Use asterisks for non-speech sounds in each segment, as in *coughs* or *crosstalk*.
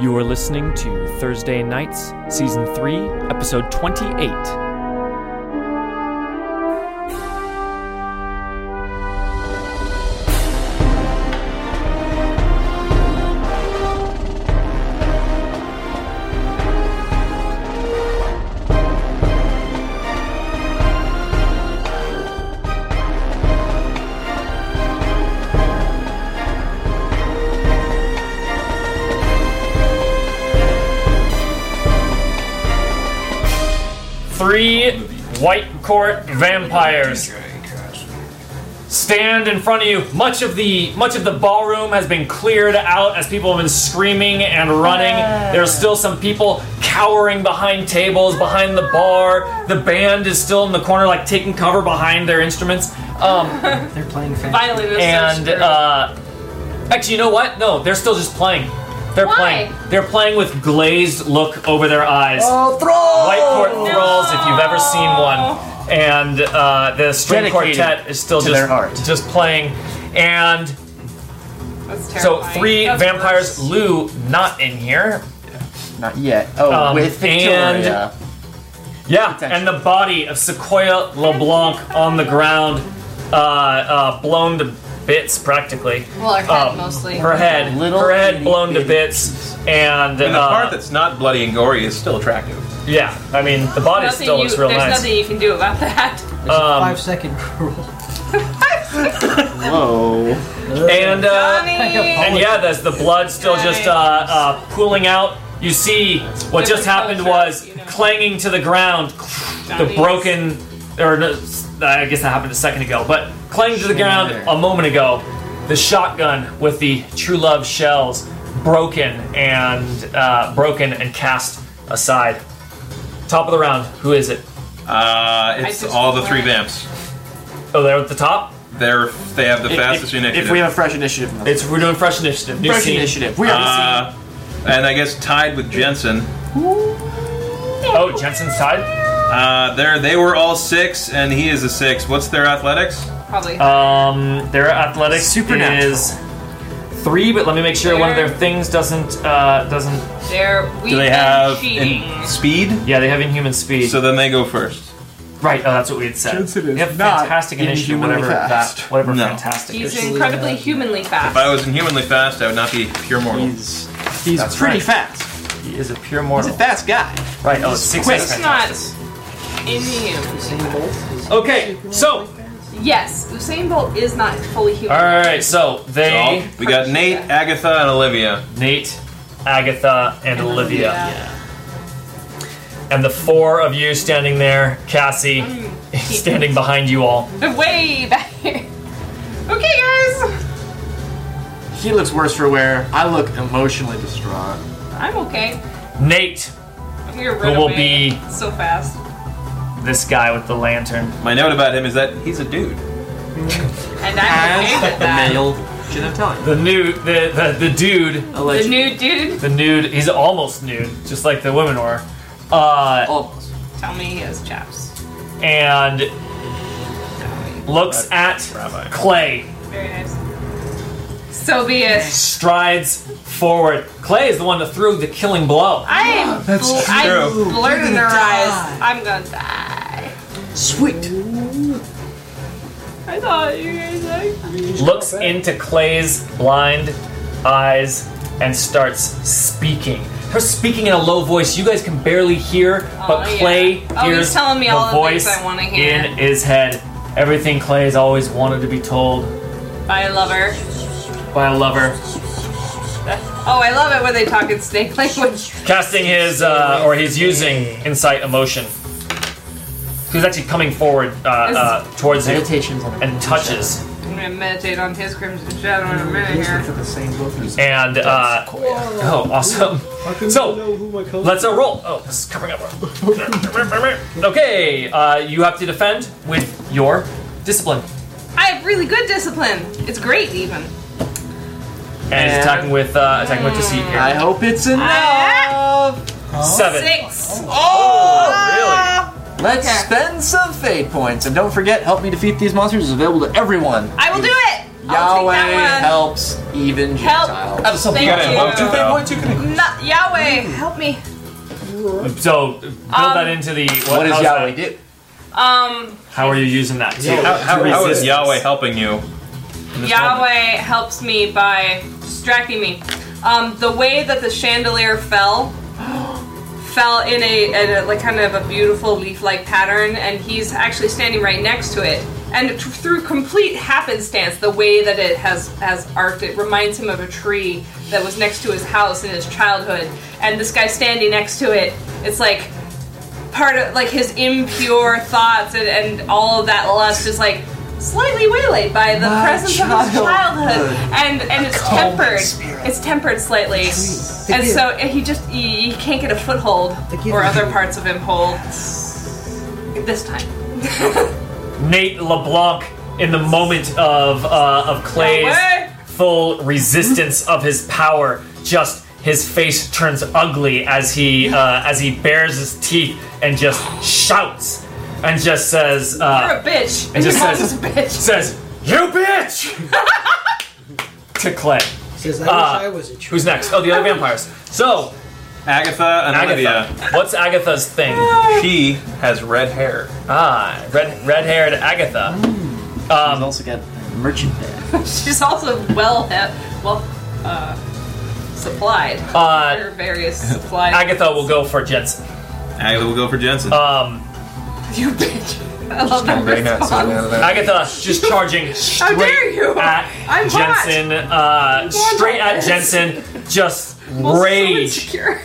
You are listening to Thursday Nights, Season 3, Episode 28. Three white court vampires stand in front of you. Much of the much of the ballroom has been cleared out as people have been screaming and running. There's still some people cowering behind tables, behind the bar. The band is still in the corner, like taking cover behind their instruments. Um, They're playing fan. Finally, this and uh, actually, you know what? No, they're still just playing. They're Why? playing. They're playing with glazed look over their eyes Oh, throw! white court thralls if you've ever seen one and uh, the string Dedicated quartet is still to just their art. just playing and That's so terrifying. three That's vampires worse. lou not in here Not yet. Oh, Um, with Victoria. yeah Attention. and the body of sequoia leblanc on the ground uh, uh, blown to bits practically Well, her head Um, mostly. her head Little her head itty blown to bitty bits and And the uh, part that's not bloody and gory is still attractive. yeah i mean the body Nothing still you, looks real there's nice nothing you can do about that. um, Five second rule. Whoa. and uh, *laughs* Honey! And yeah, there's the blood still just uh, uh, pooling out. You see, what just Different happened culture, was you know. clanging to the ground, the Johnny's. broken, or no, s- I guess that happened a second ago, but clanging to the ground a moment ago, the shotgun with the true love shells broken and uh, broken and cast aside. Top of the round, who is it? Uh, I it's just- all the three vamps. Oh, there at the top. They're they have the fastest initiative. If we have a fresh initiative, no. It's we're doing fresh initiative. New fresh scene. initiative. We are uh, and I guess tied with Jensen. Oh, Jensen's tied. Uh, they're they were all six, and he is a six. What's their athletics? Probably. Um, their athletics Supernatural. is three, but let me make sure one of their things doesn't uh, doesn't. They're weak Do they and have cheating. in- speed? Yeah, they have inhuman speed. So then they go first. right, oh, that's what we had said. Jensen is they have not fantastic initiative, inhumanly whatever fast. that, whatever No. fantastic. He's is. incredibly humanly fast. If I was inhumanly fast, I would not be pure mortal. He's, he's That's pretty right. fast. He is a pure He's mortal. a fast guy. right, oh, it's six. quick. is It's not fantastic. inhuman. Okay, so Yes, Usain Bolt is not fully human. all right, so So, they we got Nate, Agatha, and Olivia. Nate, Agatha, and, Olivia. and the four of you standing there, Cassie *laughs* standing behind you all. They're *laughs* way back here. Okay, guys. He looks worse for wear. I look emotionally distraught. I'm okay. Nate, I'm gonna run Who will be- away so fast. this guy with the lantern. My note about him is that he's a dude. And I'm okay with that. should have time. The nude, the, the, the dude, The new dude. the nude, he's almost nude, just like the women were. Uh, Almost. Tell me he has chaps. and Tell me. looks Rabbi. at Clay, Very nice. So be it. strides forward. Clay is the one that threw the killing blow. I am. That's bl- I'm true. blurred in her You're gonna eyes. die. I'm gonna die. Sweet. I thought you guys like. Looks into Clay's blind eyes and starts speaking. Her speaking in a low voice, you guys can barely hear, but Oh, yeah. Clay Oh, he's hears telling me the all the voice things I wanna hear. in his head. Everything Clay has always wanted to be told Bye, lover. by a lover. Oh, I love it when they talk in snake language. casting his uh, or he's using insight emotion. Who's actually coming forward uh, uh, towards you Meditations on and touches I'm gonna meditate on his crimson shadow in a minute here. the same book. as- and uh, oh awesome. So let's uh, roll. Oh, this is covering up. *laughs* Okay, uh, you have to defend with your discipline I have really good discipline. It's great, even. and he's attacking with uh, attacking with *laughs* deceit I here. hope it's enough. Ah. Seven. Six. Oh, Let's Okay. spend some fate points, and don't forget, help me defeat these monsters is available to everyone. I will do it. I'll Yahweh take that one. helps even Help. Gentiles. Help. Something Thank you gotta you. invoke it, though. you can Not Yahweh, help me. So build Um, that into the what, What does how's Yahweh do? that- Um, How are you using that? too? Yeah. How, how, how is Resistance. Yahweh helping you? in this Yahweh moment? helps me by distracting me. Um, the way that the chandelier fell *gasps* fell in a, in a like kind of a beautiful leaf-like pattern, and he's actually standing right next to it. And tr- through complete happenstance, the way that it has has arced, it reminds him of a tree that was next to his house in his childhood. And this guy standing next to it, it's like part of like his impure thoughts and, and all of that lust is like slightly waylaid by the My presence of his childhood and and it's tempered it's tempered slightly and so he just he, he can't get a foothold or other parts of him hold this time *laughs* Nate LeBlanc in the moment of uh, of Clay's Yahweh. full resistance of his power. Just his face turns ugly as he uh, as he bares his teeth and just shouts and just says you're uh, a bitch and just He calls says- us a bitch says you bitch *laughs* to Clay. Says, Uh, I wish I was a tree. Who's next? Oh, the other vampires. So Agatha and Agatha, what's Agatha's thing? Olivia. She has red hair. Ah, red red haired Agatha. Um, He's also got a merchant bag. she's also well he- well uh supplied Uh, Her various supplies Agatha will go for Jensen. Agatha will go for Jensen. Um, you bitch I love that response. Agatha just charging straight dare you! at I'm hot. Jensen, uh, straight on at this. Jensen, just Well, so rage, insecure.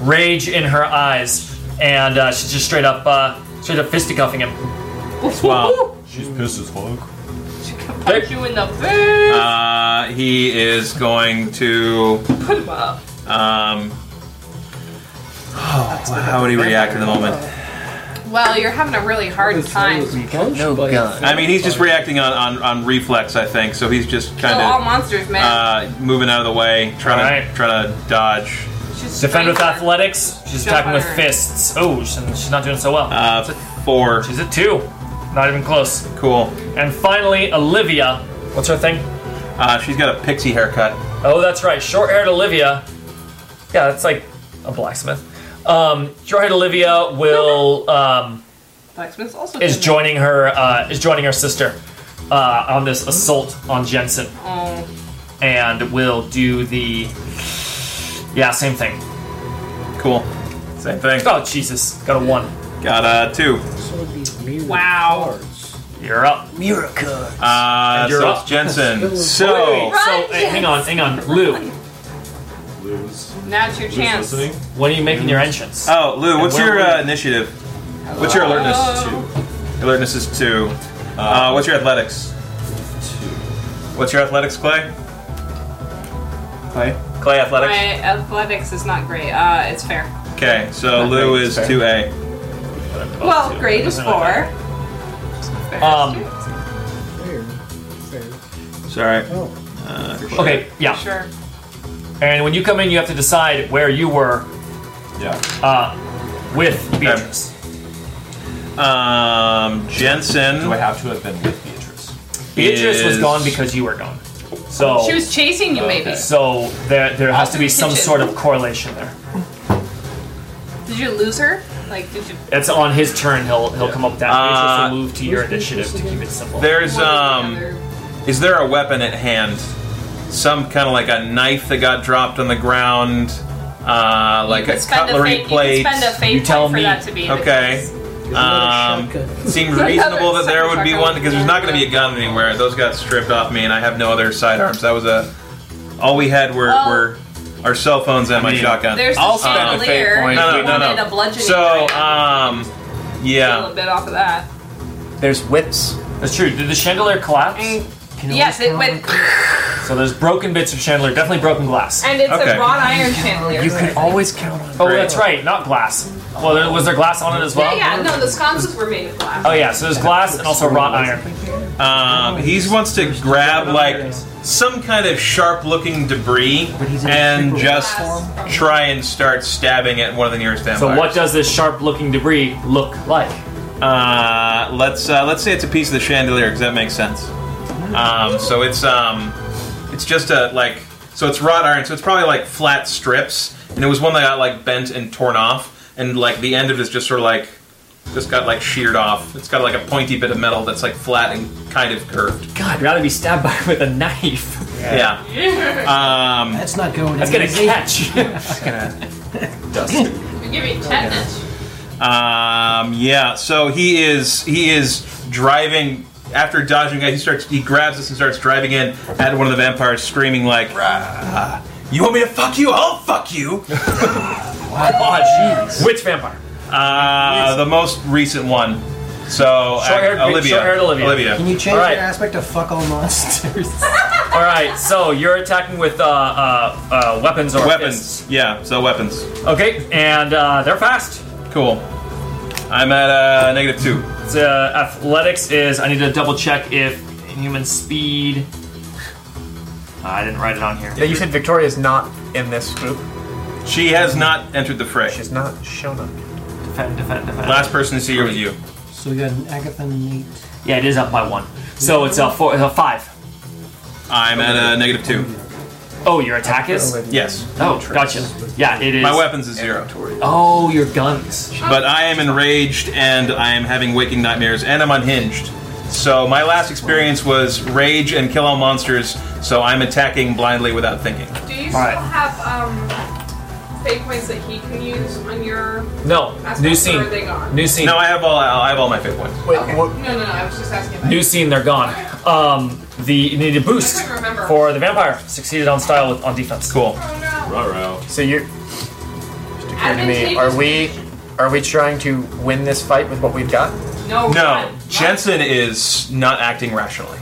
rage in her eyes, and uh, she's just straight up, uh, straight up fisticuffing him. Wow. She's pissed as fuck. She can punch you in the face. Uh, he is going to. Put him up. Ah. Um, oh, wow, how would he react in the moment? Well, you're having a really hard time. We got No gun. I mean, he's just reacting on, on, on reflex, I think. So he's just Kill all kind of monsters, man. uh, moving out of the way, trying to Alright. trying to dodge. She's Defend with straight on. athletics. She's Shot attacking with her. fists. Oh, she's she's not doing so well. Uh, four. she's at two, not even close. Cool. And finally, Olivia. What's her thing? Uh, she's got a pixie haircut. Oh, that's right. Short haired Olivia. Yeah, that's like a blacksmith. Um, short haired Olivia *laughs* will. Um, Blacksmith's also is good. joining her uh, is joining her sister uh, on this assault on Jensen, Oh, and will do the yeah same thing. Cool. Same thing. Oh Jesus, got a one. Got a two. Wow. Cards. You're up. Mirror cards. Uh, And you're so up. it's Jensen. Wait, So wait, Oh, so Run, hey, hang on, hang on, Lou. Lou's, now it's your Lou's chance. listening. When are you making your entrance? Oh, Lou, what's where your were uh, you? initiative? What's your alertness? Hello. Alertness is two. Uh, what's your athletics? Two. What's your athletics, Clay? Clay? Clay athletics. My athletics is not great. Uh, it's fair. Okay, so Lou is two A. Oh, Well, grade is Something like four. Um, Fair. Fair. Sorry. Oh. okay, yeah. Sure. And when you come in, you have to decide where you were Yeah. uh, with Beatrice. Um, Do I Jensen. have to have been with Beatrice? Beatrice was is- gone because you were gone. So She was chasing you, maybe. so there there has to be some Kitchen. sort of correlation there. Did you lose her? Like, did you? It's on his turn. He'll he'll come up with that. Uh, Beatrice will move to your initiative to keep it simple. There's What is the um. other- Is there a weapon at hand? Some kind of like a knife that got dropped on the ground, uh, like You a could spend cutlery fate- you could plate. spend a fate You tell point for me. that to be. the Okay. case. Um, Shotgun. seems *laughs* Another reasonable that there would be shotgun. one because there's not going to be a gun anywhere. Those got stripped off me, and I have no other sidearms. That was a all we had were, Oh. were our cell phones and my mean, shotgun. There's I'll the spend a fate chandelier. point. no, You no, no, wanted no. a bludgeoning so, item. um, a yeah, little bit off of that. There's whips. That's true. Did the chandelier collapse? Yes, it went, So there's broken bits of chandelier. Definitely broken glass. and it's Okay. a wrought iron chandelier. You so can it's- always count on oh, great. that's right. Not glass. Well, there, was there glass on it as well? Yeah, yeah, no, the sconces were made of glass. Oh yeah. So there's glass and also wrought iron. um, he wants to grab like some kind of sharp-looking debris he's in a and super- just Glass. try and start stabbing at one of the nearest vampires. So what does this sharp-looking debris look like? Uh, let's uh, let's say it's a piece of the chandelier because that makes sense. Um, so it's um, it's just a like so it's wrought iron, so it's probably like flat strips, and it was one that got like bent and torn off, and like the end of it is just sort of like just got like sheared off. It's got like a pointy bit of metal that's like flat and kind of curved. God, I'd rather be stabbed by with a knife. Yeah. Um, That's not going. That's gonna catch. *laughs* Give me tetanus. Um, yeah. So he is he is driving after dodging a guy. He starts he grabs us and starts driving in at one of the vampires, screaming like, "Rah! "You want me to fuck you? I'll fuck you!" Oh, jeez. Which vampire? Uh, the most recent one. So uh, Short-haired- Olivia, short-haired Olivia. Can you change Alright. your aspect to fuck all monsters? All right, so you're attacking with uh, uh, uh, weapons or weapons. fists. Yeah. So weapons. Okay, and uh, they're fast. Cool. I'm at uh, negative two. It's, uh, athletics is. I need to double check if human speed. Ah, I didn't write it on here. Yeah, you said Victoria's not in this group. She has not entered the fray. She's not shown up. Defend, defend, defend. Last person to see her was you. so we got an Agatha Nate. Yeah, it is up by one. So it's a four, a five. I'm at a negative two. Oh, your attack is. Yes. Oh, gotcha. Yeah, it is. My weapons is zero. Oh, your guns. But I am enraged and I am having waking nightmares and I'm unhinged. So my last experience was rage and kill all monsters, so I'm attacking blindly without thinking. Do you still Alright. have um, fate points that he can use on your? No, Aspects new or scene. are they gone? New scene. No, I have all I have all my fate points. Wait, Okay. what? No, no, no. I was just asking. About New scene, they're gone. Um, the you need a boost I couldn't remember. for the vampire. Succeeded on style with, on defense. Cool. Oh Ruh-roh. So you're. Just occurred to me. Are we? Are we trying to win this fight with what we've got? no. No. run, No, run. Jensen is not acting rationally.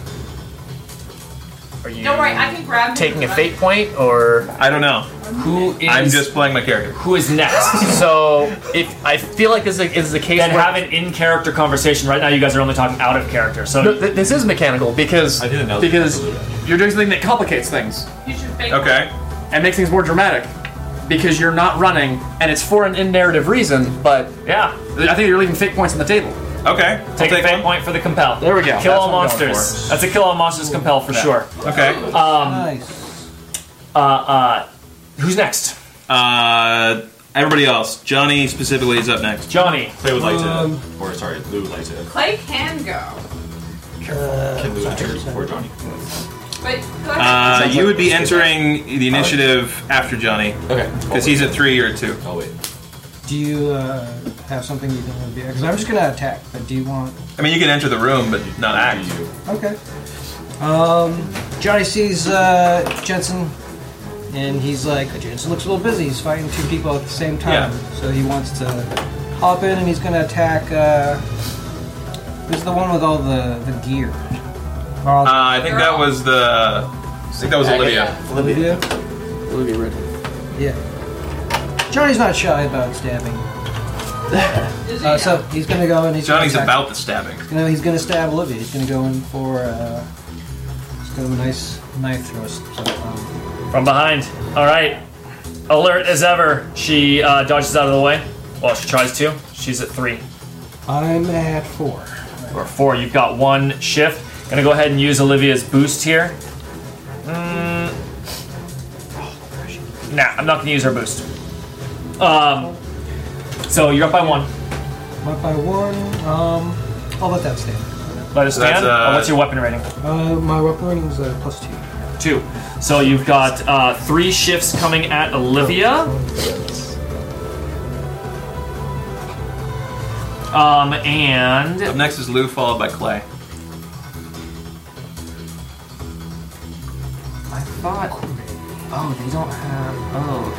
Are you Don't worry, I can grab. him taking and a run. fate point or? I don't know. Who is? I'm just playing my character. Who is *gasps* next? So if I feel like this is, is the case, then where- have an in-character conversation. Right now, you guys are only talking out of character. So No, th- this is mechanical because I didn't know. Because you're doing something that complicates things You should fake. Okay. and makes things more dramatic. Because you're not running, and it's for an in narrative reason, but yeah, I think you're leaving fake points on the table. Okay. I'll take, a fate one. point for the compel. There we go. Kill That's all what I'm going monsters. That's a kill all monsters compel for sure. Okay. Um, nice. Uh, uh, who's next? Uh, everybody else. Johnny specifically is up next. Johnny. Clay would like to, Um, or sorry, Lou would like to. Clay can go, uh, Can Lou enter before Johnny? but go ahead. Uh, you would be entering the initiative after Johnny Okay. because he's at three or two. Oh wait. Do you uh, have something you think would be? Because I'm just gonna attack. But do you want? I mean, you can enter the room, but not act. Do you? Okay. Um, Johnny sees uh, Jensen, and he's like, Jensen looks a little busy. He's fighting two people at the same time, Yeah. so he wants to hop in and he's gonna attack. Uh, who's the one with all the the gear? All Uh, I think that was the. I think that was Olivia. Olivia. Olivia Redhead. Yeah. Johnny's not shy about stabbing. Is Uh, he- so he's gonna go and he's Johnny's gonna attack- about the stabbing. You know, he's gonna stab Olivia. He's gonna go in for uh, just go a nice knife thrust. So, um, From behind. All right. Alert as ever. She uh, dodges out of the way. Well, she tries to. She's at three I'm at four. or four. You've got one shift. Gonna go ahead and use Olivia's boost here. Mm. Nah, I'm not gonna use her boost. Um, so you're up by one. I'm up by one. Um, I'll let that stand. Let us So that's, stand. uh, Uh, what's your weapon rating? Uh, my weapon rating's uh, plus two. Two. So you've got uh, three shifts coming at Olivia, um, and Up next is Lou, followed by Clay. I thought. Oh, they don't have. Oh,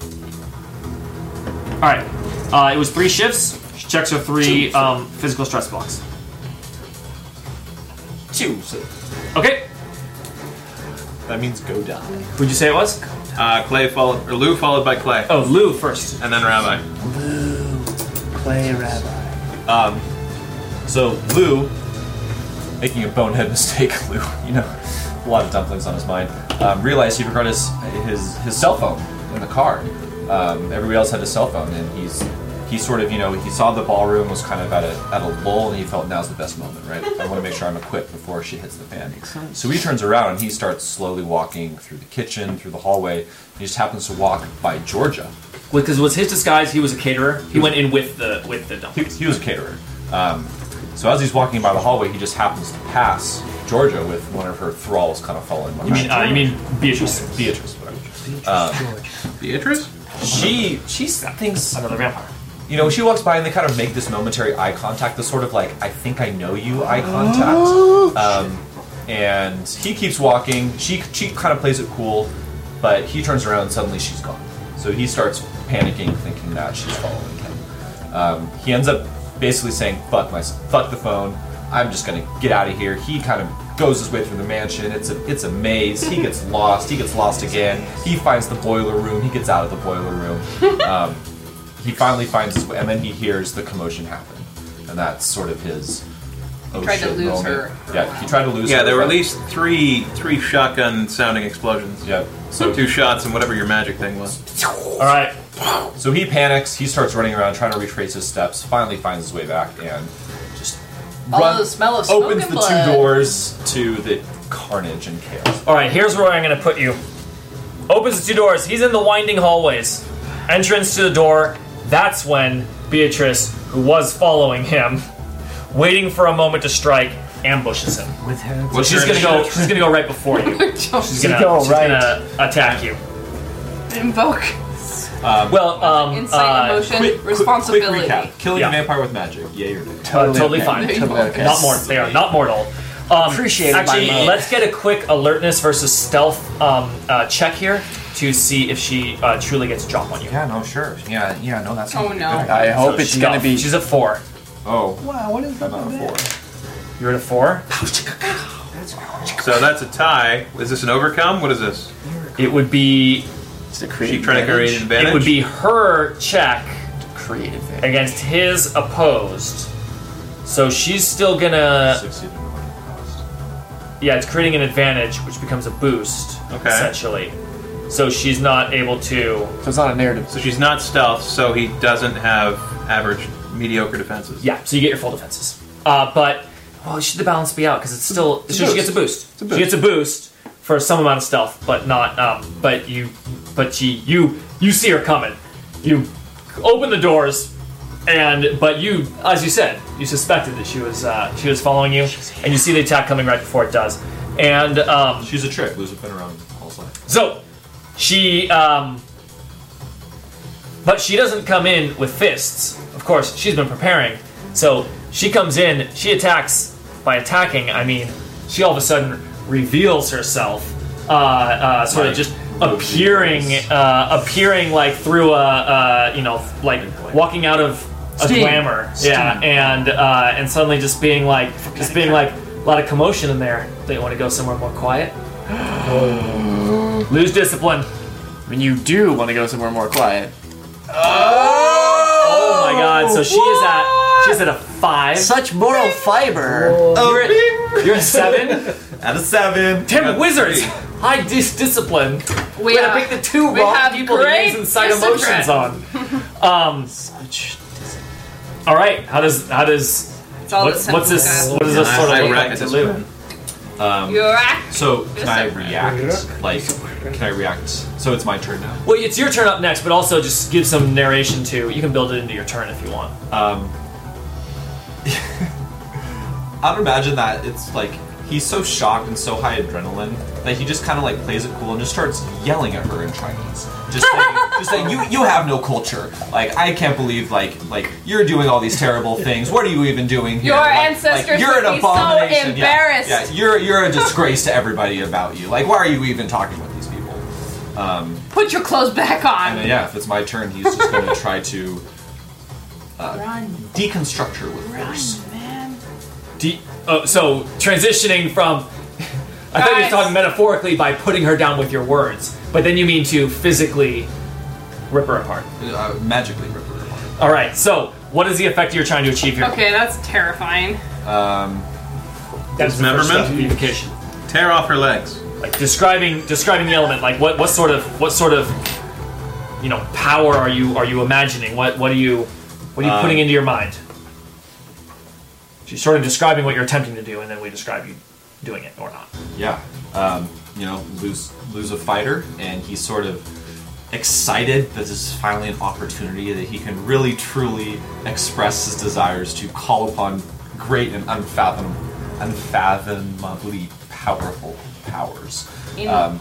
okay, okay. All right. Uh, it was three shifts. She checks her three um, physical stress blocks. Two. Okay. That means go die. Would you say it was? Uh, Clay followed, or Lou followed by Clay, Oh, Lou first. and then Rabbi. Play rabbi. Um. So Lou, making a bonehead mistake, Lou, you know, a lot of dumb things on his mind, um, realized he forgot his, his his cell phone in the car. Um, everybody else had a cell phone, and he's he sort of, you know, he saw the ballroom was kind of at a, at a lull, and he felt now's the best moment, right? I want to make sure I'm equipped before she hits the fan. So he turns around and he starts slowly walking through the kitchen, through the hallway. and He just happens to walk by Georgia. Because was his disguise? He was a caterer. He went in with the with the He, dumplings. he was a caterer. Um, so as he's walking by the hallway, he just happens to pass Georgia with one of her thralls kind of following behind. You mean uh, you mean Beatrice? Beatrice, whatever. Uh, Beatrice? She, She's that thing's another vampire. you know, she walks by and they kind of make this momentary eye contact, this sort of like, I think I know you eye contact. Um, and he keeps walking. She, she kind of plays it cool, but he turns around and suddenly she's gone. So he starts panicking, thinking that she's following him. Um, he ends up basically saying, "Fuck my, fuck the phone. I'm just gonna get out of here." He kind of goes his way through the mansion. It's a, it's a maze. He gets lost. He gets lost again. He finds the boiler room. He gets out of the boiler room. Um, he finally finds his way, and then he hears the commotion happen, and that's sort of his. He tried to lose her for a Yeah, he while. tried to lose her. Yeah, there were but- at least three three shotgun sounding explosions. Yeah. So two shots and whatever your magic thing was. All right. So he panics. He starts running around, trying to retrace his steps. Finally, finds his way back and just All run- the smell of smoke opens and the blood. two doors to the carnage and chaos. All right. Here's where I'm gonna put you. Opens the two doors. He's in the winding hallways. Entrance to the door. That's when Beatrice, who was following him, waiting for a moment to strike, ambushes him. With her. What's She's your gonna go. initiative? She's gonna go right before you. *laughs* She's gonna, Go she's right. gonna attack you. Invoke Well, um, insight, uh, emotion, Quick- quick- responsibility. Quick, recap: killing Yeah. a vampire with magic. Yay or nay? Uh, totally, fine. Totally okay. Not mortal. They are not mortal. Um, Appreciated by actually, Mo. let's get a quick alertness versus stealth um, uh, check here to see if she uh, truly gets a drop on you. Yeah, no, sure. Yeah, yeah, no, that's. Oh, not- no. I hope So it's stealth. gonna be. She's a four. Oh, Wow, what is that? I'm on a four. You're at a four. So that's a tie. Is this an overcome? What is this? It would be It's a She creative trying to create an advantage. advantage? it would be her check Creative advantage. against his opposed. So she's still gonna Succeeded. Yeah, it's creating an advantage, which becomes a boost, Okay. essentially. So she's not able to. So it's not a narrative. So she's not stealth, so he doesn't have average, mediocre defenses. Yeah, so you get your full defenses. Uh, but well, should the balance be out because it's still so she boost. gets a boost. a She gets a boost for some amount of stealth, but not. Um, but you, but she, you, you see her coming. You open the doors, and but you, as you said, you suspected that she was uh, she was following you, and you see the attack coming right before it does. And um, She's a trick. Lose a pin around all sides. So, she, um, but she doesn't come in with fists. Of course, she's been preparing. So she comes in, she attacks. By attacking, I mean she all of a sudden reveals herself, uh, uh, sort of Like, just reveals. appearing, uh, appearing like through a, uh, you know, like walking out of a Steam. glamour, yeah, and uh, and suddenly just being like, just being like a lot of commotion in there. They want to go somewhere more quiet. Lose discipline. I mean, you do want to go somewhere more quiet. Oh my god! So she is at she's at a five. Such moral fiber. You're at, you're at seven. At a seven. Damn wizards! High dis- discipline. We We're gonna are- pick the two we wrong have people to use great inside emotions discipline. on. Um. All right. How does how does It's all what's, that what's sentence this says. what does this sort of I, I look rack like at to this Lou? one. Um, You're act- so can I Listen. react? Like, can I react? So it's my turn now. Well, it's your turn up next, but also just give some narration to. You can build it into your turn if you want. Um, I'd imagine that it's like he's so shocked and so high adrenaline that he just kind of like plays it cool and just starts yelling at her in Chinese. Just *laughs* saying, just saying, you you have no culture. Like I can't believe like like you're doing all these terrible things. What are you even doing here? Your Like- like, ancestors you're would an be so abomination. Yeah, embarrassed. Yeah, you're you're a disgrace to everybody about you. Like why are you even talking with these people? Um, Put your clothes back and on. then, yeah, if it's my turn, he's just going to try to uh, deconstruct her with force. Do you- oh, so transitioning from. *laughs* I thought you were Guys. talking metaphorically by putting her down with your words, but then you mean to physically rip her apart. uh, magically rip her apart. All right. So, what is the effect you're trying to achieve here? Okay, that's terrifying. Um, That's the first Dismemberment? step, Beatification. Tear off her legs. Like describing describing the element. Like what what sort of what sort of you know power are you are you imagining? What what do you What are you Um, putting into your mind? She's sort of describing what you're attempting to do, and then we describe you doing it or not. yeah, um, you know, lose lose a fighter, and he's sort of excited that this is finally an opportunity that he can really truly express his desires to call upon great and unfathom, unfathomably powerful powers. In- Um,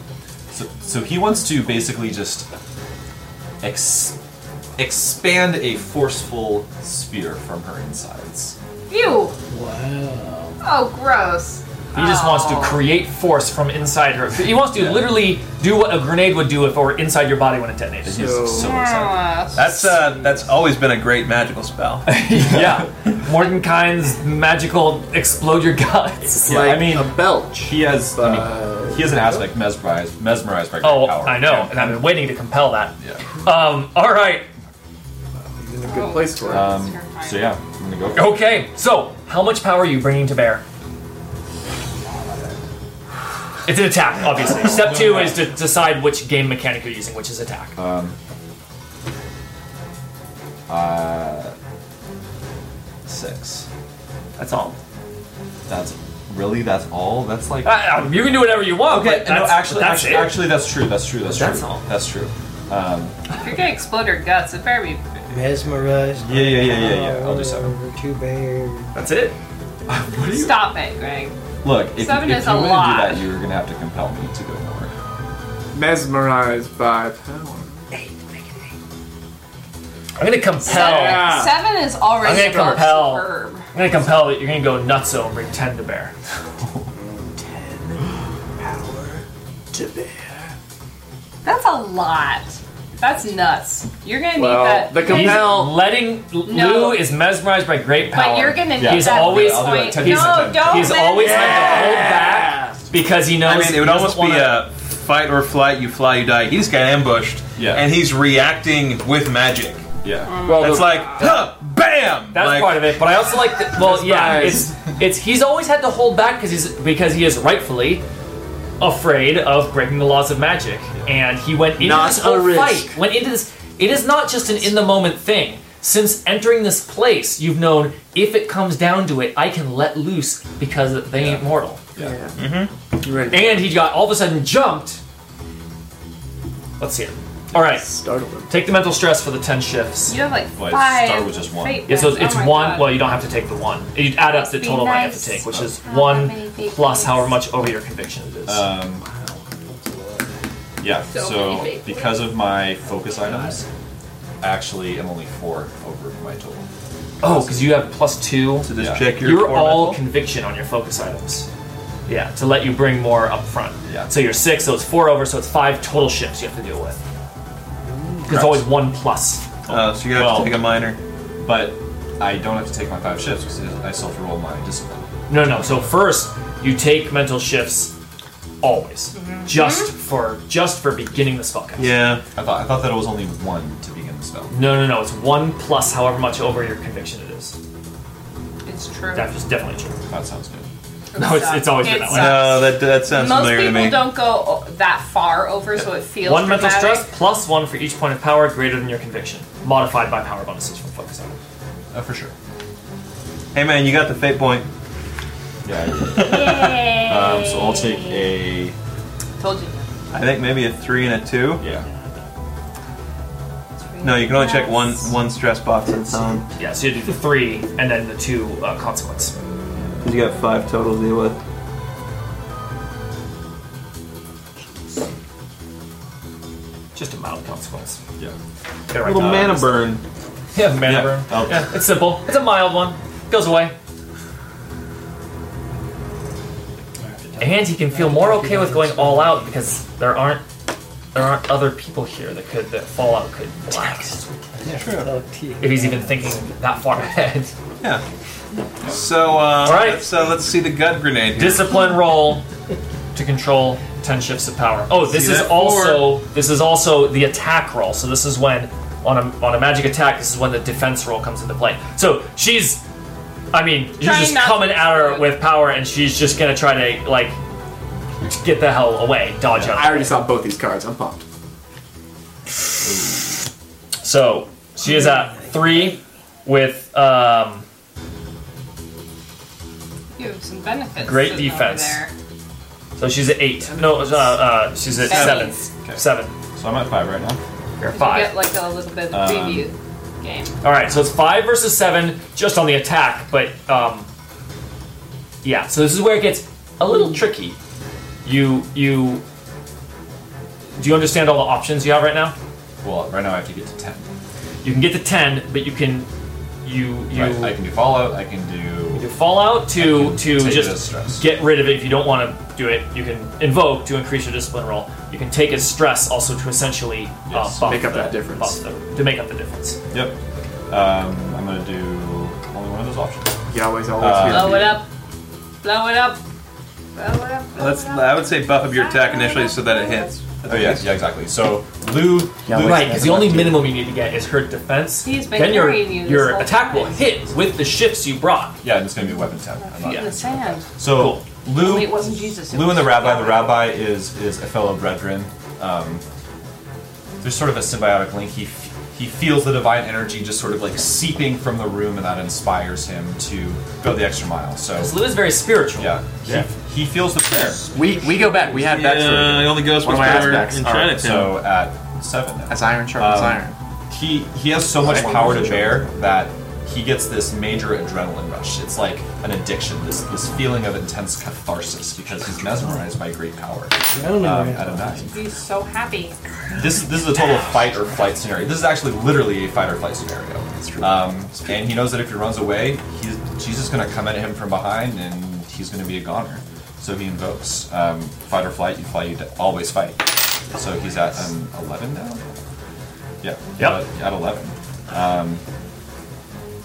so, so he wants to basically just ex- expand a forceful spear from her insides. Ew! Wow. Oh, gross. He just wants to create force from inside her. He wants to Oh. Yeah. literally do what a grenade would do if it were inside your body when it detonates. And *laughs* he's so excited. Gross. That's uh, that's always been a great magical spell. yeah. Mordenkind's magical explode your guts. Yeah, I mean, a belch. He has. I Uh, mean, he has an aspect mesmerized, mesmerized by great Oh, power. I know, and I've been waiting to compel that. Yeah. Um, all right, He's in a good place for it. Um, oh, Terrifying. so yeah, I'm gonna go. For it. okay. So, how much power are you bringing to bear? It's an attack, obviously. Step two is to decide which game mechanic you're using, which is attack. Uh, six. That's all. That's really. That's all. That's like. Uh, you can do whatever you want. okay. but No, that's, actually, that's actually, it. actually, that's true. That's true. That's true. That's all. That's true. If you're gonna explode her guts, it better be. Mesmerized. Oh, Yeah, yeah, yeah, yeah, yeah. I'll do seven. Over to bear. that's it. What are you? Stop it, Greg. Look, if, Seven if is you a were lot. to do that, you were gonna have to compel me to go more. Mesmerized by power. I'm gonna compel. Seven, Yeah. seven is already I'm gonna a compel. superb. I'm gonna compel that you're gonna go nutso and bring ten to bear. That's a lot. That's nuts. You're gonna Well, need that. the compel- Compel. letting No. Lou is mesmerized by great power. But you're gonna need Yeah. He's that at always- this I'll do it. point. Ten No, percent. don't. He's let always it- had to hold back because he knows. I mean, it would he almost doesn't be wanna- a fight or flight. You fly, you die. He just got ambushed, Yeah. and he's reacting with magic. Um, Yeah. Well, It's the- like, huh, bam! That's like, part of it, but I also like. The, well, yeah, Mesmerized. it's it's he's always had to hold back because he's because he is rightfully afraid of breaking the laws of magic, and he went into Not this whole a risk. fight. Went into this. It is not just an in the moment thing. Since entering this place, you've known if it comes down to it, I can let loose because they ain't mortal. Yeah. You're in And he got all of a sudden jumped. Let's see it. All right, startling. take the mental stress for the ten shifts. You have like Well, five. it started with just one. fate Yeah, so points. it's Oh my one. God. Well, you don't have to take the one. You add up the Must be total amount you have nice. to take, which is How one many big plus things? however much over your conviction it is. Uh, Um, yeah. So So many big- because of my focus items, actually, I'm only four over my total. oh, because you have plus two. *laughs* So just Yeah. check your You're core all mental. conviction on your focus items. Yeah, to let you bring more up front. Yeah. So you're six, so it's four over, so it's five total shifts you have to deal with. Mm. 'Cause It's always one plus. Uh, so you have Well- to take a minor. But I don't have to take my five shifts because I still have to roll my discipline. No, no. So first, you take mental shifts always, Mm-hmm. just for just for beginning this spell cast. Yeah. I thought I thought that it was only one to begin the spell. No, no, no. It's one plus however much over your conviction it is. It's true. That is definitely true. That sounds good. No, it's- it's always been It that way. sucks. No, that that sounds Most familiar to people me. don't go o- that far over, so it feels One mental dramatic. *laughs* stress plus one for each point of power greater than your conviction, modified by power bonuses from focus item. Uh, for sure. Hey man, you got the fate point. Yeah. I did. um, so I'll take a Told you. I think maybe a three and a two. yeah. No, you can only check one one stress box at a time Yeah, so you do the three and then the two uh, consequence. because you got five total to deal with. Just a mild consequence. Yeah. Get it right Little down. mana burn. Yeah, mana Yeah. burn. Oh. Yeah, it's simple. It's a mild one. Goes away. And he can feel more okay with going all out because there aren't there aren't other people here that could that Fallout could blast. Oh, tea. If he's even thinking that far *laughs* ahead. Yeah. So uh, all right. So let's see the gut grenade. Here. discipline roll to control 10 shifts of power oh this See is that also this is also the attack roll so this is when on a, on a magic attack this is when the defense roll comes into play so she's i mean you're Trying just not to coming at her explode. with power and she's just gonna try to like get the hell away dodge I out already saw both these cards. I'm pumped. so she is at three with um, You have some benefits. Great sitting over defense. There. so she's at eight. No, uh, uh, she's at Seven. seven. Seven. So I'm at five right now. You're at You five. get like a little bit of Um, preview game. All right, so it's five versus seven, just on the attack, but um, yeah. So this is where it gets a little tricky. You you do you understand all the options you have right now? Well, right now I have to get to ten. You can get to ten, but you can you you Right, I can do Fallout. I can do. you fall out to can to take it as stress. just get rid of it if you don't want to do it. You can invoke to increase your discipline roll. You can take as stress also to essentially Yes, uh, buff make up the- that difference. buff the- to make up the difference. Yep. Um, I'm gonna do only one of those options. Yahweh's always Uh, here. Blow it Oh, up. Blow it up. Blow it up. Blow Let's. it up. I would say buff up your attack initially so that it hits. Oh yeah, yeah, exactly. So Lou, Yeah, Lou wait. Right, because the only minimum you need to get is her defense. He's been then your, carrying you this your whole attack will time. hit with the shifts you brought. yeah, and it's gonna be weapon ten. I'm not- In the sand. So Lou, Wait, it wasn't Jesus. it Lou was and the rabbi. Yahweh. The rabbi is is a fellow brethren. Um, there's sort of a symbiotic link. He f- he feels the divine energy just sort of like seeping from the room, and that inspires him to go the extra mile. So Because Lou is very spiritual. yeah, Yeah. He, he feels the prayer. We we go back. We had that. sort of- Yeah, it only goes One once of my per aspects. in All Alright, Chinatown. so at seven. Now. That's iron sharpens Um, iron. he he has so much power to bear that he gets this major adrenaline rush. It's like an addiction. This this feeling of intense catharsis because he's mesmerized by great power. Um, at a nine. He's so happy. This this is a total fight or flight scenario. This is actually literally a fight or flight scenario. Um, and he knows that if he runs away, he's she's just gonna come at him from behind and he's gonna be a goner. So he invokes um, fight or flight. You fly. You de- always fight. So he's at an eleven now. Yeah. Yep. At, at eleven.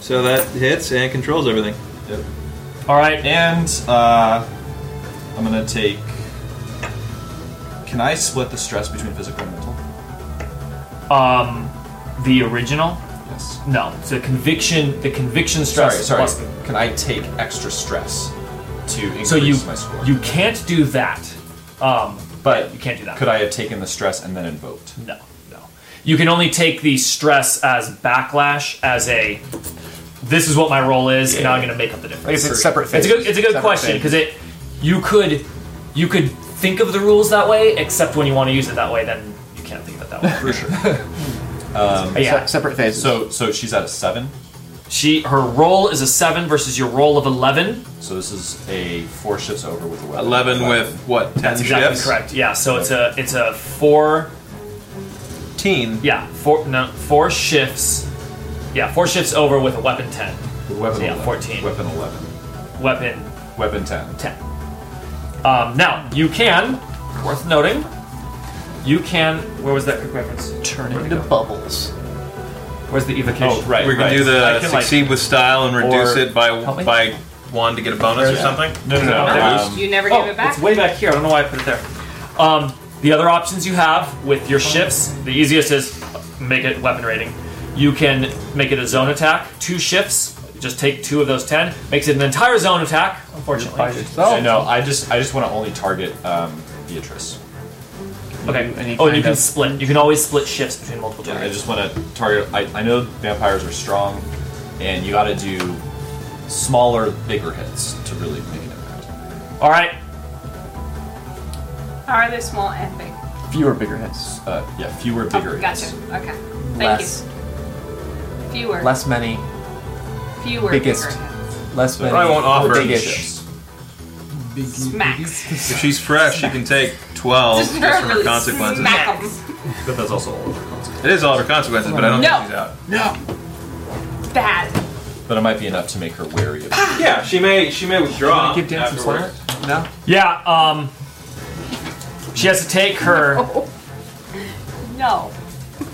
so that hits and controls everything. Yep. All right. And uh, I'm gonna take. Can I split the stress between physical and mental? Um, the original? Yes. No. It's the conviction. The conviction Sorry, stress. sorry. plus- Can I take extra stress to increase so you my score? you can't do that. Um, but you can't do that. Could I have taken the stress and then invoked? no, no. You can only take the stress as backlash as a. This is what my role is, and now I'm going to make up the difference. Like it's a separate It's phase. a good. It's a good question because it. You could, you could think of the rules that way, except when you want to use it that way, then you can't think of it that way. Um, For *laughs* sure. yeah. Se- separate phases. So so she's at a seven. She her roll is a seven versus your roll of eleven. So this is a four shifts over with a weapon. Eleven with what? Ten That's exactly shifts. correct. Yeah. So it's a it's a four. Teen. Yeah. Four no four shifts. Yeah, four shifts over with a weapon ten. With weapon So yeah, 11, 14. Weapon eleven. Weapon Weapon ten. ten. Um, now you can, worth noting, you can. Where was that quick reference? Turn Where'd it into go? bubbles. Where's the evocation? Oh right. We're gonna right. do I the can, like- succeed with style and reduce Or- it by Help me? by one to get a bonus or Yeah. something. No no no. Okay. um, you never Oh, give it back. it's way back here. I don't know why I put it there. Um, the other options you have with your shifts, the easiest is make it weapon rating. You can make it a zone attack, two shifts, just take two of those ten, makes it an entire zone attack, unfortunately. I know. I just I just want to only target um, Beatrice. Okay. Any Oh, and kind you can of- split. You can always split shifts between multiple Yeah, I targets. just want to target. I, I know vampires are strong, and you got to do smaller, bigger hits to really make an impact. All right. Are they small and big? fewer bigger hits. Uh, yeah, fewer, bigger oh, gotcha. hits. Okay. Thank Less, you. Fewer. less many, fewer. biggest. bigger hits. less many. Probably won't offer big any ish. shifts. Smacks. *laughs* If she's fresh, she can take twelve just Just from her verbally consequences. smack 'em. But that's also all over consequence. It is all of her consequences, but I don't No. think she's out. Bad. But it might be enough to make her wary of. Yeah, she may she may withdraw. Give Dan some slack. No. Yeah. Um. She has to take her No.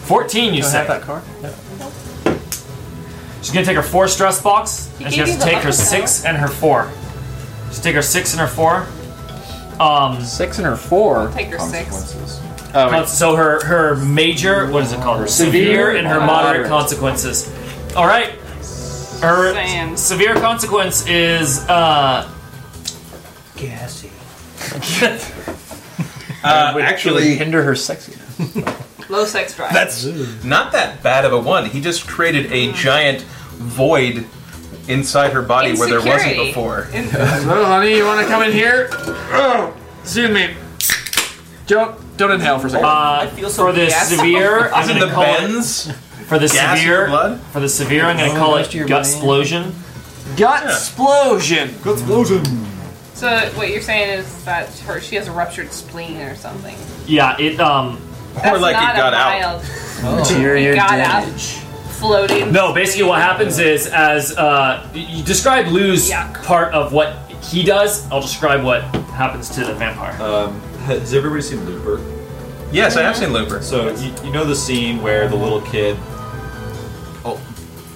fourteen. You Have said that car. she's gonna take her four stress box, He and she gave has you to the take her buckle, six and her four. She's take her six and her four. Um. Six and her four. Take her six. Oh, Con- wait. So her her major what is it called? Her severe and her Moderate. moderate consequences. All right. Her Sand. severe consequence is uh Gassy. Uh, Really actually, hinder her sexiness. Low sex drive. Hmm. That's not that bad of a one. He just created a giant void inside her body where there wasn't Insecurity. before. In- Well, honey, you want to come in here? Oh, excuse me. Don't don't inhale for a second. Uh, for the Yes. severe, *laughs* I'm Isn't gonna the call it, bends for the gas in your severe blood? for the severe. I'm gonna Oh, call it goes to your gut brain. explosion. Gut yeah. explosion. Explosion. so what you're saying is that her she has a ruptured spleen or something. Yeah, it um Or like not it got a out. mild- Interior got damage. out. Floating. No, basically what happens is as uh, you describe Lou's Yuck. part of what he does, I'll describe what happens to the vampire. Um, has everybody seen Looper? Yes, I have seen Looper. So you, you know the scene where the little kid, oh,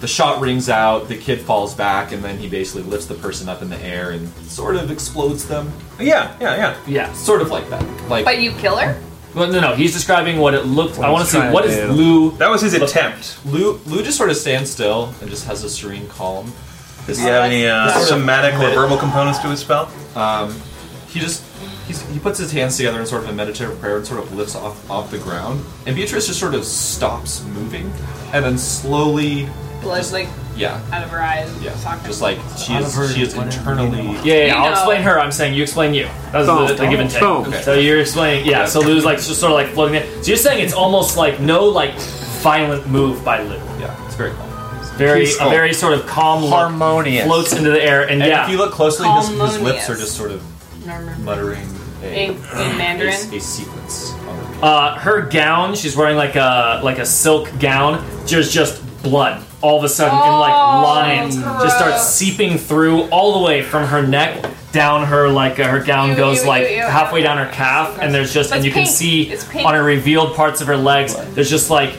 the shot rings out, the kid falls back, and then he basically lifts the person up in the air and sort of explodes them. Yeah, yeah, yeah. yeah. Sort of like that. Like But you kill her? Well, no, no, he's describing what it looked. I want to he's see trying what to is do. Lou. That was his attempt. Lou, Lou just sort of stands still and just has a serene calm. Does he have any uh, Sort of- somatic or verbal components to his spell? He just he's, he puts his hands together in sort of a meditative prayer and sort of lifts off off the ground. And Beatrice just sort of stops moving, and then slowly, Blood like yeah, out of her eyes. and yeah, talking. just like she Out of her is she is whatever. internally. Yeah, yeah, You I'll know. explain her. I'm saying you explain you. That's the, the give and take. Boom. Okay. So you're explaining, yeah. So Lou's like just sort of like floating there. So you're saying it's almost like no like violent move by Lou. Yeah, it's very calm. It's very Peaceful. a very sort of calm look, Harmonious. floats into the air, and, And yeah, if you look closely, his, his Harmonious. lips are just sort of Murmur. muttering a, in, in Mandarin. a, a sequence. on repeat. uh, her gown, she's wearing like a like a silk gown. There's just blood all of a sudden in like Oh, lines, gross. just starts seeping through all the way from her neck down her like uh, her gown Ew, goes ew, like ew, ew. halfway down her calf, Okay. and there's just But and it's you pink. can see It's pink. on her revealed parts of her legs. There's just like.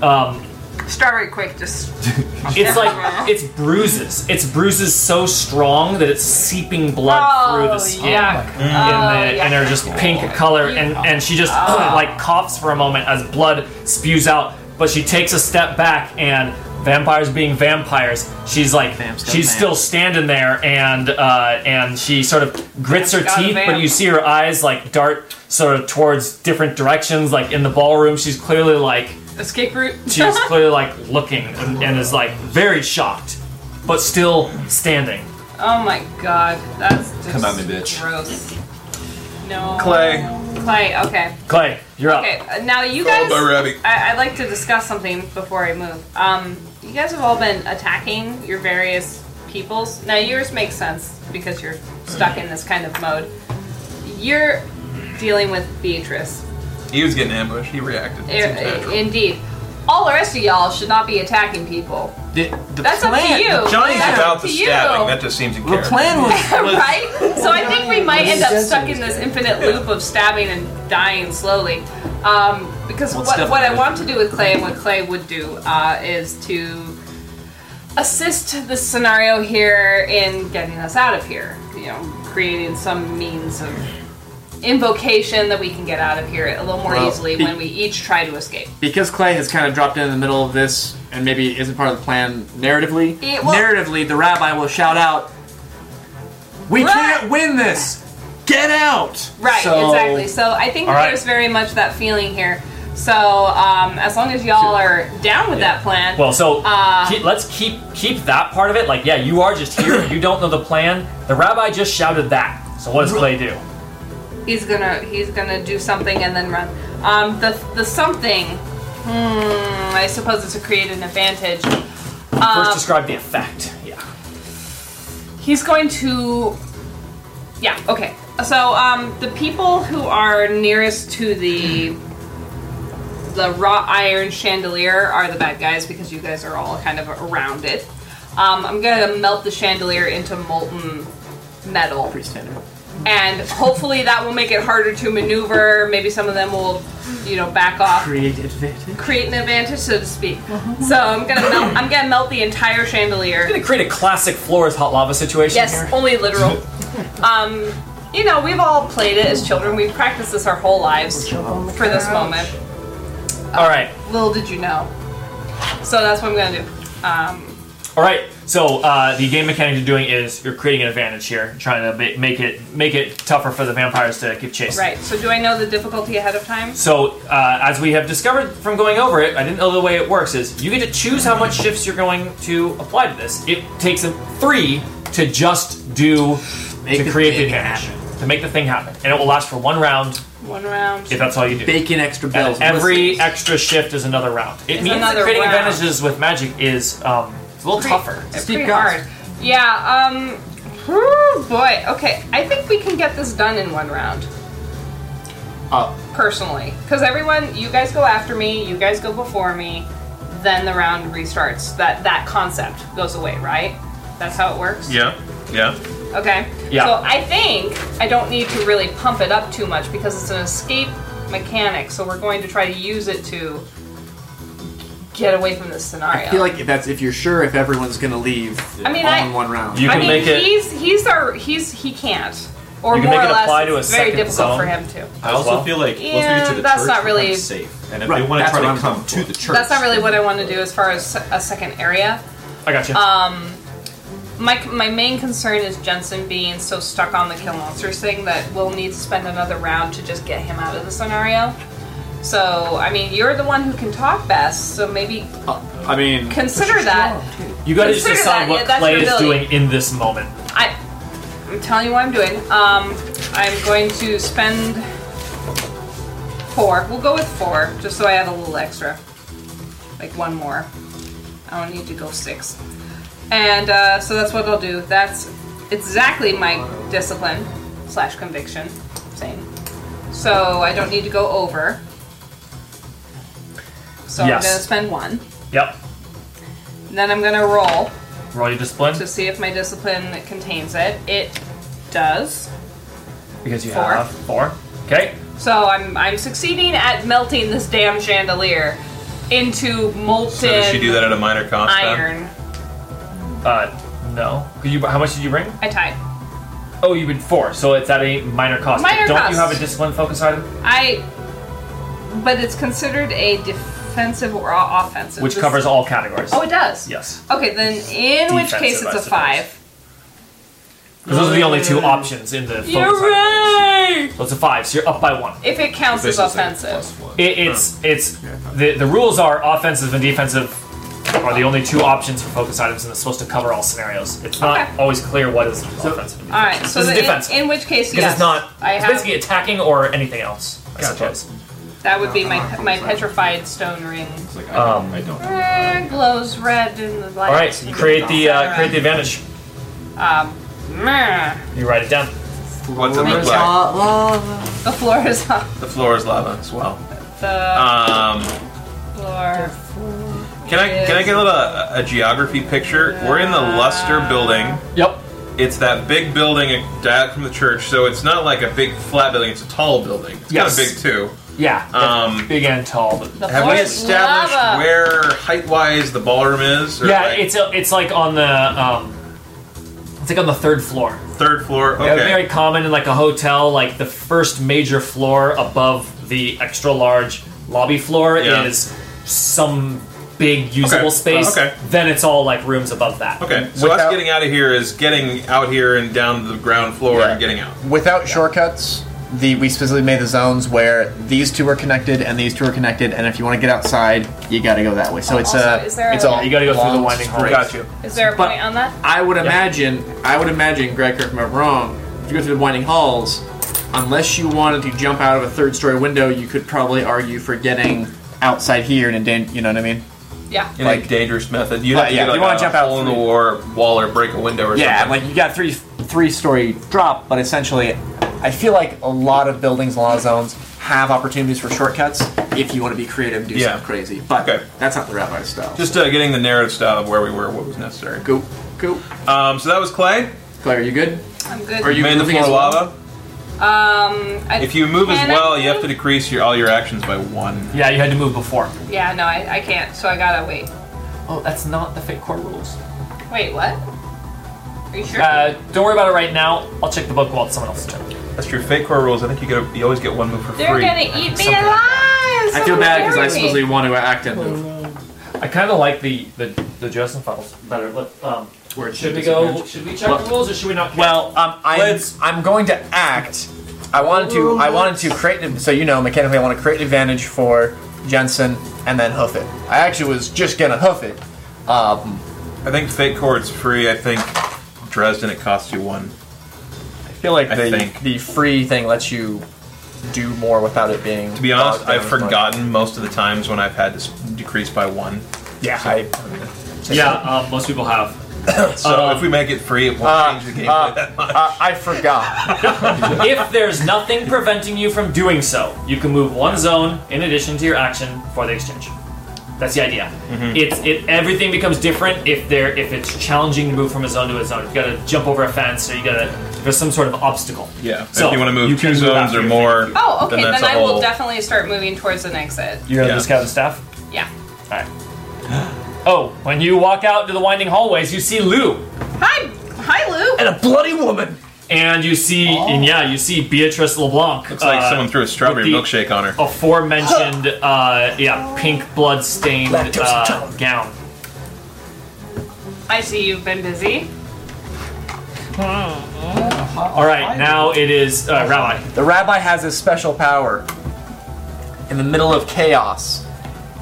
Um, Strawberry quick, just *laughs* it's like it's bruises. It's bruises so strong that it's seeping blood Oh, through the skin yuck. and, the, Oh, and yeah. Oh. are just pink color and, and she just *clears throat* like coughs for a moment as blood spews out but she takes a step back and vampires being vampires she's like Vamps got she's vamps. still standing there and uh, and she sort of grits her Got a teeth but vamp. you see her eyes like dart sort of towards different directions like in the ballroom she's clearly like escape route. she's *laughs* clearly like looking and, and is like very shocked but still standing Oh my god, that's just Come at me, bitch. gross. No. Clay. Clay, okay. clay you're up Okay, uh, now you Called guys. by Robbie. I, I'd like to discuss something before I move. Um, you guys have all been attacking your various peoples. Now yours makes sense because you're stuck in this kind of mode. You're dealing with Beatrice. He was getting ambushed. He reacted. It seems I- I- natural. indeed. All the rest of y'all should not be attacking people. The, the That's up to plan- you. Johnny's That's up about the to you. stabbing. That just seems in The character. plan was right? So I think we might end up Jensen stuck in this infinite loop of stabbing and dying slowly. Um, because Well, it's what, what I definitely- want to do with Clay and what Clay would do uh, is to assist the scenario here in getting us out of here. You know, creating some means of invocation that we can get out of here a little more Well, easily he- when we each try to escape. because Clay has kind of dropped in, in the middle of this and maybe isn't part of the plan narratively. It will- narratively, the rabbi will shout out, "We Right. can't win this. Get out!" Right, So- exactly. So I think All right. there's very much that feeling here. So um, as long as y'all are down with that plan, Well, so Uh, ke- let's keep keep that part of it. Like, yeah, you are just *coughs* here. you don't know the plan. The rabbi just shouted that. So what does Clay do? he's gonna he's gonna do something and then run. Um, the the something. Hmm. I suppose it's to create an advantage. Uh, First, describe the effect. Yeah. He's going to. Yeah. Okay. So um, the people who are nearest to the the wrought iron chandelier are the bad guys because you guys are all kind of around it. Um, I'm gonna melt the chandelier into molten metal. Pretty standard. and hopefully that will make it harder to maneuver. Maybe some of them will, you know, back off, Create advantage. create an advantage, so to speak. So I'm gonna melt. I'm gonna melt the entire I'm chandelier. gonna create a classic Flores hot lava situation Yes, here. only literal. Um, you know, we've all played it as children. We've practiced this our whole lives for this moment. All right. Little did you know. So that's what I'm gonna do. Um, All right. So uh, the game mechanic you're doing is you're creating an advantage here, trying to ma- make it make it tougher for the vampires to keep chasing. Right. So do I know the difficulty ahead of time? So, uh, as we have discovered from going over it, I didn't know the way it works is you get to choose how much shifts you're going to apply to this. It takes them three to just do to the create the thing advantage to make the thing happen, and it will last for one round One round. if that's all you do. Bacon extra And bells. every extra shift is another round. It It's means that another creating round. advantages with magic is um, a little tougher. It's Steep pretty cost. hard. Yeah. Um. whew, boy. Okay. I think we can get this done in one round. Oh. Personally, because everyone, you guys go after me. You guys go before me. Then the round restarts. That that concept goes away, right? That's how it works. Yeah, yeah. Okay. Yeah. So I think I don't need to really pump it up too much because it's an escape mechanic. So we're going to try to use it to get away from this scenario. I feel like that's if you're sure if everyone's gonna leave I mean, all I- in one round. You I can mean, make it. he's he's our he's he can't, or You can more make or it less, apply to a it's very second difficult zone. for him to. I also well. feel like once we Yeah, get to the that's church, not we're really- kinda safe. And if Right, they want to that's try what to I'm come going to for. the church, That's not really what I want to do as far as a second area. I got you. Uh, My, my main concern is Jensen being so stuck on the kill monsters thing that we'll need to spend another round to just get him out of the scenario. So, I mean, you're the one who can talk best, so maybe Uh, I mean, consider that. you got to just consider decide that, what yeah, that's Clay your is ability. doing in this moment. I, I'm telling you what I'm doing. Um, I'm going to spend four. We'll go with four, just so I have a little extra. Like one more. I don't need to go six. And uh, so that's what I'll do. That's exactly my discipline slash conviction. Same. So I don't need to go over. So Yes. I'm going to spend one. Yep. Then I'm going to roll Roll your discipline to see if my discipline contains it. It does. because you four. have four. Okay. So I'm I'm succeeding at melting this damn chandelier into molten So does she do that at a minor cost? then? iron. Uh, no. You, how much did you bring? I tied. Oh, you did four, so it's at a minor cost. Minor Don't you cost. have a discipline focus item, I. But it's considered a defensive or o- offensive, which This- covers all categories? Oh, it does. yes, Okay, then in which case Defensive, it's I a suppose. five. because those are the only two options in the focus You're item. right. So it's a five, so you're up by one. If it counts this as is like offensive, plus one. It, it's it's the the rules are offensive and defensive are the only two options for focus items, and it's supposed to cover all scenarios. It's not Okay. always clear what is offensive. and defensive. all right. So This is the, in, defensive. in which case, Because yes, it's not. I it's have basically attacking or anything else. I suppose. that would be my my petrified stone ring. It's like, I don't- Um, I don't. Eh, glows red in the light. All right, so you create the uh, create the advantage. Um, meh. You write it down. What's it look like? Uh, The floor is *laughs* on The floor is lava as well. the Um, floor. can I can I get a little uh, a geography picture? We're in the Luster building. Yep. It's that big building down from the church, so it's not like a big flat building. It's a tall building. It's Yes. kind of big too. Yeah. Um, big and tall, but The Have floor we is established lava. where height-wise the ballroom is? Or Yeah, like it's a, it's like on the um, it's like on the third floor. third floor. Yeah, Okay. Very common in like a hotel, like the first major floor above the extra large lobby floor Yeah. is some big usable Okay. Uh, space. Okay. Then it's all like rooms above that. Okay, so Without- us getting out of here is getting out here and down to the ground floor Yeah. and getting out. Without shortcuts, the we specifically made the zones where these two are connected and these two are connected, and if you want to get outside, you got to go that way. So it's Also, a is there it's a- all You got to go through the long winding hall. straight. you. Is there a But- point on that? I would imagine. I would imagine. Greg, correct me if I'm wrong. If you go through the winding halls, unless you wanted to jump out of a third-story window, you could probably argue for getting. outside here and in, you know what I mean. Yeah. In Like- a dangerous method. You Well, have to yeah, get like you wanna a jump out hole in the through- war, wall or break a window or Yeah, something. like you got three three story drop, but essentially, I feel like a lot of buildings, a lot of zones have opportunities for shortcuts. If you want to be creative, do Yeah. something crazy. But Okay. that's not the rabbi's style. Just uh, getting the narrative style of where we were, what was necessary. go, go. Um, so that was Clay. Claire, are you good? I'm good. Are you- You made the moving floor as well? lava. Um. I, If you move as can well, I- you have to decrease your all your actions by one. Yeah, you had to move before. Yeah. No, I, I can't. So I gotta wait. Oh, that's not the fake core rules. Wait. What? Are you sure? Uh, don't worry about it right now. I'll check the book while it's someone else's turn. That's true. Fake core rules. I think you get a, you always get one move for They're free. gonna eat me Something. alive. I feel bad because I supposedly. supposedly want to act and move. I kind of like the the the Justin files better. Let, um, Where it should we be go? Should we check the rules or should we not? Well, um, I'm, Let's- I'm going to act. I wanted to. I wanted to create. an- So you know, mechanically, I want to create an advantage for Jensen and then hoof it. I actually was just gonna hoof it. Um, I think fake cord's free. I think Dresden it costs you one. I feel like I the think. the free thing lets you do more without it being. To be Oh, honest, I've forgotten most of the times when I've had this decrease by one. Yeah. I, Yeah, um, most people have. So Um, if we make it free, it won't uh, change the gameplay uh, that much. uh, I forgot. if there's nothing preventing you from doing so, you can move one zone in addition to your action for the exchange. That's the idea. Mm-hmm. It's it everything becomes different if there if it's challenging to move from a zone to a zone. You gotta jump over a fence or you gotta there's some sort of obstacle. yeah. So, if you want to move you can two move zones after or your more, Oh, okay. then Then, that's I a whole. will definitely start moving towards an exit. You're Yeah. the scout and staff? Yeah. Alright. Oh, when you walk out to the winding hallways, you see Lou Hi, hi, Lou. and a bloody woman. and you see and yeah, you see Beatrice LeBlanc. Oh. Looks like uh, someone threw a strawberry with the- milkshake on her. aforementioned uh, yeah pink blood stained uh, Lactose gown. I see you've been busy. All right, now it is uh, Rabbi. The rabbi has his special power. In the middle of chaos,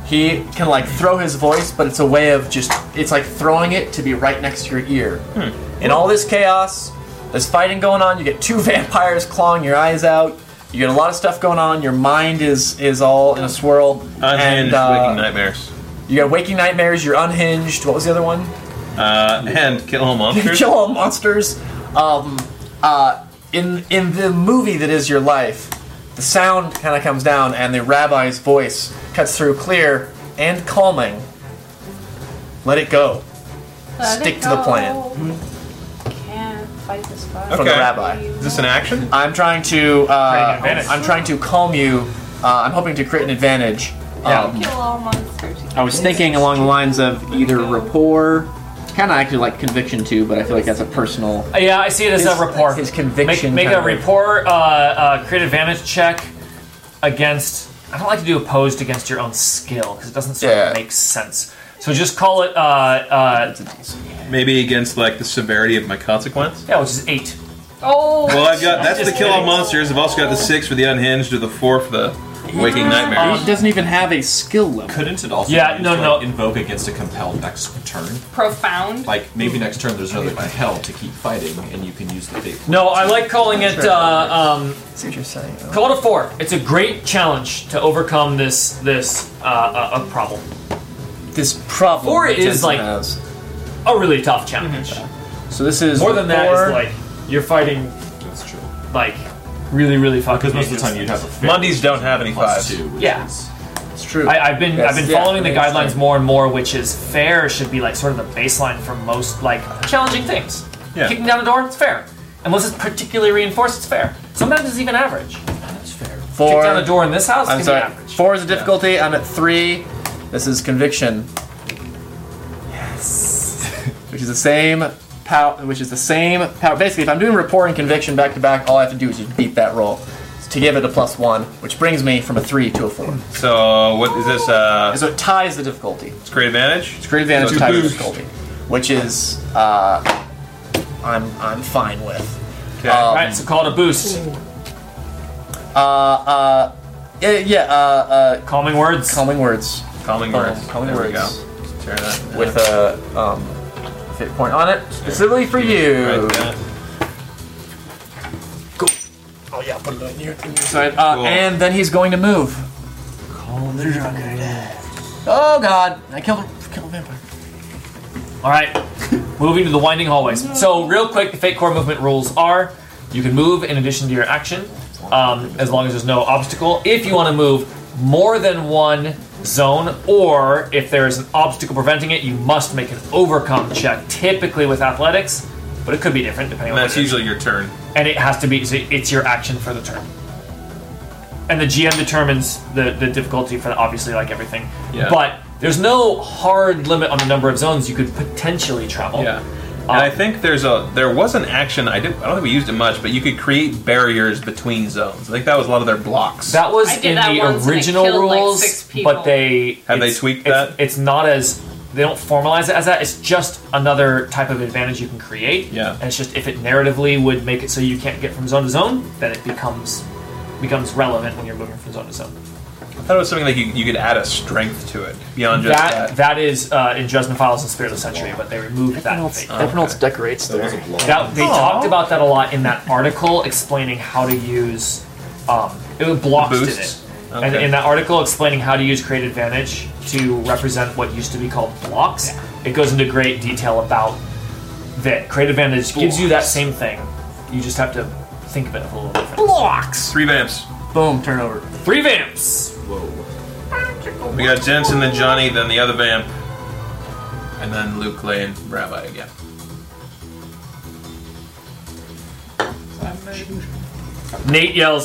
he can like throw his voice, but it's a way of just it's like throwing it to be right next to your ear. Hmm. In all this chaos, there's fighting going on. You get two *laughs* vampires clawing your eyes out. You get a lot of stuff going on. Your mind is is all in a swirl. Oh, and Unhinged uh, waking *laughs* nightmares. you got waking nightmares. You're unhinged. What was the other one? Uh, and kill *laughs* all monsters. Kill all monsters. Um, uh, in in the movie that is your life, the sound kind of comes down, and the rabbi's voice cuts through, clear and calming. Let it go Stick to the plan. Can't fight this fight. from Hmm. Okay. the rabbi. Is this an action? I'm trying to Create an uh, advantage. I'm trying to calm you. Uh, I'm hoping to create an advantage. Um, Kill all monsters. I was thinking along the lines of either rapport, kind of actually like conviction too, but I feel like that's a personal. Uh, Yeah, I see it as His- a rapport. his conviction Make, make a kind of- rapport. Uh, uh, create advantage check against. I don't like to do opposed against your own skill because it doesn't sort Yeah. of make sense. So just call it. Uh, uh, Maybe against like the severity of my consequence. yeah, which is eight. Oh. Well, I've got that's the Just kill all kidding. monsters. I've also got the six for the unhinged, or the four for the waking nightmares. He doesn't even have a skill level. Couldn't it also Yeah, be used no, to, no. Like, invoke against a compel next turn? profound. Like maybe next turn there's another compel to keep fighting, and you can use the fate. No, I like calling it. Uh, um, see what you're saying. call it a four. It's a great challenge to overcome this this uh, uh, a problem. This problem. Or it that is Jensen like- has. A really tough challenge. Mm-hmm. so. This is More than that rapport. is like you're fighting That's true. like really really fucking. Because most of the dangerous time you'd have a things. fate Mondays don't have any plus fives. two. Which Yeah. Is, It's true. I, I've been Yes, I've been yeah, following the that makes guidelines sense. more and more, which is fair should be like sort of the baseline for most like challenging things. Yeah. Kicking down a door, it's fair. Unless it's particularly reinforced, it's fair. Sometimes it's even average. Kick Four- down a door in this house I'm can sorry. be average. Four is a difficulty. I'm at three. This is conviction. Yes. which is the same power. Which is the same power. Basically, if I'm doing rapport and conviction back to back, all I have to do is just beat that roll to give it a plus one, which brings me from a three to a four. So what is this? Uh, And so it ties the difficulty. it's great advantage. It's great advantage So to tie the boost. difficulty, which is uh, I'm I'm fine with. Okay. All right, so call it a boost. Mm. Uh, uh, yeah, yeah, uh, uh, Calming words. calming words. uh, Calming words. Calming there we words. go. Tear that. with a um, fit point on it specifically for you. Right there. Oh yeah, put it on your, on your side. Uh, Cool. And then he's going to move. Oh, they're not gonna die. Oh god, I killed a, killed a vampire. All right, moving to the winding hallways. So, real quick, the fake core movement rules are: you can move in addition to your action, um, as long as there's no obstacle. If you want to move more than one zone, or if there is an obstacle preventing it, you must make an overcome check, typically with athletics, but it could be different depending And on. that's what it is. usually your turn. And it has to be. So it's your action for the turn. And the GM determines the, the difficulty for the, obviously like everything, Yeah. but there's no hard limit on the number of zones you could potentially travel. Uh, Yeah. And I think there's a there was an action I did I don't think we used it much, but you could create barriers between zones. I think that was a lot of their blocks. That was I did in that the once and it original killed, like, rules, six people. but they Have they it's- tweaked it's- that? It's not as they don't formalize it as that. It's just another type of advantage you can create. Yeah. And it's just if it narratively would make it so you can't get from zone to zone, then it becomes becomes relevant when you're moving from zone to zone. I thought it was something like you, you could add a strength to it beyond just that, that. that is uh, in Jasmine Files and Spirit of the Century, but they removed that. Everyone else, thing. everyone else decorates That was there. a blow. That, they talked about that a lot in that article explaining how to use um, it was blocks did Boosts? it. And Okay. in that article explaining how to use create advantage to represent what used to be called blocks, it goes into great detail about that create advantage gives you that same thing. You just have to think of it a little different. Blocks! Three vamps. Boom, turnover. Three vamps! We got Jensen, then Johnny, then the other vamp, and then Luke Clay and Rabbi again. Nate yells,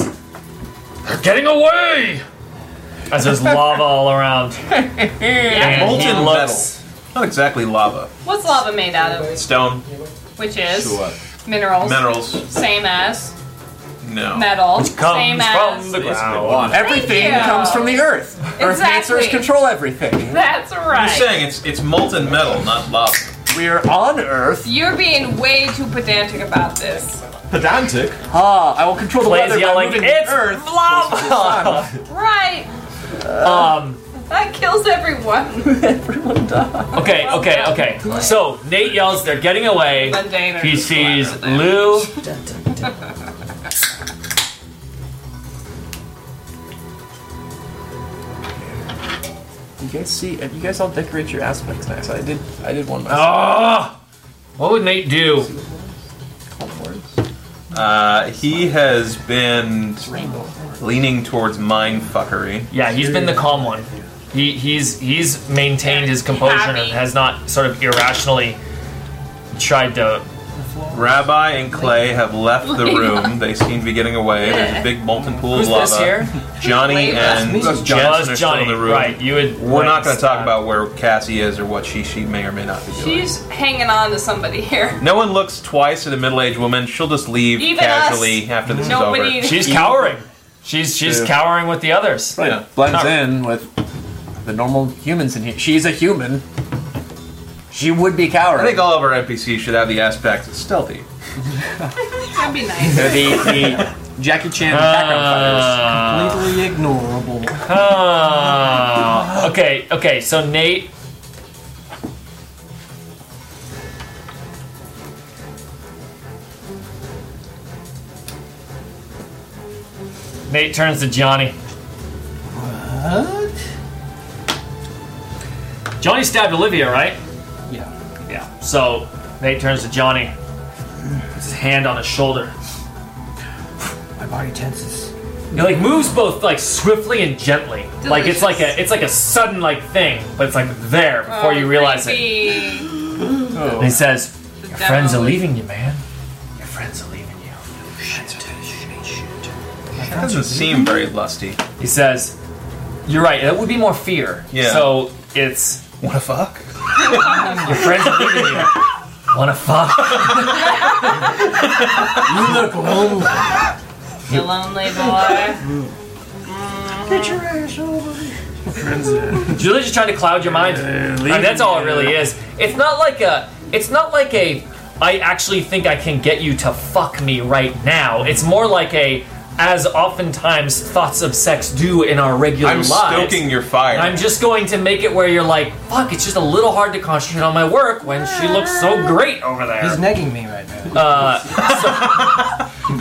They're getting away! As there's lava all around. and he Molten looks- Not exactly lava. What's lava made out of? Stone, Which is Sure. minerals. minerals, Same as no. metal. comes same from as. the ground. Everything you. comes from the earth. Earth Exactly. answers control everything. That's I'm right. saying it's it's molten metal, not lava. We are on Earth. You're being way too pedantic about this. Pedantic. Ah, I will control the Blaze weather by yelling, moving "It's the Earth. Right. Um, That kills everyone. *laughs* okay, okay, okay. So Nate yells, they're getting away. Mundane. or He just whatever sees they- Lou. You guys see? You guys all decorate your aspects nice. I did. I did one myself. Oh, what would Nate do? Uh, he has been leaning towards mind fuckery. Yeah, he's been the calm one. He, he's he's maintained his composure and Happy. has not sort of irrationally tried to. Rabbi and Clay have left the room. They seem to be getting away. There's a big molten pool of lava. Johnny and That's Jensen Johnny. Well, are it's still in Johnny, the room. right? You would. We're not going to talk uh, about where Cassie is or what she she may or may not be doing. She's hanging on to somebody here. *laughs* no one looks twice at a middle-aged woman. She'll just leave Even casually after this Nobody. is over. She's cowering. She's she's cowering with the others. Right. Yeah. blends Not- in with the normal humans in here. She's a human. She would be cowering. I think all of our NPCs should have the aspect of stealthy. That'd be nice. They're the, *laughs* the Jackie Chan Uh, background Uh, Completely ignorable. Oh, okay, okay. So Nate, Nate turns to Johnny. What? Johnny stabbed Olivia, right? Yeah. Yeah. So Nate turns to Johnny. Puts his hand on his shoulder. My body tenses. It like moves both like swiftly and gently. Like it's like a it's like a sudden like thing, but it's like there before Oh, you realize it. it. And he says, Your devil friends are is- leaving you, man. Your friends are leaving you. That doesn't seem very lusty. He says, You're right, that would be more fear. Yeah. So it's What a fuck. your friends are leaving you. Wanna fuck? You look lonely. You *laughs* lonely boy. Get your ass over here. It's really just trying to cloud your mind. I mean, that's all it really is. It's not like a it's not like a I actually think I can get you to fuck me right now. It's more like a as oftentimes thoughts of sex do in our regular I'm lives. stoking your fire. I'm just going to make it where you're like, fuck, it's just a little hard to concentrate on my work when she looks so great over there. He's negging me right now.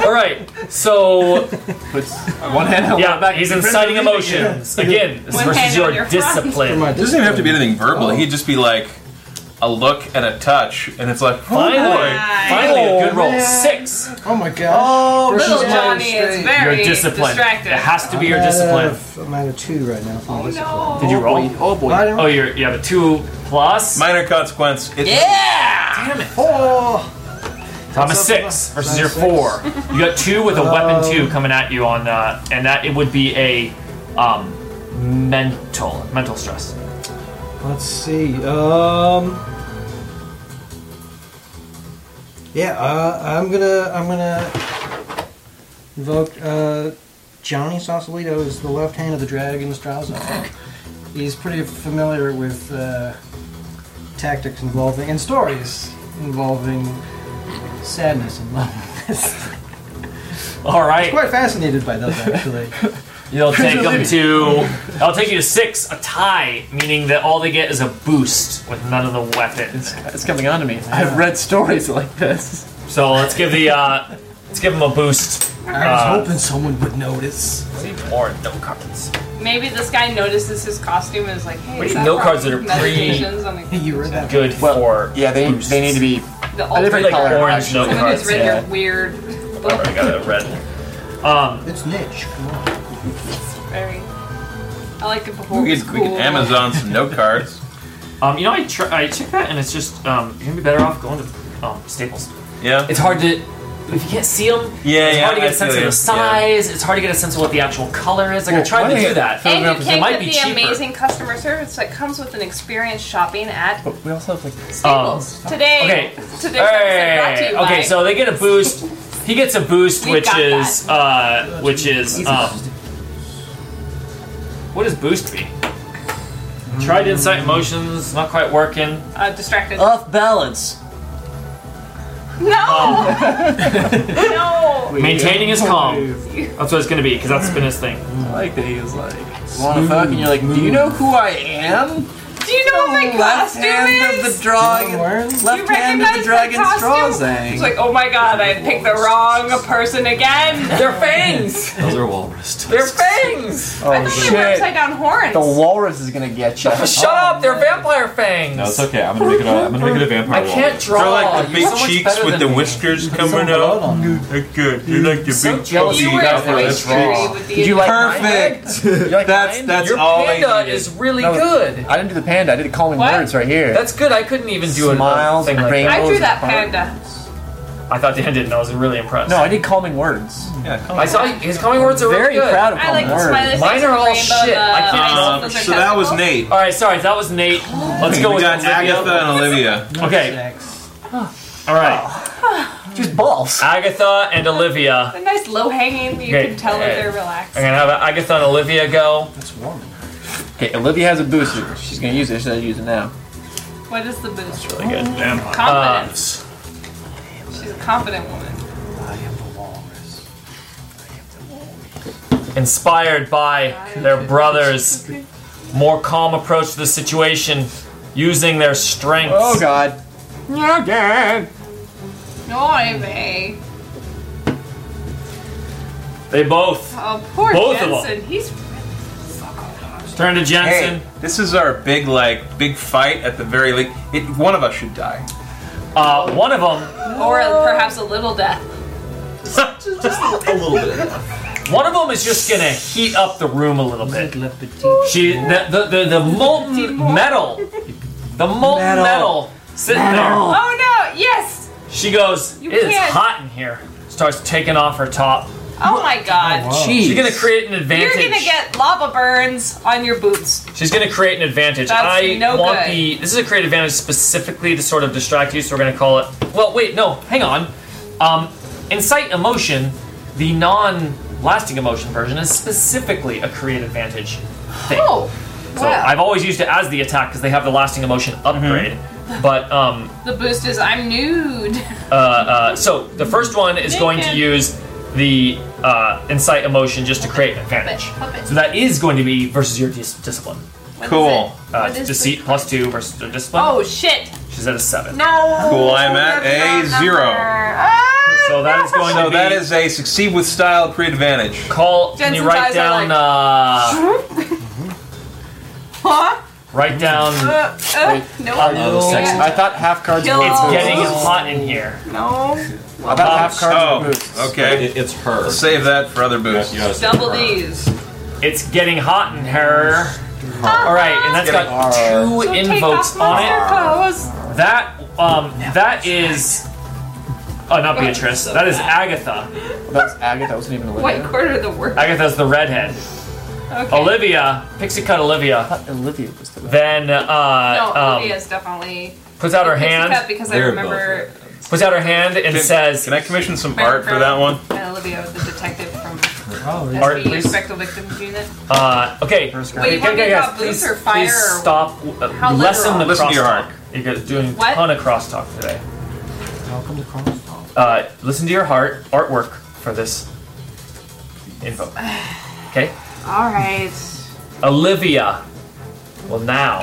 All right, so photos. One hand. yeah, he's inciting emotions again. This One versus hand your, on your front. discipline. My It doesn't even have to be anything verbal. He'd just be like a look and a touch, and it's like, oh Finally, boy. finally, a good roll. man. Six. Oh my gosh. Oh, Little Johnny is Your very discipline. distracted. It has to be Uh, your discipline. I'm at a two right now. Oh no. Did you roll? Oh I boy. don't. Oh, you're, you have a two plus. Minor consequence. It's Oh, I'm a six versus Minus your six. four. You got two with a weapon two coming at you on, uh, and that it would be a um, mental mental stress. let's see. Um. Yeah, uh, I'm gonna, I'm gonna invoke uh, Johnny Sausalito is the left hand of the dragon Strauss. He's pretty familiar with uh, tactics involving and stories involving sadness and loneliness. *laughs* All right, Quite fascinated by those actually. you'll take them to. I'll take you to six, a tie, meaning that all they get is a boost with none of the weapons. It's coming on to me. I've read stories like this. So let's give the uh, let's give them a boost. I was hoping someone would notice. More no cards. Maybe this guy notices his costume and is like, hey, We is need that note from cards that are meditations on *laughs* the, You read that. Good for Yeah, they, they need to be. the altar. like color, orange note Someone who's cards. written yeah. your weird I book. already got a red. Um, It's niche. Come on. Very. I like it before. We it was could, we could cool. Amazon some note cards. um, you know, I tr- I checked that, and it's just um, you're gonna be better off going to um, Staples. Yeah. It's hard to if you can't see them. Yeah, it's yeah, hard to I get a sense of feel the you. Yeah. size. It's hard to get a sense of what the actual color is. Like I Well, tried to why- do that. And It you can might get be the cheaper. amazing customer service that comes with an experience shopping at But we also have like Um, Staples. today, Oh, okay. today's episode brought to Hey, you okay, by- so they get a boost. He gets a boost, We which got is uh, which is um, what does boost be? Tried insight motions, not quite working. uh, distracted. Oh. Off balance. *laughs* no, *laughs* Um, no. maintaining his calm. That's what it's gonna be because that's been his thing. I like that he was like. Wanna fuck? And you're like, do you know who I am? Do you know what Oh my Left costume hand of is? the dragon. Where? Left hand of the recognize that dragon straw costume? thing. It's like, oh my god, I picked the wrong person again. They're *laughs* fangs. Those are walrus. They're fangs. I thought they were shit. upside down horns. the walrus is gonna get you. *laughs* Shut up! They're vampire fangs. No, it's okay. I'm gonna make it. A, I'm gonna make it a vampire. I can't walrus. draw. They're like the You're big so much cheeks better with than the me. whiskers coming Hold out. on. They're good. You like the So big jealous cheeks. you were That's way that's scary wrong. with the Did you like Perfect. *laughs* Mine? You like That's- mine? that's- Your all I panda needed. is really No, good. I didn't do the panda. I did the calming What? words right here. That's good. I couldn't even do a- Smiles a thing and like that. rainbows. I drew and that heart. panda. I thought Dan didn't. I was really impressed. No, I did calming words. I saw his coming words are Very really good. proud of I like calming the smiley words. face Mine are all rainbow, shit. The, Oh, I can't- eyes, Um, those are so that was testicles. Nate. All right, sorry, that was Nate. Let's go We with got Olivia. Agatha and Olivia. Okay. All right, Just balls. Agatha and Olivia. They're nice low hanging. You Okay, can tell okay. that they're relaxed. I'm gonna have Agatha and Olivia go. Okay, Olivia has a booster. She's gonna use it. She's gonna use it now. What is the boost? Really good. Confidence. She's a confident woman. Inspired by their brothers, more calm approach to the situation, using their strengths. Oh God. Noivay. They both Oh, poor Both of Jensen. He's turn to Jensen. This is our big like big fight at the very least. It, one of us should die. Uh, one of them, or perhaps a little death. A little bit. one of them is just gonna heat up the room a little bit. Le petit. She the the, the, the molten metal, the molten metal, sitting there. Oh no! Yes! She goes, You "It is can't." hot in here." Starts taking off her top. Oh my god. Jeez. She's gonna create an You're advantage. gonna get lava burns on your boots. She's gonna create an advantage. That's I no want good. the. This is a create advantage specifically to sort of distract you, so we're gonna call it. Well, wait, no, hang on. Um, incite emotion, the non-lasting emotion version, is specifically a create advantage thing. Oh! So I've always used it as the attack because they have the lasting emotion upgrade. But um, the boost is I'm nude. uh, uh, so the first one is going to Naked. use the uh, incite emotion just to create an advantage. Puppet. So that is going to be versus your dis- discipline. What is Cool. it? Uh, What is deceit this? plus two versus their discipline. Oh shit! She's at a seven. No! Cool, I'm at That's a not zero. number. Ah, So that is no. going to So be that is a succeed with style, create advantage. call. Can you Jensen's write eyes are down? like- uh, Huh? write down. Uh, uh, no. Oh, Sex- I thought half cards. Kill. were It's Oh. getting hot in here. No. I thought half cards. were Oh, boosts. okay. It, it's her. Save that for other boosts. You know, it's Double her. D's. It's getting hot in here. All right, and that's Getting got hard. two Ah. So take invokes off on it. monster clothes. That um, that is. Oh, not Beatrice. That is Agatha. That's Agatha. That wasn't even What Olivia. quarter of the word? Agatha's the redhead. Okay. Olivia, pixie cut Olivia, Olivia was the. then No, uh, um, Olivia's definitely. puts out her Pixie Cut hand, because I They're remember puts out her hand, and says, Can I commission some art for that one? Olivia was the detective from Oh, yeah. Art, SBU please. Spectral Victims Unit. uh, "Okay, Wait, you Okay, want me guys, to drop boots please, or fire? please or- stop. Uh, How lessen literal? the Listen to your crosstalk. heart. You guys are doing What? a ton of crosstalk today. Welcome to Crosstalk. Uh, listen to your heart artwork for this *sighs* info. Okay, All right. Olivia will now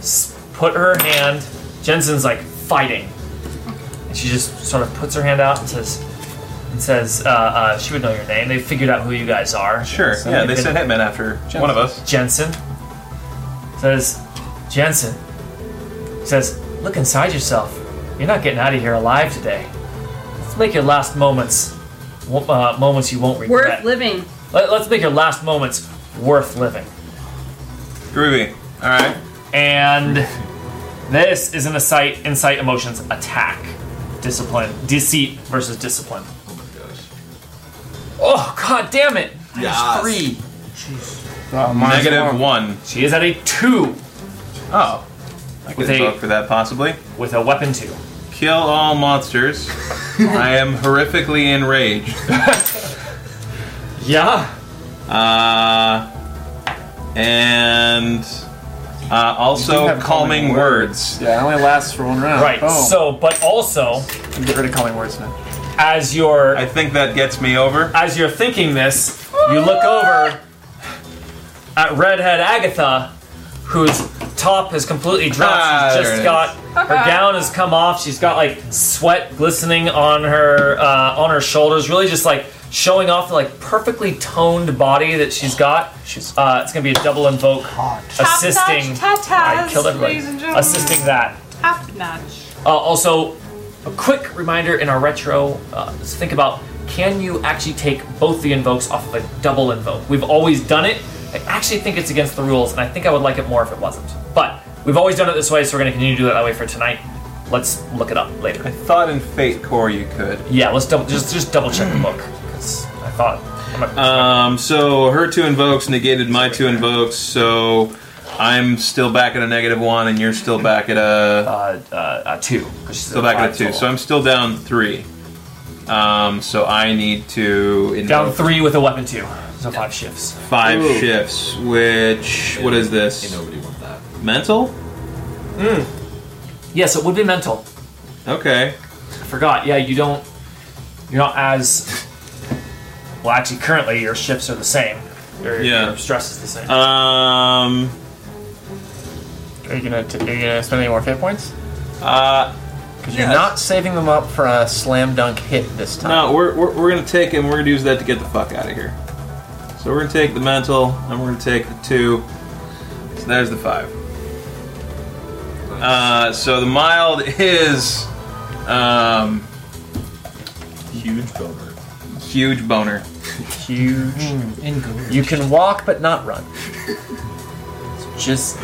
s- put her hand. Jensen's like fighting, and she just sort of puts her hand out and says, and says uh, uh, she would know your name. They figured out who you guys are. Sure. So yeah, they they've sent been- Hitman after one of us. Jensen says, Jensen says, look inside yourself. You're not getting out of here alive today. Let's make your last moments wo- uh, moments you won't Worth regret. living. Let, let's make your last moments worth living. Groovy. All right. And this is an insight, insight emotions attack. Discipline, deceit versus discipline. Oh god damn it! Yes. Three. Negative one. She is at a two Oh. I With can a- talk for that possibly. with a weapon two. Kill *laughs* all monsters. I am horrifically enraged. Yeah. Uh, and uh, also have calming calming words. Yeah, it only lasts for one round. Right. Boom. So, but also You get rid of calming words now. as you're I think that gets me over. as you're thinking this, you look over at redhead Agatha, whose top has completely dropped. Ah, She's there it just is. got her gown has come off. She's got like sweat glistening on her uh, on her shoulders, really just like showing off the like perfectly toned body that she's got. She's uh, it's gonna be a double invoke assisting. Top notch I tatas, killed everybody. ladies and gentlemen. Assisting that. Top notch. Uh, also, a quick reminder in our retro, uh, let's think about can you actually take both the invokes off of a double invoke? We've always done it. I actually think it's against the rules, and I think I would like it more if it wasn't. But we've always done it this way, so we're going to continue to do it that way for tonight. Let's look it up I later. thought in Fate Core you could. Yeah, let's double just just double check the book because I thought. I'm a- Um, so her two invokes negated my two invokes, so I'm still back at a negative one, and you're still back at a uh, uh, uh, two. which is still back at a five two. total. So I'm still down three. Um, so I need to invoke down three with a weapon two, so five shifts. five shifts. Which what is this? Nobody wants that. Mental? Yes, it would be mental. Okay. forgot. Yeah, you don't. You're not as. Well, actually, currently your shifts are the same. Your, Yeah. your stress is the same. Um. Are you gonna t- are you gonna spend any more hit points? Uh. Because you're not saving them up for a slam dunk hit this time. No, we're, we're, we're gonna take and we're gonna use that to get the fuck out of here. So we're gonna take the mental, and we're gonna take the two. So there's the five. Uh, so the mild is um, Huge boner. huge boner. Huge. In good. You can walk but not run. It's just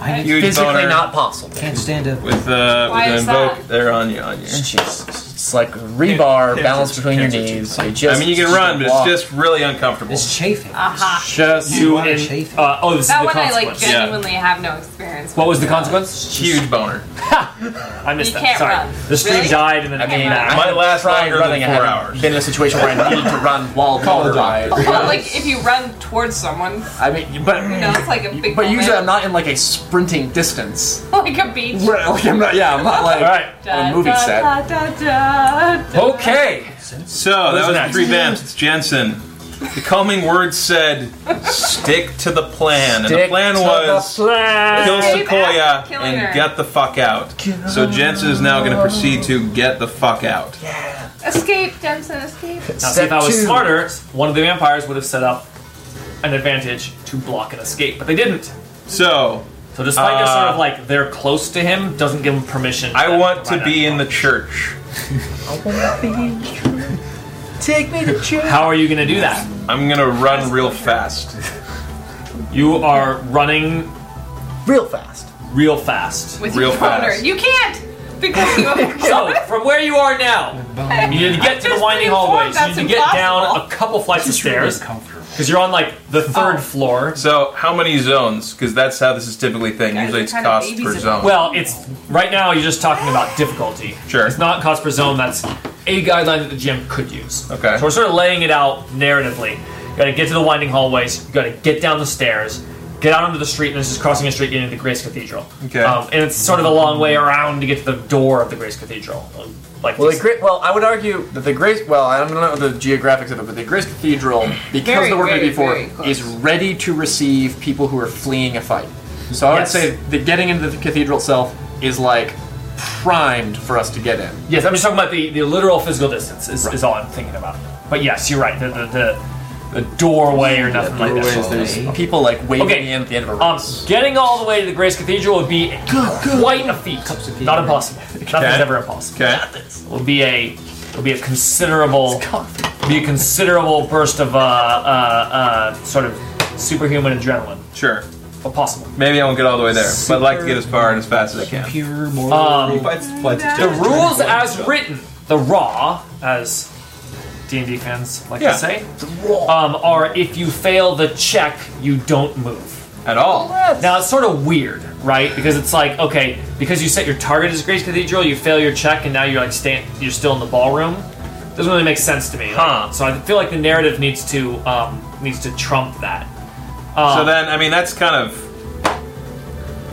Huge physically boner not possible. Can't stand up. with uh, Why with is the invoke. that? They're on you, on you. It's just it's like rebar Can't- balanced can't- between your can't- knees. can't- It just, I mean, you can just run, but walk. it's just really uncomfortable. It's chafing. Aha. just You You wanna and- chafe it. uh, oh, this is That the one I like consequence. Yeah. genuinely have no experience. what with. was the consequence? huge boner. I missed You that. can't Sorry, run. the stream Really? died, and then it came can't back. run. Might last try longer running. than I four haven't hours. been in a situation where I needed to run *laughs* while motorized. *laughs* Well, like if you run towards someone, I mean, but you know, *laughs* it's like a big. But moment. usually I'm not in like a sprinting *laughs* distance. like a beach. Well, like, I'm not. Yeah, I'm not All like right. on a movie da, set. Da, da, da, da. Okay. So that was the next? three vamps. It's Jensen. The calming words said, "Stick to the plan," and the Stick plan to the was kill Save Sequoia Ash, killing and her. get the fuck out. So Jensen is now going to proceed to get the fuck out. Escape, Jensen, escape. Now, see, if I was smarter, one of the vampires would have set up an advantage to block an escape, but they didn't. So So despite they're sort Uh, of like they're close to him, doesn't give him permission. I want to run be out. in the church. How are you going to do that? I'm going to run real fast. You are running real fast. real fast. With Real your boner. fast. You can't because you have So, from where you are *laughs* now, you need to get to the Just winding being hallways. informed You that's need to get down impossible. Oh. a couple flights of stairs because you're on like the third floor. So how many zones? Because that's how this is typically thing. Guys, Usually what it's kind of cost babies per are zone. Well, it's right now you're just talking about difficulty. Sure. It's not cost per zone. That's a guideline that the gym could use. Okay. So we're sort of laying it out narratively. You got to get to the winding hallways. You got to get down the stairs. get out onto the street, and it's just crossing a street getting to the Grace Cathedral. Okay. Um, and it's sort of a long way around to get to the door of the Grace Cathedral. Um, Like Well, the these- great. Well, I would argue that the Grace. Well, I don't know the geographics of it, but the Grace Cathedral, because Very, of the work we very, did before, very close. is ready to receive people who are fleeing a fight. So I Yes. would say the getting into the cathedral itself is like primed for us to get in. Yes, I'm just talking about the, the literal physical distance is, is all I'm thinking about. But yes, you're right. The the, the, the doorway or nothing like that. Doorways, there's- People like waving Okay. in at the end of a Um, race. getting all the way to the Grace Cathedral would be quite a feat. Not impossible. Nothing's ever impossible. Okay. It would be a it would be a considerable be a considerable burst of uh, uh, uh, sort of superhuman adrenaline, Sure. but possible. Maybe I won't get all the way there, but I'd like to get as far and as fast as I can. Pure moral. Um, Fights, fights, the rules as written, the raw, as D and D fans like Yeah. to say, um, are if you fail the check, you don't move. At all. Now it's sort of weird, right? Because it's like, okay, because you set your target as Grace Cathedral, you fail your check, and now you're like stand, you're still in the ballroom. Doesn't really make sense to me, Like, Huh. So I feel like the narrative needs to um, needs to trump that. Um, So then, I mean, that's kind of.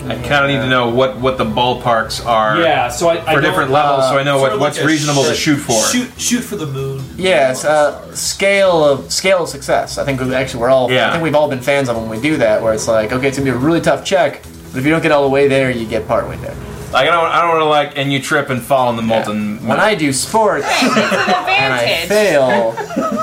I kind of need to know what what the ballparks are yeah. So I, I for don't- different levels, so I know Sort what, of what's like a reasonable to shoot for. Shoot, shoot for the moon. Yes, uh, scale of scale of success. I think we actually we're all. Yeah. I think we've all been fans of when we do that, where it's like, okay, it's gonna be a really tough check, but if you don't get all the way there, you get part way there. Like I don't, I don't want to like, and you trip and fall in the molten. When I do sports It's an and I advantage. fail,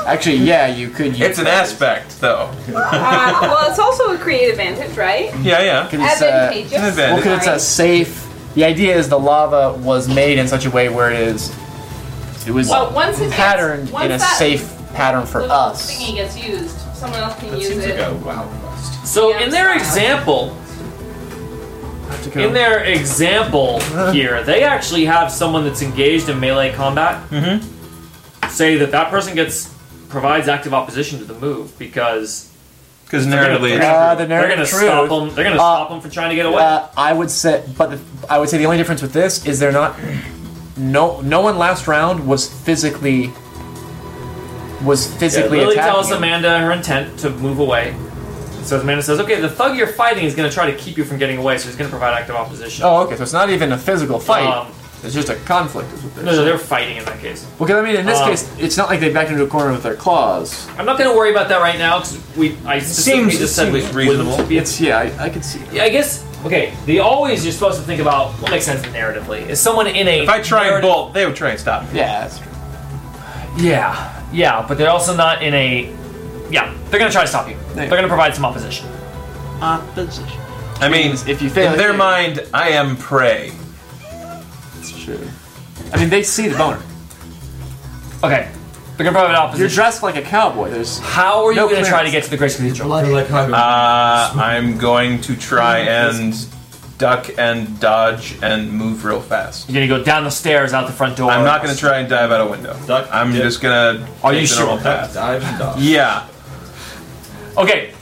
actually, yeah, you could. Use *laughs* it's an aspect, though. Uh, well, it's also a creative advantage, right? Yeah, yeah. It's, uh, Advantageous. An well, advantage. because it's a safe. The idea is the lava was made in such a way where it is. It was But once it gets- patterned once in a that safe pattern for little us. thingy gets used, someone else can That use seems it. like a wow request. So Yeah, in their it's not. example, in their *laughs* example here, they actually have someone that's engaged in melee combat. Mm-hmm. Say that that person gets provides active opposition to the move because Because narratively, it's, Uh, the they're going to narrative truth. stop them. They're going to stop them from trying to get away. Uh, I would say, but the, I would say the only difference with this is they're not. No, no one last round was physically was physically Lily attacking. tells him. Amanda her intent to move away. So Amanda says, "Okay, the thug you're fighting is going to try to keep you from getting away, so he's going to provide active opposition." Oh, okay, so it's not even a physical fight. Um, it's just a conflict. Is what they're no, no, they're fighting in that case. Well, 'cause I mean, in this Um, case, it's not like they backed into a corner with their claws. I'm not going to worry about that right now because we. I specifically seems- just said seems we wouldn't reasonable. be- It's yeah, I, I could see. That. Yeah, I guess. Okay, the always you're supposed to think about what makes sense narratively is someone in a. if I try and bolt, they would try and stop me. Yeah, that's true. Yeah, yeah, but they're also not in a. Yeah, they're gonna try to stop you. They're gonna provide some opposition. I mean, If you fail, in their you- mind, I am prey. that's true. I mean, they see the boner. Okay, they're gonna provide You're opposition. dressed like a cowboy. There's How are you No gonna try clearance. to get to the Grace Cathedral? bloody. Like I'm Uh, I'm going to try and duck and dodge and move real fast. You're gonna go down the stairs, out the front door. I'm not going to try and dive out a window. Duck, I'm dip. just going to. Are you take the normal sure? path. dive and dodge. Yeah. Okay.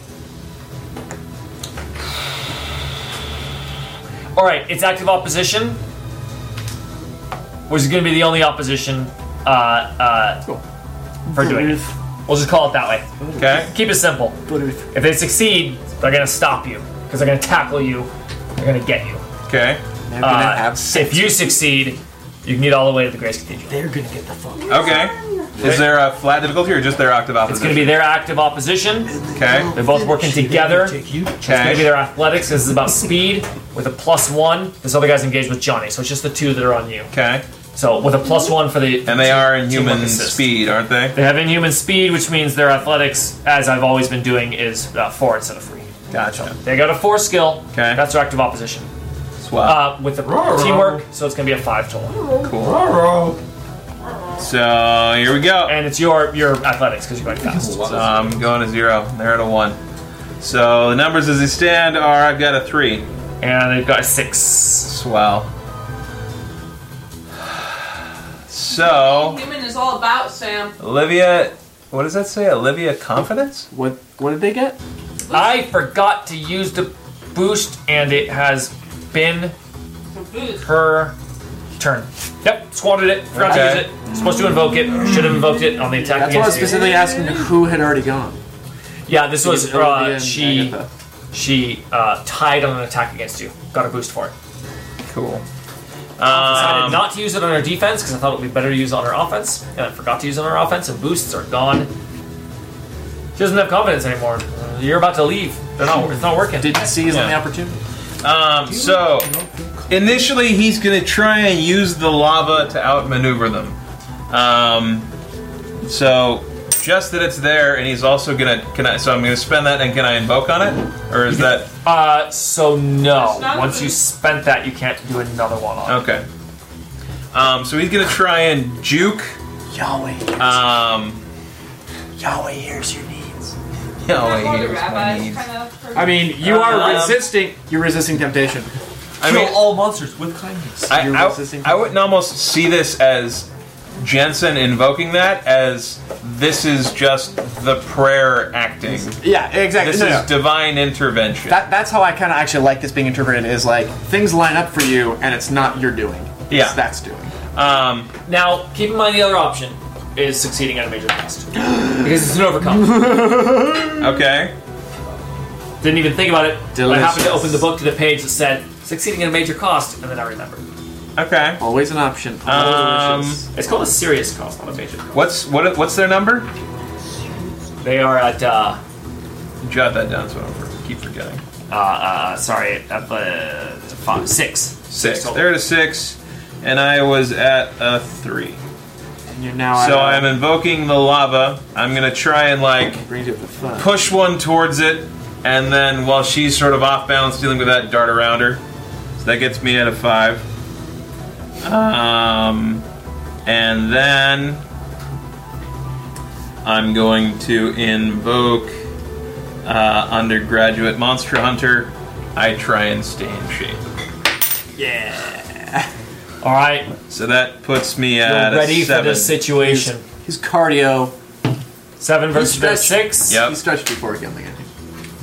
All right, it's active opposition, which is going to be the only opposition uh, uh, for doing it. We'll just call it that way. Okay. Keep it simple. If they succeed, they're going to stop you because they're going to tackle you. They're going to get you. Okay. Uh, if you succeed, you can get all the way to the Grace Cathedral. They're gonna get the fuck. Okay. Is there a flat difficulty or just their octave It's opposition? going to be their active opposition. Okay. They're both working together. Take you. It's gonna be Okay. their athletics. This is about speed with a plus one. This other guy's engaged with Johnny, so it's just the two that are on you. Okay. So with a plus one for the And they are in Teamwork human assist. speed, aren't they? They have inhuman speed, which means their athletics, as I've always been doing, is uh, four instead of three. Gotcha. They got a four skill. Okay. That's their active opposition. Swap. Uh, with the Roar. teamwork, so it's gonna be a five total. cool. So here we go. And it's your your athletics because you're going fast. So I'm going to zero. They're at a one. So the numbers as they stand are I've got a three. And they've got a six. Swell. *sighs* So Human is all about Sam. Oh. Olivia, what does that say? Olivia confidence? What what did they get? I forgot to use the boost, and it has been her turn. Yep, squandered it. Forgot Okay. to use it. Supposed to invoke it. Should have invoked it on the attack That's why I was against you. specifically asking who had already gone. Yeah, this was Olivia uh, and she. Agatha. she uh, tied on an attack against you. Got a boost for it. Uh, Cool. Decided Um, not to use it on her defense because I thought it would be better to use it on her offense, and I forgot to use it on her offense, and boosts are gone. She doesn't have confidence anymore. You're about to leave. They're not, it's not working. Didn't seize on the Yeah. opportunity. um, so initially he's gonna try and use the lava to outmaneuver them. Um, so just that it's there, and he's also gonna. Can I? So I'm gonna spend that, and can I invoke on it, or is that Uh, so no. It's not Once food. you spent that, you can't do another one on. it. okay? Um, so he's gonna try and juke. Yahweh, Um, Yahweh hears your needs. Yahweh Kind hears my needs. of I mean, you are Um, resisting. You're resisting temptation. I Kill mean, all monsters with kindness. I, You're I- resisting I wouldn't almost see this as Jensen invoking that as this is just the prayer acting. Yeah, exactly. This no, no. is divine intervention. That, that's how I kind of actually like this being interpreted is like things line up for you and it's not your doing. It's Yeah. that's doing. um, Now, keep in mind the other option is succeeding at a major *gasps* test because it's an *laughs* overcome. okay. Didn't even think about it. I happened to Delicious. open the book to the page that said succeeding at a major cost, and then I remembered. Okay. Always an option. Um, Always It's called a serious cost, not a major cost. What's what? What's their number? They are at uh, Jot that down so I don't for- keep forgetting. uh, uh sorry, at uh, five, six. Six. total. They're at a six, and I was at a three. Oh, and you're now So at I'm invoking the lava. I'm gonna try and like brings you up with fun. push one towards it, and then while she's sort of off balance dealing with that dart around her. So that gets me at a five. Um, and then I'm going to invoke uh, undergraduate monster hunter. I try and stay in shape. All right, So that puts me at we're ready a seven. for this situation. His cardio. Seven versus their stretched. six. Yep. He stretched before he got the game.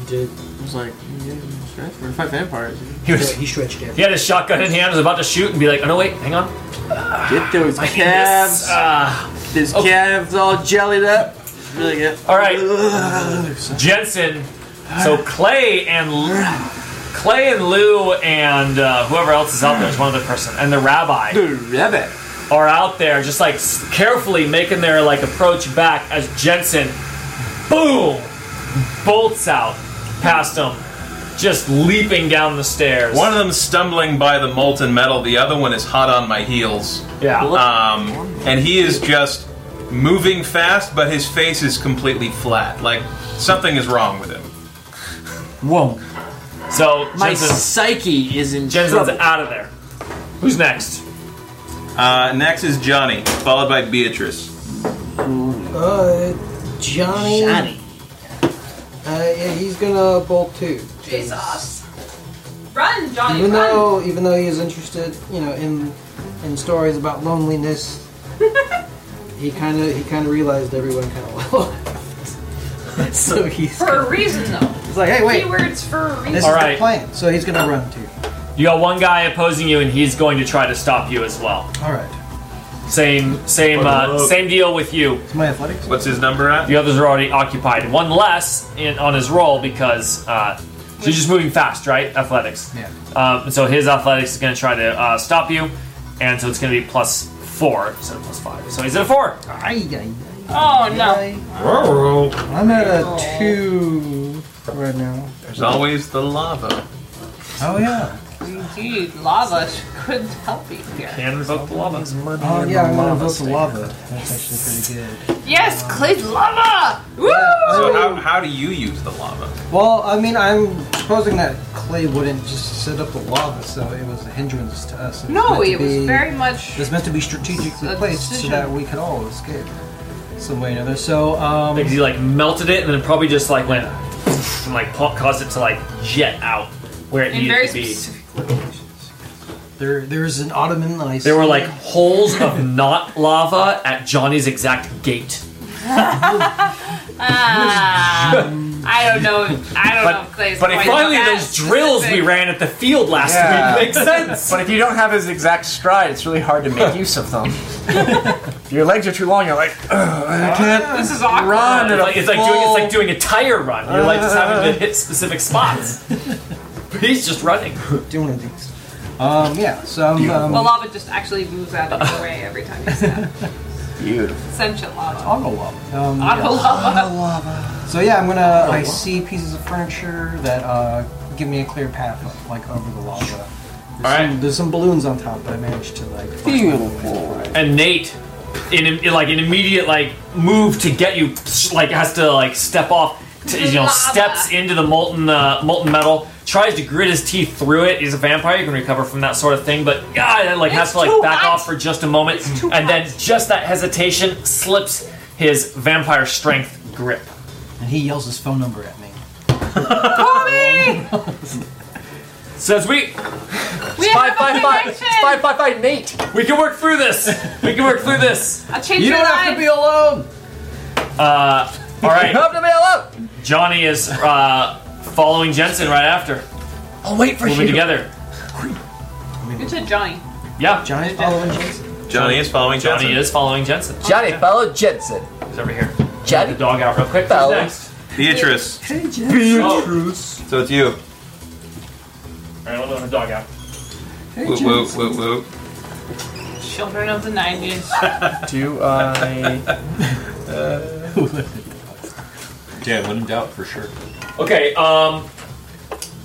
Did, I was like, yeah, stretch. We're five vampires. He, was, he stretched it. he had his shotgun in hand, was about to shoot, and be like, "Oh no, wait, hang on." *laughs* *sighs* Get those I need this, calves. uh, His Oh. okay. calves all jellied up. Really good. all *sighs* right, Ugh. Jensen. So Clay and Clay and Lou and uh, whoever else is out there is one other person, and the rabbi. The rabbit. are out there just like s- carefully making their like approach back as Jensen, boom, bolts out past them, just leaping down the stairs. One of them's stumbling by the molten metal. The other one is hot on my heels. yeah, Uh, Um, and he is just moving fast, but his face is completely flat. Like something is wrong with him. so My Jensen's, psyche is in Jensen's trouble. out of there. Who's next? Uh, next is Johnny, followed by Beatrice. Uh, Johnny. Uh, yeah, he's gonna bolt too. Jesus. Run, Johnny, Even run. though, even though he is interested, you know, in in stories about loneliness, he kind of he kind of realized everyone kind *laughs* of well. so he's, for a reason, though. he's like, hey, wait, Keywords for a reason. this All is right. the plan. So he's gonna run too. You got one guy opposing you, and he's going to try to stop you as well. All right. Same, same, uh, same deal with you. It's my athletics. What's his number at? The others are already occupied. One less in, on his roll because uh, so you're just moving fast, right? Athletics. Yeah. Um, so his athletics is going to try to uh, stop you, and so it's going to be plus four instead of plus five. So he's at a four. Aye, aye, Oh, no. aye. I'm at a two right now. There's always the lava. Oh yeah. Indeed, lava could help you here. And invoke the lava. Oh yeah. I'm gonna vote for lava. That's actually pretty good. Yes, Clay's lava! Woo! So how, how do you use the lava? Well, I mean, I'm supposing that clay wouldn't just set up the lava, so it was a hindrance to us. It No, meant to it was be- very much. It was meant to be strategically A placed so decision. that we could all escape some way or another. So, um, Because he like melted it, and then probably just like went and like pa- caused it to like jet out where it In needed very to be. specific locations. there, there's an ottoman that I There were see. like holes of not lava at Johnny's exact gate. *laughs* Ah, I don't know. I don't know. Clay's But point. finally, those That's drills we specific. ran at the field last Yeah. week make sense. But if you don't have his exact stride, it's really hard to *laughs* make use of them. if your legs are too long, you're like, "Ugh, I can't. This is awkward. *laughs* Run. It's like, it's like doing it's like doing a tire run. You're like just having to hit specific spots. *laughs* He's just running. Doing things. Um, yeah, so I'm, um, The lava just actually moves out of your way every time you step. Beautiful. Sentient lava. on the wall. Um, Auto lava. So yeah, I'm gonna. I see pieces of furniture that uh, give me a clear path, like over the lava. There's, some, there's some balloons on top, but I managed to like. Beautiful. and Nate, in, in like an immediate like move to get you, like has to like step off, to, you know, Lava. steps into the molten uh, molten metal, tries to grit his teeth through it. He's a vampire; you can recover from that sort of thing, but God, and, like has It's to like too back hot. off for just a moment, It's and too then hot. just that hesitation slips his vampire strength grip. And he yells his phone number at me. Oh, So as we We Five, have a five, five. It's connection. five, five, five, Nate. we can work through this, we can work through *laughs* this. I'll change You your don't life. have to be alone. Uh, all right. *laughs* Come to me up. Johnny is uh, following Jensen right after. I'll wait for *laughs* Moving together. You said Johnny. Yeah, Giant following Jason. Johnny is following Johnny Johnson. is following Jensen. Johnny, follow *laughs* Jensen. He's over here. Get the Johnny. dog out real quick. Who's Fellas. next? Beatrice. Oh. So it's you. All right, we'll let the dog out. Whoop, whoop, whoop, whoop. Children of the 90s. Do I? *laughs* *laughs* Yeah, when in doubt, for sure. Okay, um,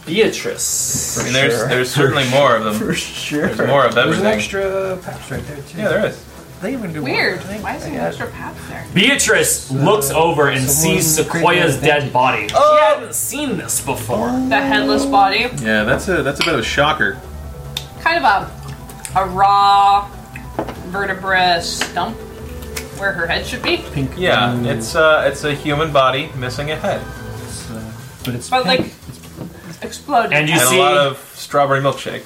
Beatrice. And there's there's certainly more of them. sure. There's more of There's everything. an extra patch right there too. Yeah, there is. They even do Weird. Why is there an extra path there? Beatrice looks over and someone sees created Sequoia's a dead body. Oh. She hadn't seen this before. The headless body. Yeah, that's a that's a bit of a shocker. Kind of a, a raw vertebra stump where her head should be. Yeah, it's uh it's a human body missing a head uh, But it's But like, exploded. And you and see, a lot of strawberry milkshake.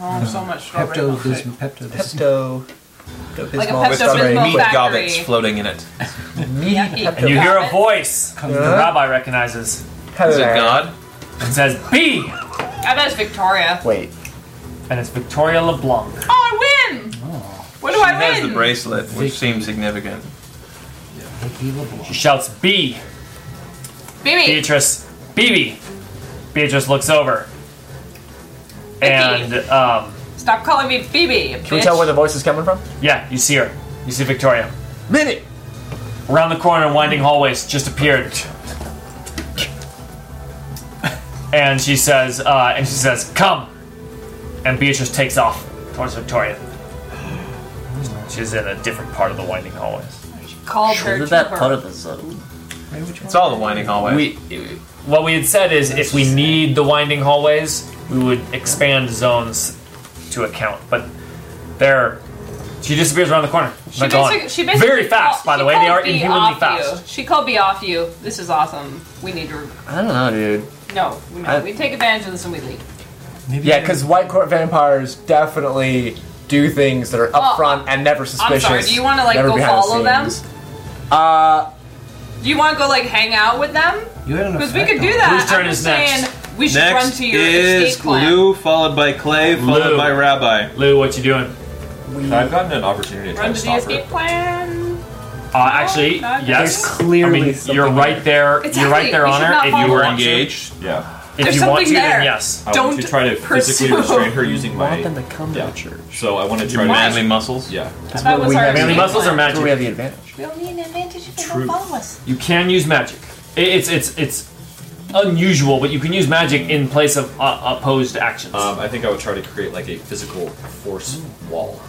oh, so much strawberry. milkshake. Pepto Bismol. Pepto Bismol. Pepto. Like a Bismol Pepto strawberry Bismol meat. With Factory. gobbets floating in it. Yucky. and you hear a Gobbets. voice that the Yeah. rabbi recognizes Is it God? and says, B! I bet it's Victoria. Wait. And it's Victoria LeBlanc. Oh, I win! What do She I has win? the bracelet, which seems significant. She shouts, B! Baby, Beatrice, BB! Beatrice looks over. And, um, stop calling me Phoebe. you Can we bitch. tell where the voice is coming from? yeah, you see her. You see Victoria. Minute. Around the corner, winding hallways just appeared. And she says, uh, and she says, come. And Beatrice takes off towards Victoria. She's in a different part of the winding hallways. She called her to her. the zone? It's all the winding hallway. We, what we had said is if we need the winding hallways, we would expand zones to account. But there, she disappears around the corner. She's She not gone. basically, she basically Very fast, called- by the she way. They called are B inhumanly off fast. You. She called me off you. This is awesome. We need to. I don't know, dude. No, no. I- we take advantage of this and we leave. Yeah, because white court vampires definitely do things that are up Well, front and never Oh, I'm suspicious. sorry. Do you want to like never go behind the follow them? scenes. Uh, Do you want to go like hang out with them? You had an Because we effect could do on- that. Whose turn I'm just is next? Saying, we should run Next to your is escape plan. Lou, followed by Clay, followed Lou. by Rabbi. Lou, what you doing? Uh, I've gotten an opportunity to Run to try to the stop escape her. plan. Oh, Uh, actually, no, no. yes. There's clearly I mean, something you're right there. You're right Exactly. there We on should not her. If follow you We're were them. engaged. Yeah. if There's you want to, something then there. yes. I want Don't to try to physically pursue. restrain her *laughs* using want them my. to come Yeah. to the church. So I want to try to. Manly muscles. Yeah. That was we our have- Manly escape muscles plan. are That's where magic. we have the advantage. We'll need an advantage if they True. don't follow us. You can use magic. I- It's it's it's unusual, but you can use magic in place of uh, opposed actions. Um, I think I would try to create like a physical force wall.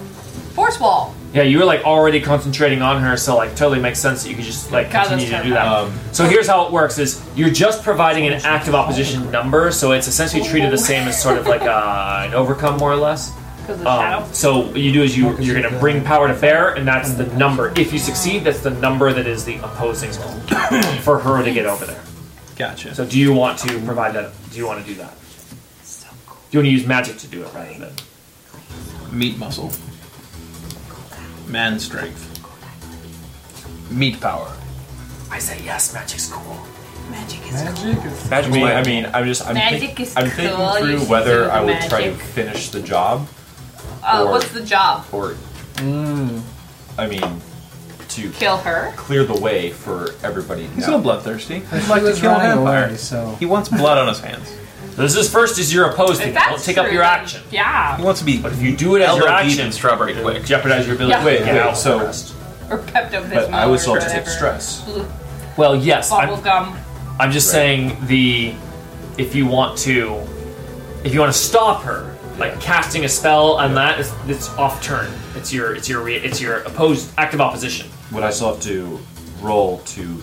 Force wall. yeah, you were like already concentrating on her, so like totally makes sense that you could just like God, continue that's to do that. Um, so here's how it works: is you're just providing an active opposition number, so it's essentially treated the same as sort of like uh, an overcome, more or less. Because of the Um, shadow. so what you do is you you're gonna bring power to bear, and that's the number. If you succeed, that's the number that is the opposing *coughs* for her to get over there. Gotcha. So do you want to provide that? Do you want to do that? So cool. Do you want to use magic to do it rather than? Meat muscle. Man strength. Meat power. I say yes, magic's cool. Magic is cool. Magic is I mean, I mean, I'm just I'm, Magic think- is I'm thinking cool, you through should whether do I would try to magic. finish the job Uh, Or- what's the job? or, I mean, to Kill her? clear the way for everybody. He's now. so bloodthirsty. He'd She like to was kill a running vampire. away, so He wants blood on his hands. This is first as your opposed. If Don't that's take up true, your then- action. He Yeah. wants to be But if you do it as your elbow deep action, in strawberry quick. jeopardize your ability. Yeah. to Wait, get wait. out So, first. Or Pepto Bismol. but I was or told to take whatever. stress. Blue well, yes, I'm, Bubble gum. I'm just saying the if you want to if you want to stop her like casting a spell and that is it's off turn it's your it's your re- it's your opposed active opposition Would I still have to roll to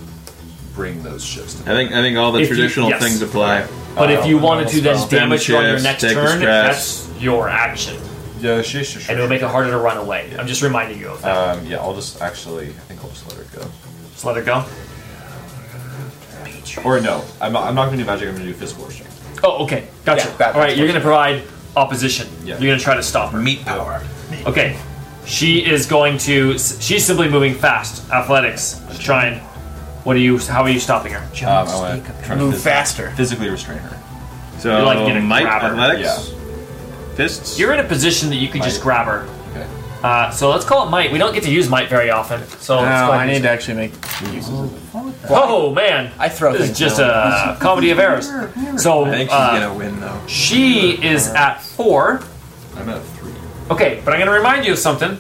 bring those ships? To I think I think all the If you- traditional yes. things apply. but if you wanted to then spell. damage her on your Spam next shifts, take the turn stress. that's your action yeah, she, she, she, and it'll make it harder to run away I'm just reminding you of that Um, yeah, I'll just actually. I think I'll just let her go. just let her go Or no, I'm not, I'm not gonna do magic. I'm gonna do physical restraint. oh okay gotcha Yeah, that- all right you're gonna provide opposition Yeah. you're gonna try to stop her Meat power. Okay. She is going to. She's simply moving fast. Athletics. to Try and. What are you? How are you stopping her? Um, I want to try to Move phys- faster. physically restrain her. So You're like gonna Oh, might grab her. athletics, fists. You're in a position that you could just Might. grab her. Okay. Uh, so let's call it might. We don't get to use might very often. So let's No, go I ahead need and- to actually make. Oh man, I throw this things. is just down. a comedy of errors. So I think she's uh, gonna win though. she is at four. I'm at three. Okay, but I'm going to remind you of something.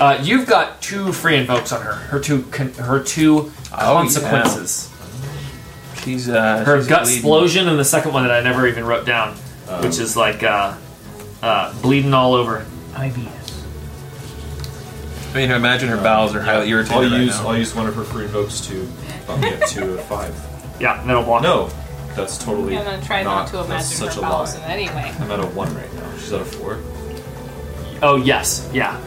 Uh, you've got two free invokes on her. Her two. Con- her Oh, two consequences. She's uh, her she's gut bleeding. Oh. explosion and the second one that I never even wrote down, which is like uh, uh, bleeding all over. IBS. I mean, imagine her bowels are highly irritated I'll right use now. I'll use one of her free invokes to bump me up to a five. Yeah, that'll block. No, that's totally I'm gonna try not, not, to that's imagine such her a bowels in lie. any way. I'm at a one right now. She's at a four. Oh yes, yeah.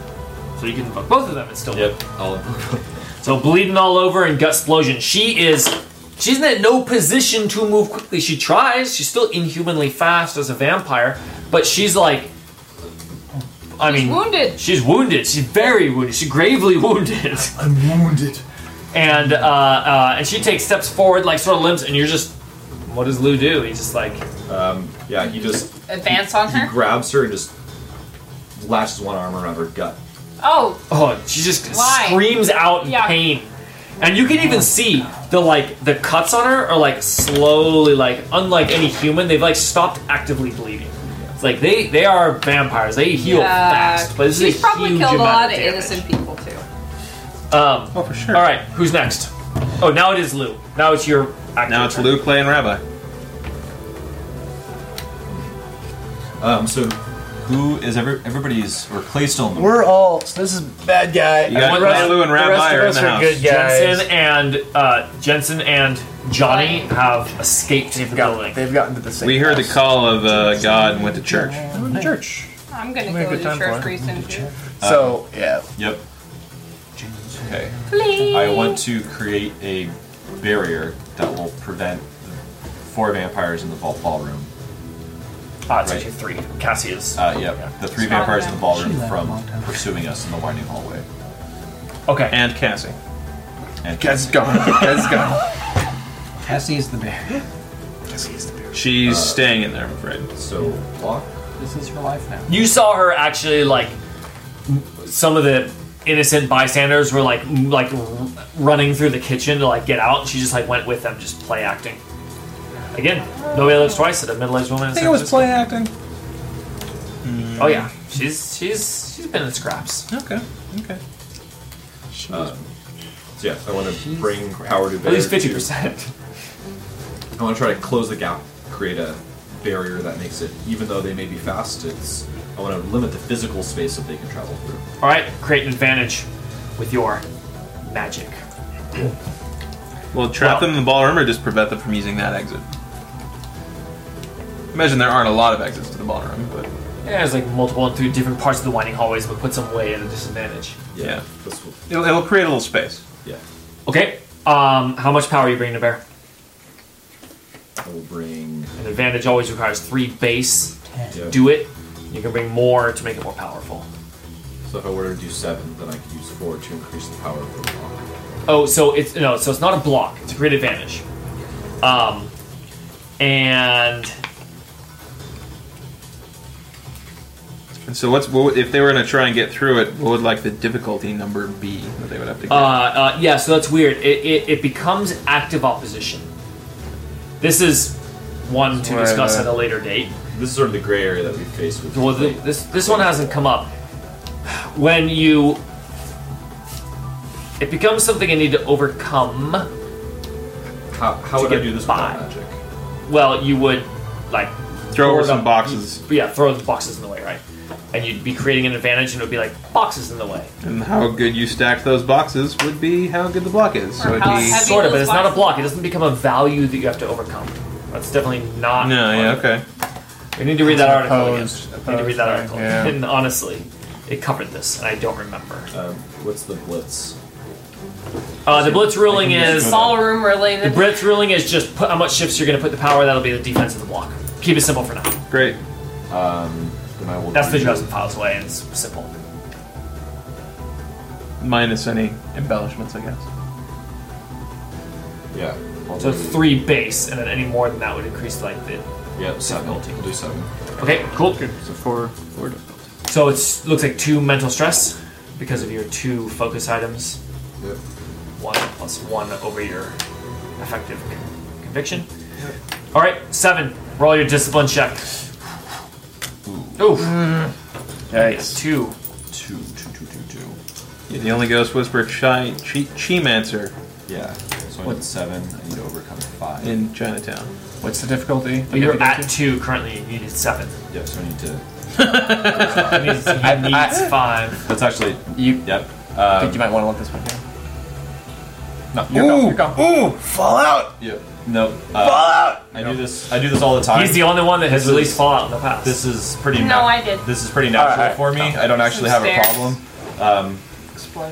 So you can invoke both of them. It's still Yep. I'll *laughs* invoke. so bleeding all over and gut explosion. She is. She's in no position to move quickly. She tries. She's still inhumanly fast as a vampire, but she's like. I She's mean, wounded. She's wounded. She's very wounded. She's gravely *laughs* wounded. I'm wounded. And uh, uh, and she takes steps forward, like sort of limps, and you're just. What does Lou do? He's just like Yeah, he just Advance on he her. grabs her and just lashes one arm around her gut. Oh, Oh, she just Why? screams out in Yeah. pain. And you can even see the like the cuts on her are like slowly like unlike any human, they've like stopped actively bleeding. It's like they they are vampires. They heal yeah. fast. But this uh, she's is a probably huge killed a amount lot of damage. innocent people too. Um, Oh, for sure. all right, who's next? Oh, now it is Lou. Now it's your active Now it's turn. Lou playing Rabbi. Um, so who is every everybody's or Clay's still in the We're all. So this is bad guy. You got the rest- Lou and the rest of Rabbi are in us the are house. good guys. Jensen and uh, Jensen and Johnny have escaped the They've gotten, building. they've gotten to the same. We heard the house. call of uh, God and went to church. church. I'm gonna Make a go to good time church for it. reason too. Uh, So yeah, Yep. Okay. Please. I want to create a barrier that will prevent the four vampires in the ball- ballroom. Ah, it's Right. actually three. Cassie is. Uh, yep, the three vampires in the ballroom She left a from long time. pursuing us in the winding hallway. Okay. And Cassie. And Kaz is *laughs* gone. Kaz is gone. Cassie is the bear. She's Uh, staying in there, I'm afraid. so lock. This is her life now. You saw her actually like m- some of the innocent bystanders were like m- like r- running through the kitchen to like get out. She just like went with them, just play acting. Again, nobody lives twice at a middle-aged woman. I think it was play acting. Oh yeah, she's she's she's been in scraps. Okay. Okay. Um, so yeah, I want to bring power to bear. At least to- fifty percent. I want to try to close the gap, create a barrier that makes it, even though they may be fast, it's. I want to limit the physical space that they can travel through. All right, create an advantage with your magic. Well, Well- trap them in the ballroom or just prevent them from using that exit? Imagine there aren't a lot of exits to the ballroom, but Yeah, there's like multiple and through different parts of the winding hallways, but puts them way at a disadvantage. Yeah. That's what- it'll, it'll create a little space. yeah. Okay, um, how much power are you bringing to bear? I will bring. An advantage always requires three base Yeah. do it. You can bring more to make it more powerful. So if I were to do seven, then I could use four to increase the power of the lock. Oh, so it's no, so it's not a block. It's a great advantage. Um, and And so what's what, would- if they were going to try and get through it? What would like the difficulty number be that they would have to get? uh, uh, yeah, so that's weird. It, it, it becomes active opposition. This is one to Right, discuss right. at a later date. This is sort of the gray area that we face with. Well, th- this this one hasn't come up. When you, it becomes something you need to overcome. how how to would I get do this by. without magic? Well, you would like Throw over it some up. boxes. But yeah, throw the boxes in the way, right? And you'd be creating an advantage, and it would be like boxes in the way. And how good you stack those boxes would be how good the block is. So Or it'd how be. heavy- Sort of, but those it's not a boxes- block. It doesn't become a value that you have to overcome. That's definitely not. No, yeah, okay. We need to read that article again. Opposed, We need to read that opposed, article. yeah. And honestly, it covered this, and I don't remember. Um, what's the blitz? Uh, the blitz ruling is Ballroom The related. Brit's ruling is just put how much shifts you're going to put the power. That'll be the defense of the block. Keep it simple for now. Great. Um, then I will. That's the do- Joseph Piles way, and it's simple. Minus any embellishments, I guess. Yeah. I'll So do- three base, and then any more than that would increase like the. Yeah, seven. I'll do seven. Okay, cool. So four, four difficulty. So it's looks like two mental stress because of your two focus items. Yep. One plus one over your effective con- conviction. All right, seven. Roll your discipline check. Ooh. Yikes. Two. Two, two, two, two, two. You're the only ghost whisperer, chi, chi, chimancer Yeah. So I need seven. I need to overcome five. in Chinatown. What's the difficulty? But you're at two currently. You needed seven. yeah. So I need to. That means he needs five. That's actually. You Yep. think Um, you might want to let this one go? no. You're gone. You're gone. Ooh, Fallout! Yep. No. Uh, Fallout! I do this. I do this all the time. He's the only one that has This is- released Fallout in the past. This is pretty. No, nat- I did. This is pretty natural Alright, for me. I don't actually have a Upstairs. problem. Um,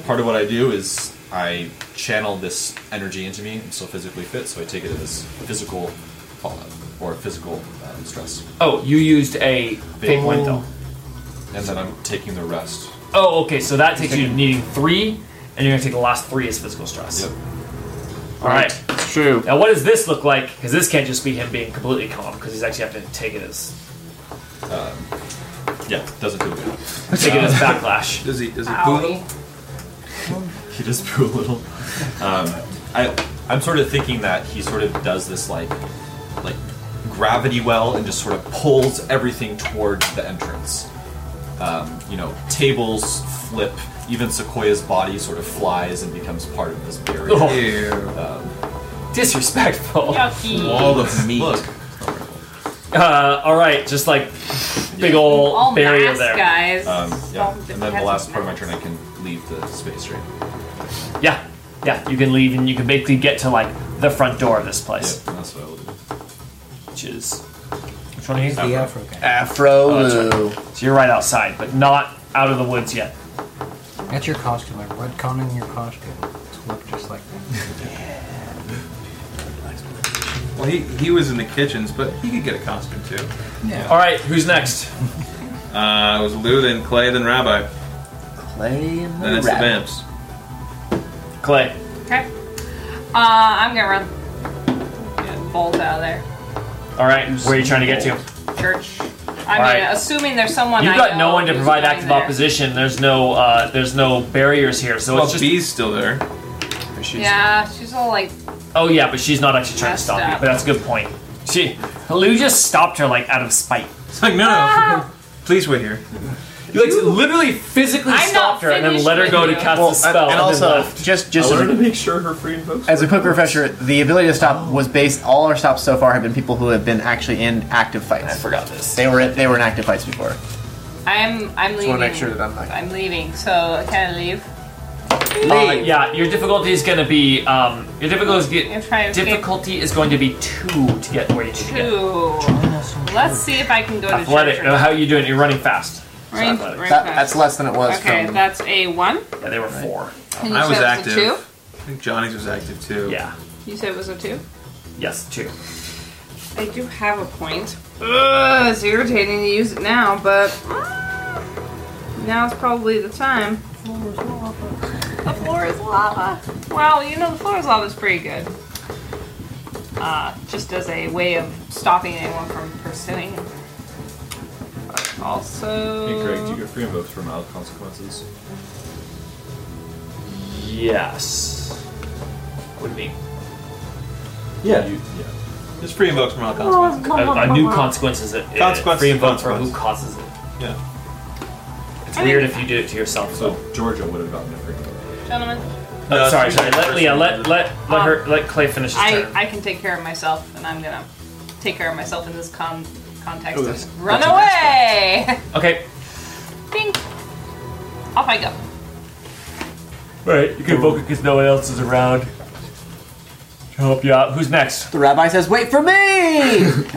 part of what I do is I channel this energy into me. I'm still physically fit, so I take it as physical fallout or physical um, stress, oh, you used a fake window. and then I'm taking the rest. Oh, okay. So that takes you to needing three, and you're gonna take the last three as physical stress. Yep. All right. It's true. Now, what does this look like? Because this can't just be him being completely calm, because he's actually have to take it as Yeah, doesn't feel good. take it as backlash. Does he? Does he poodle? Owie. He *laughs* does poo a little. Um, I I'm sort of thinking that he sort of does this like like gravity well and just sort of pulls everything towards the entrance. Um, you know, tables flip, even Sequoia's body sort of flies and becomes part of this barrier. Oh. Ew. Disrespectful. Yucky. All the meat. Look, Uh, all right, just like big ol' All barrier mass there. guys. um, yeah, All the and then the cats last with part of my masks. turn, I can leave the space, right? Yeah, yeah. You can leave, and you can basically get to like the front door of this Yep, place, that's what I will do. which is which one are you? The Afro guy. Afro. Oh, that's So you're right outside, but not out of the woods yet. That's your costume. I'm retconning your costume to look just like that. Well, he he was in the kitchens, but he could get a costume too. All right, who's next? Uh, it was Lou, then Clay, then Rabbi, Clay and then the it's the rabbit. vamps. Clay. Okay. Uh, I'm gonna run. Yeah, bolt out of there. All right, where are you trying to get to? Church. I All mean, right. assuming there's someone. You've I got no know one to who's provide going active there. opposition. There's no uh, there's no barriers here, so Well, it's just. B's still there. She's- Yeah, she's all like, Oh yeah, but she's not actually trying to stop you. Messed up. But that's a good point. She Lou just stopped her like out of spite. It's like no, Ah. no. Please wait here. You like literally physically I'm not stopped her and then finished let her with go to you. cast Well, the and, spell and then also, left. just just as a, make sure her free folks. as a quick refresher, the ability to stop was based. All our stops so far have been people who have been actually in active I fights. forgot this. They were they were in active fights before. I'm, I'm leaving. wanna make sure that I'm not- I'm leaving. So can I leave? Uh, yeah, your difficulty is going to be um, your difficulty I'm is, trying to get difficulty is going to be two to get where you need to get. two. Let's see if I can go to Athletic. church. *laughs* No, how are you doing? You're running fast. So Ring, athletic. ring That, fast. that's less than it was okay. from. That's a one. Yeah, they were four. And you I said was it active. A two. I think Johnny's was active too. Yeah. You said it was a two. Yes, two. I do have a point. Ugh, it's irritating to use it now, but mm, now it's probably the time. The floor is lava. Wow, you know the floor is lava is pretty good. uh, just as a way of stopping anyone from pursuing. him. But also, Hey, Greg, do you get free invokes for mild consequences? Yes. Would be Yeah. You, yeah. There's free invokes from all consequences. a, a new consequences. It, it- Consequences, Free invokes for who consequences. causes it. Yeah. It's weird if you do it to yourself. So So Georgia would have gotten a free invoke. gentlemen, uh, sorry, sorry. Let Leah, let let let Um, her let Clay finish his I, turn. I can take care of myself, and I'm gonna take care of myself in this con- context Oh, and that's- run that's a away. *laughs* okay. Ding. Off I go. Right, you can invoke it because no one else is around. To help you out. Who's next? The rabbi says, "Wait for me!" And also, Ron's,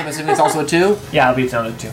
I'm assuming it's also *laughs* a two. Yeah, I'll be down to two.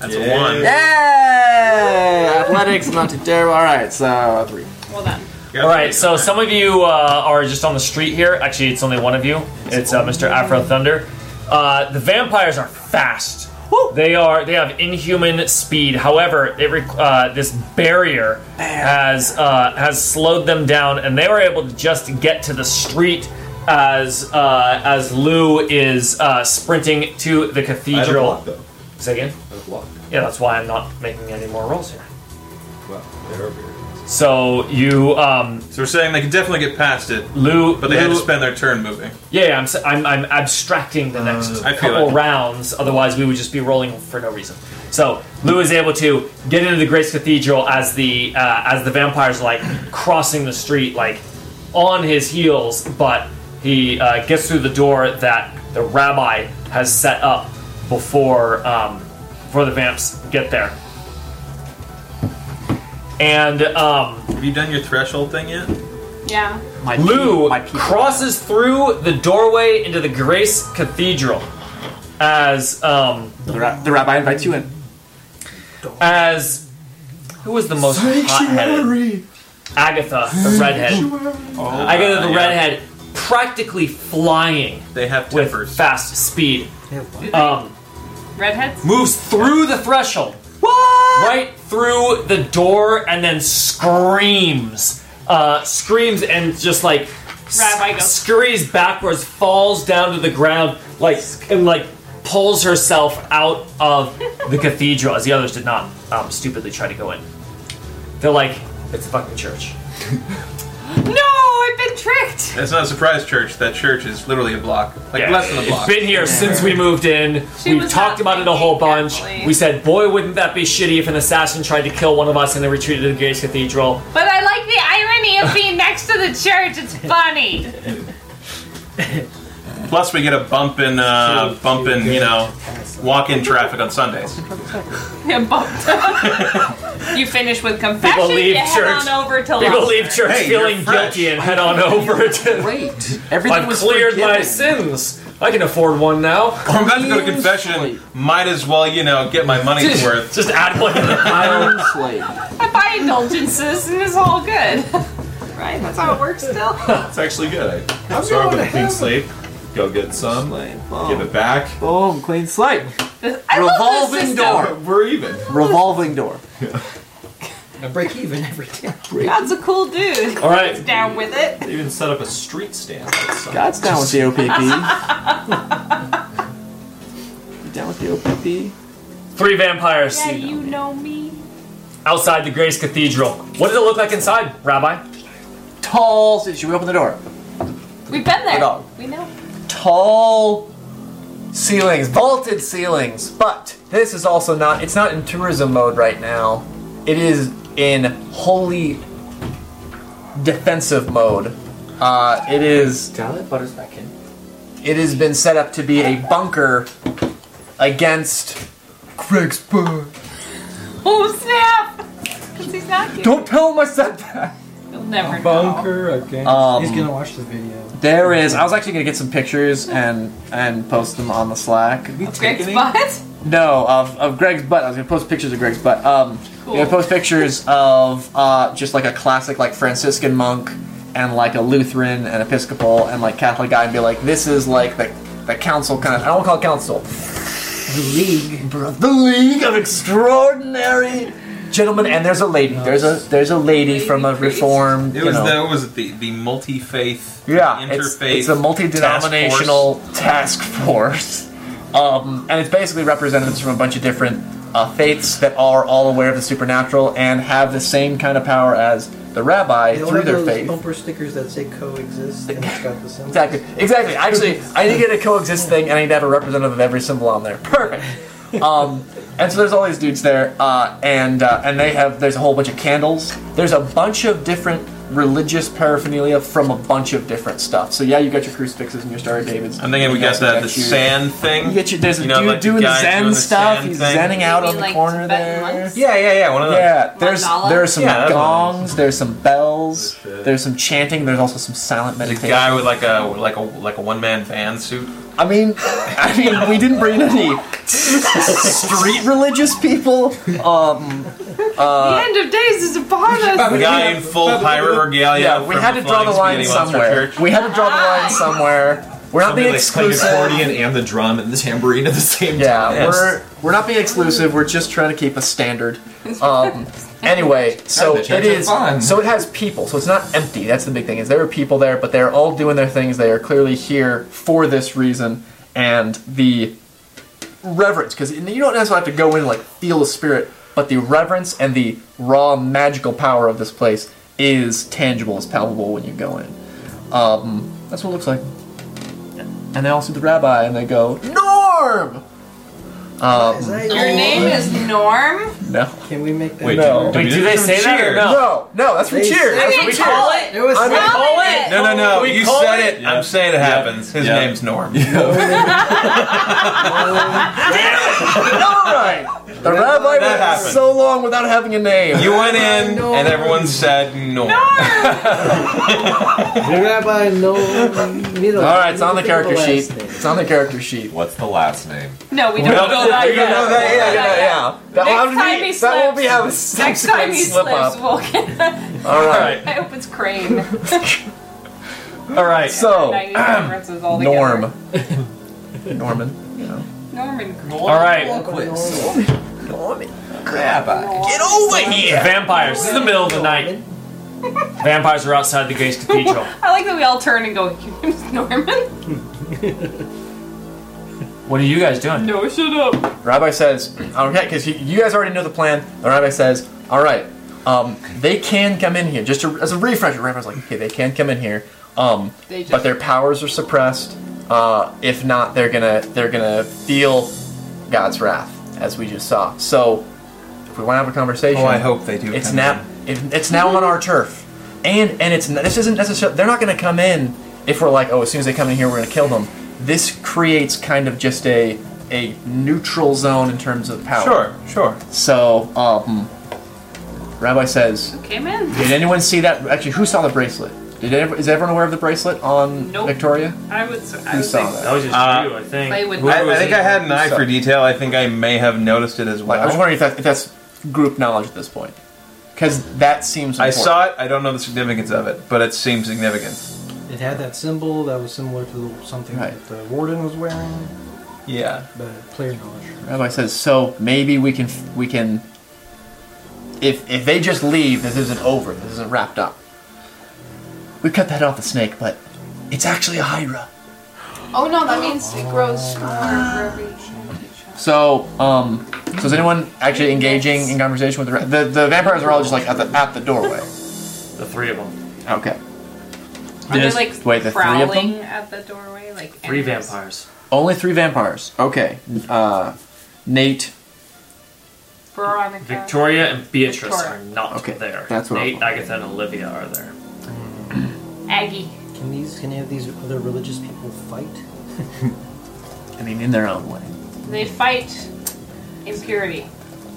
That's a one. Yay! Uh, Athletics not too terrible. All right, so a three. Well done. Yeah, All right, that's so a some of you uh, are just on the street here. Actually, it's only one of you. It's uh, Mr. Afro Thunder. Uh, the vampires are fast. They are. They have inhuman speed. However, it re- uh, this barrier has uh, has slowed them down, and they were able to just get to the street as uh, as Lou is uh, sprinting to the I had a block cathedral. though. Say again. I had a block. Yeah, that's why I'm not making any more rolls here. Wow, they're over here. So you, um, So we're saying they could definitely get past it, Lou, but they had to Lou- spend their turn moving. Yeah, yeah I'm, s- I'm, I'm abstracting the next Uh, I feel couple it. rounds, otherwise we would just be rolling for no reason. So Lou is able to get into the Grace Cathedral as the uh, as the vampires like crossing the street, like on his heels, but he uh, gets through the door that the rabbi has set up before um, before the vamps get there. And um, Have you done your threshold thing yet? Yeah. My Lou pee- my pee- crosses through the doorway into the Grace Cathedral as um The, ra- the rabbi invites you in. as who was the most hot-headed? Agatha the redhead. Agatha the Oh, yeah. redhead practically flying They have with tempers. fast speed. Yeah, Um Redheads? moves through the threshold. Right through the door and then screams. Uh, screams and just like s- Rabbi goes. scurries backwards, falls down to the ground, like and like pulls herself out of the cathedral as the others did not um, stupidly try to go in. They're like, it's a fucking church. No, I've been tricked. That's not a surprise church. That church is literally a block, like less than a block. It's been here since we moved in. She We've was talked not about it a whole thinking bunch. carefully. We said, boy, wouldn't that be shitty if an assassin tried to kill one of us and they retreated to the Gates Cathedral. But I like the irony of being next to the church. It's funny. Plus, we get a bump in, uh, bump in, you know, walk-in traffic on Sundays. Yeah, bumped up. *laughs* you finish with confession. People leave you head church. on over to People Los- leave church Hey, you're feeling fresh. guilty and head on over to. Great. Everything I've was cleared my forgiven. sins. I can afford one now. Or I'm about to go to confession. Might as well, you know, get my money's worth. Just add one. Iron slave. I buy indulgences, and it's all good. *laughs* right? That's how it works. Still. That's actually good. I start with a clean slate. Go get some. Give it back. Boom, Oh, clean slate. I love this Revolving system. door. We're even. Revolving door. I break even every time. God's a cool dude. All right. Down with it. They even set up a street stand. God's down with the OPP. You down with the OPP? Three vampires Yeah, you know me. outside the Grace Cathedral. What does it look like inside, Rabbi? Tall. Should we open the door? We've been Good there. dog. We know. tall ceilings, vaulted ceilings. But this is also not, it's not in tourism mode right now. It is in holy defensive mode. Uh, it is, Dial it butters back in. it has been set up to be a bunker against Greg's bird. Oh snap! Because he's not here. Don't tell him I said that. You'll never know. okay. Um, He's gonna watch the video. There is. I was actually gonna get some pictures and and post them on the Slack. Great spot. No, of, of Greg's butt. I was gonna post pictures of Greg's butt. Um, Cool. I'm gonna post pictures of uh, just like a classic like Franciscan monk and like a Lutheran and Episcopal and like Catholic guy and be like, this is like the the council kind of. I don't wanna call it council. The league, the league of extraordinary gentleman and there's a lady. There's a there's a lady from a reformed. It you was know, the what was it the the multi faith yeah, it's, interfaith it's a multi-denominational task force, um, and it's basically representatives from a bunch of different uh, faiths that are all aware of the supernatural and have the same kind of power as the rabbi They all through have their those faith. bumper stickers that say coexist, and it's got the symbol. *laughs* Exactly. Exactly. Actually, I need to get a coexist thing, and I need to have a representative of every symbol on there. Perfect. Um, and so there's all these dudes there, uh, and uh, and they have there's a whole bunch of candles. There's a bunch of different religious paraphernalia from a bunch of different stuff. So yeah, you got your crucifixes and your Star of David's. I'm thinking we You got the, the your- sand thing. You get your, there's a You know, dude like the doing guy Zen doing the stuff. Zen He's thing. zenning out You on the mean, like, corner Tibetan there. monks? Yeah, yeah, yeah. One of those. Yeah, there's Mandala? there's some Yeah, that's what it gongs, there's some bells, there's some chanting, there's also some silent The meditation. guy with like a like a like a one man van suit. I mean, I mean, we didn't bring any street religious people. Um, the end of days is upon us. The guy in full pirate regalia. yeah, we from had to draw the Flying line Spaghetti Monster somewhere. Church. *laughs* We had to draw the Ah. line somewhere. We're not being Somebody like played exclusive. accordion and the drum and the tambourine at the same Yeah, time. Yes. we're we're not being exclusive. We're just trying to keep a standard. Um, anyway, so the church it is is. fun. So it has people. So it's not empty. That's the big thing. Is there are people there, but they're all doing their things. They are clearly here for this reason, and the reverence because you don't necessarily have to go in and like feel the spirit, but the reverence and the raw magical power of this place is tangible. It's palpable when you go in. Um, that's what it looks like. And they all see the rabbi and they go, Norm! Is that Your name is Norm. No. Can we make that? Wait, No. do, Wait, we do they say that or no? No, no, that's from They Cheers. say- That's I from mean, Cheers. call it. It was I'm spelled- Call it. No, no, no. You call said it? it. I'm saying it happens. His Yeah. *laughs* name's Norm. All right. The rabbi went happened. so long without having a name. You went in No. and everyone said Norm. The rabbi, no. All All right, it's on the character sheet. It's on the character sheet. What's the last name? No, we don't don't know know that that yet. yet. Yeah, yeah, yeah. yeah. That, Next won't time be, he that won't be slips. have a Next time subsequent he slip slips, up. we'll get. *laughs* All right. I hope *clears throat* it's Crane. All right. I So, need references all together. *laughs* Norm. Norman. You know. Norman Crane. All right. Norman. Rabbi. over here. Vampires. This is the middle of the night. Vampires are outside the Grace Cathedral. I like that we all turn and go, *laughs* "Your name's Norman? What are you guys doing? No, shut up. Rabbi says, okay, because you, you guys already know the plan. The rabbi says, all right, um, they can come in here. Just to, as a refresher, rabbi's like, okay, they can come in here, um, They just- but their powers are suppressed. Uh, if not, they're gonna they're gonna feel God's wrath, as we just saw. So, if we want to have a conversation, Oh, I hope they do. it's come now it, it's now on our turf, and and it's n- this isn't necessarily they're not going to come in if we're like oh as soon as they come in here we're going to kill them. This creates kind of just a a neutral zone in terms of in. power. Sure, sure. So um, Rabbi says, Came in. did anyone see that? Actually, who saw the bracelet? Did ev- is everyone aware of the bracelet on Nope. Victoria? I would. s- I Who would saw think that? That was just Uh, you, I think. They would- Who I, was I think it? I had an eye for Sorry. detail. I think I may have noticed it as well. Like, I was wondering if, that, if that's group knowledge at this point, because that seems. I important. saw it. I don't know the significance of it, but it seemed significant. It had that symbol that was similar to the, something Right. that the warden was wearing, Yeah. but player knowledge. Rabbi says, so maybe we can we can. If if they just leave, this isn't over. This isn't wrapped up. We cut that off the snake, but it's actually a Hydra. Oh no, that means it grows smaller for every shot. So um, so is anyone actually engaging in conversation with the ra- the, the vampires are all just like at the at the doorway. The three of them. Okay. Are they Yes. like Wait, the three of them? prowling at the doorway? Like Three animals? vampires. Only three vampires. Okay. Uh, Nate. Veronica. Victoria and Beatrice Victoria. are not Okay, there. that's what I- Nate, Agatha, and Olivia are there. Aggie. Can these? Can any of these other religious people fight? I mean, in their own way. They fight impurity.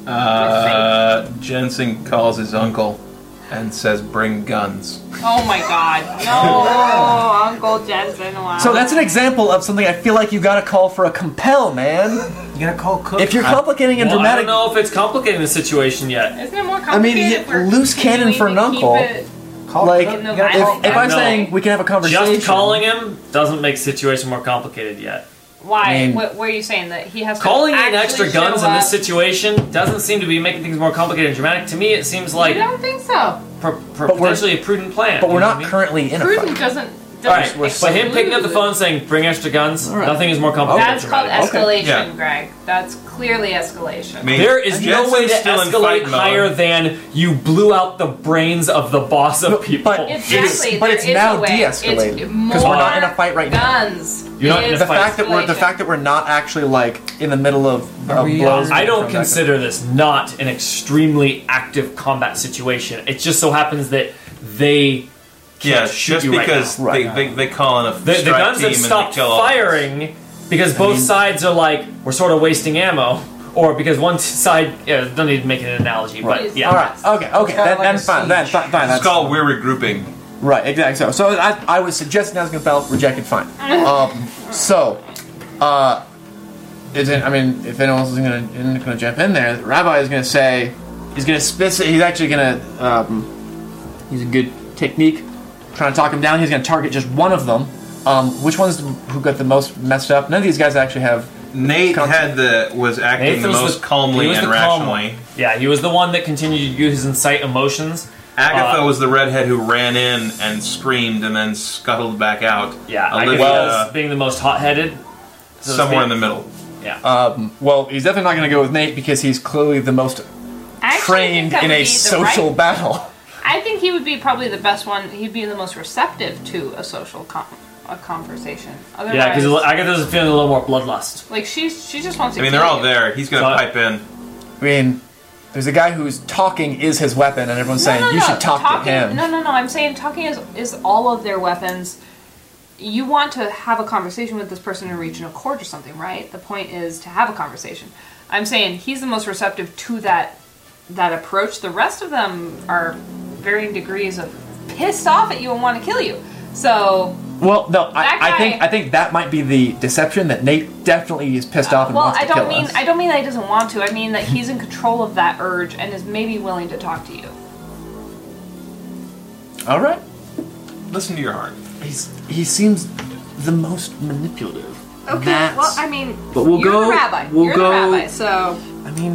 Uh, Jensen calls his uncle and says, "Bring guns." Oh my god. No, Uncle Jensen. Wow. So that's an example of something I feel like you got to call for a compel, man. You gotta call Cook. If you're complicating and Well, I don't dramatic, know if it's complicating the situation yet. Isn't it more I mean, complicated? yeah, if we're loose cannon for an continuing to uncle. keep it- call like, Cook. in the You gotta violent call if, if I'm No. saying we can have a conversation, Just calling him doesn't make the situation more complicated yet. Why? I mean- what, what are you saying that he has Calling to in actually extra guns show in this up? situation doesn't seem to be making things more complicated and dramatic. To me, it seems like I don't think so. pro- pro- But we're- potentially a prudent plan. But you we're know not what I mean? currently in a Prudent fight. doesn't. doesn't All right, but him picking up the exclude- phone saying "bring extra guns," right. nothing is more complicated. That's than called dramatic. escalation, Yeah. Greg. That's clearly escalation. I mean, There is no Jetson's way to still in fight escalate mode. higher than you blew out the brains of the boss of people. but- Exactly. but there it's is now a way. de-escalated, It's 'cause we're not in a more fight right now. guns now. Guns. You're not in a is The fight. fact that we're the escalation. fact that we're not actually like in the middle of Are of we, blows. uh, I from don't back and- consider this not an extremely active combat situation. It just so happens that they yeah, can't shoot just you right because now. Right. they, they, they call in a the, the strike guns team have and they stopped kill all- firing because both sides are like we're sort of wasting ammo, or because one side yeah, don't need to make an analogy, but Right. yeah, All right. Okay. Okay. kinda Then, like then a fine. siege. Then fine. fine It's that's called we're regrouping. right. Exactly. So, so I, I was suggesting that was gonna fail. Rejected. *laughs* Fine. Um. So, uh, Is it, I mean, if anyone else is gonna, isn't gonna jump in there, the rabbi is gonna say, he's gonna spit. He's actually gonna. Um, he's a good technique, trying to talk him down. He's gonna target just one of them. Um, which one's who got the most messed up? None of these guys actually have. Nate Concept. had the was acting Nathan the was most calmly he was and the calm rationally. one. Yeah, he was the one that continued to use and cite emotions. Agatha Uh, was the redhead who ran in and screamed and then scuttled back out. Yeah, I Olivia guess being the most hot-headed. so to somewhere in the speak. middle. yeah. Um, well, he's definitely not gonna go with Nate because he's clearly the most I actually think trained that in would a be the social Right, battle. I think he would be probably the best one. He'd be the most receptive to a social com- a conversation. Otherwise, yeah, because Agatha's feeling a little more bloodlust. like she's she just wants. I To mean, they're kill all you. there. He's gonna So- pipe in. I mean, there's a guy who's talking is his weapon, and everyone's No, saying no, you no. should talk talking, to him. No, no, no. I'm saying talking is is all of their weapons. You want to have a conversation with this person in a region of court or something, right? The point is to have a conversation. I'm saying he's the most receptive to that that approach. The rest of them are varying degrees of pissed off at you and want to kill you. So Well, no, I, That I think guy- I think that might be the deception that Nate definitely is pissed off and well, wants I to don't kill mean us. I don't mean that he doesn't want to. I mean that he's in control of that urge and is maybe willing to talk to you. All right, Listen to your heart. he's he seems the most manipulative. Okay. That's- well, I mean, But we'll you're go- the rabbi. we'll you're go- the rabbi. So I mean,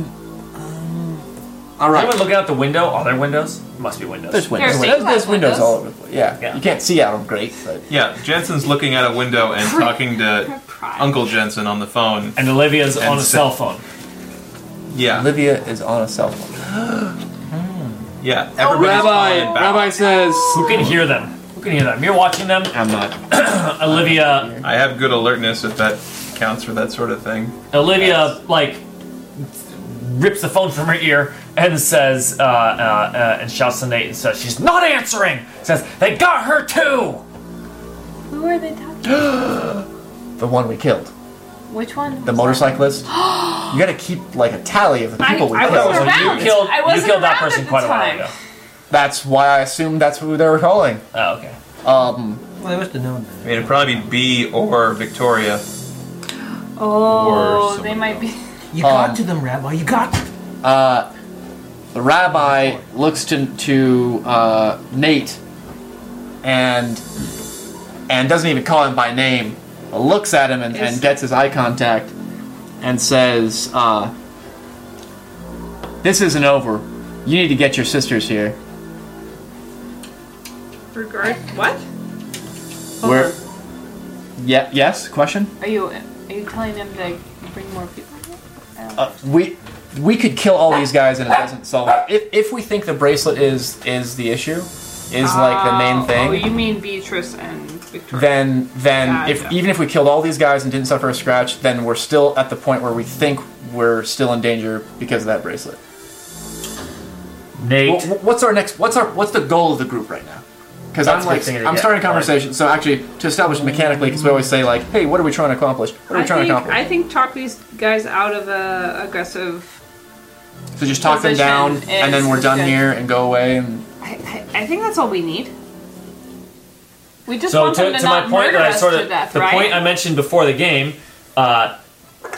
um, all right. Anyone looking out the window? Are there windows? Must be windows. There's windows. There's There's, there's glass windows windows. all over the place. Yeah. Yeah. you can't see out them great, but Yeah, Jensen's looking out a *laughs* window and talking to pride. Um, Uncle Jensen on the phone. And Olivia's And on a cell so- phone. Yeah, Olivia is on a cell phone. yeah. Oh, Everybody's calling back. says, Who can hear them? Who can hear them? You're watching them. "I'm not." Olivia, I have good alertness if that counts for that sort of thing. Olivia, like rips the phone from her ear and says, uh, uh, uh, and shouts to Nate and says, "She's not answering." Says, "They got her too." who are they talking? The one we killed, Which one? the *gasps* motorcyclist. you got to keep like a tally of the I, people we I killed. wasn't You around. killed. I wasn't you killed that around person at the quite a while time. ago. That's why I assumed that's who they were calling. Oh, okay. Um, Well, I must have known I that. mean, it'd probably be B or Victoria. Or Oh, someone they might be. You got Um, to them, Rabbi. You got to them. uh, the rabbi looks to to uh, Nate and and doesn't even call him by name. But looks at him and, and gets his eye contact and says, uh, "This isn't over. You need to get your sisters here. *laughs* Regard what? Where? Yeah. Yes. Question. Are you? Are you telling them to bring more people? here? Uh, we." We could kill all these guys and it doesn't solve it. If, if we think the bracelet is is the issue, is like the main Oh, thing. Oh, you mean Beatrice and Victoria? then then if Gotcha. even if we killed all these guys and didn't suffer a scratch, then we're still at the point where we think we're still in danger because of that bracelet. Nate. Wh- wh- what's our next? What's our what's the goal of the group right now? Because That's I'm a good like thing to I'm get, starting a right. conversation. So actually, to establish mechanically, because we always say like, hey, what are we trying to accomplish? What are we I trying think to accomplish? I think talk these guys out of a aggressive. so just talk them position down, and then is we're done good. here and go away. And I, I, I think that's all we need. We just so want to, them to, to not my point murder that I us sort of to death, the right? point I mentioned before the game, uh,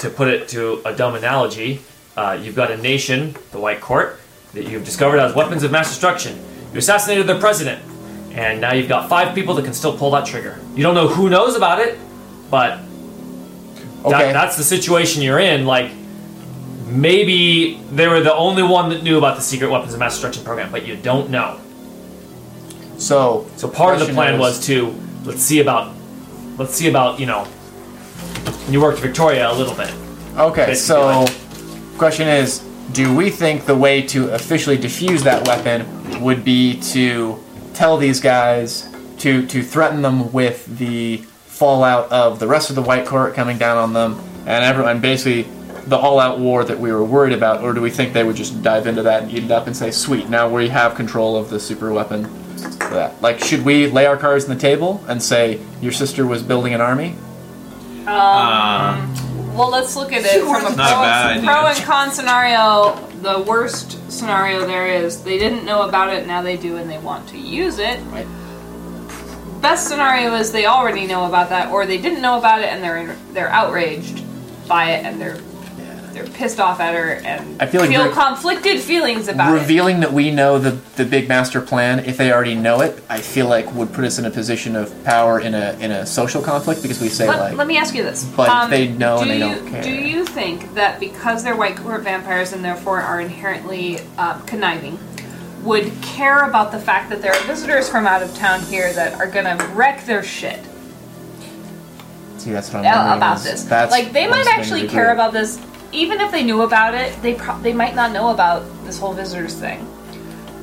to put it to a dumb analogy, uh, you've got a nation, the White Court, that you've discovered has weapons of mass destruction. You assassinated their president, and now you've got five people that can still pull that trigger. You don't know who knows about it, but That- Okay. that's the situation you're in. Like, maybe they were the only one that knew about the secret weapons of mass destruction program, but you don't know. So So part of the Question plan is- was to let's see about let's see about you know. You worked Victoria a little bit. Okay, Basically, so question is, do we think the way to officially defuse that weapon would be to tell these guys to to threaten them with the fallout of the rest of the White Court coming down on them and everyone basically the all-out war that we were worried about, or do we think they would just dive into that and eat it up and say, "Sweet, now we have control of the super weapon"? for That like, should we lay our cards on the table and say your sister was building an army? Uh, Well, let's look at it from a pro, Not a bad pro idea. and con scenario. The worst scenario there is they didn't know about it, now they do, and they want to use it. Right. Best scenario is they already know about that, or they didn't know about it and they're they're outraged by it and they're they're pissed off at her and I feel like re- conflicted feelings about it. revealing that we know the the big master plan if they already know it i feel like would put us in a position of power in a in a social conflict because we say Let, like let me ask you this. Um, But they know do and they you, don't care. Do you think that because they're white court vampires and therefore are inherently um, conniving, would care about the fact that there are visitors from out of town here that are going to wreck their shit see that's what i'm a- wondering about is- this? that's like they what I'm might starting actually to care agree. about this, even if they knew about it. They pro- they might not know about this whole visitors thing.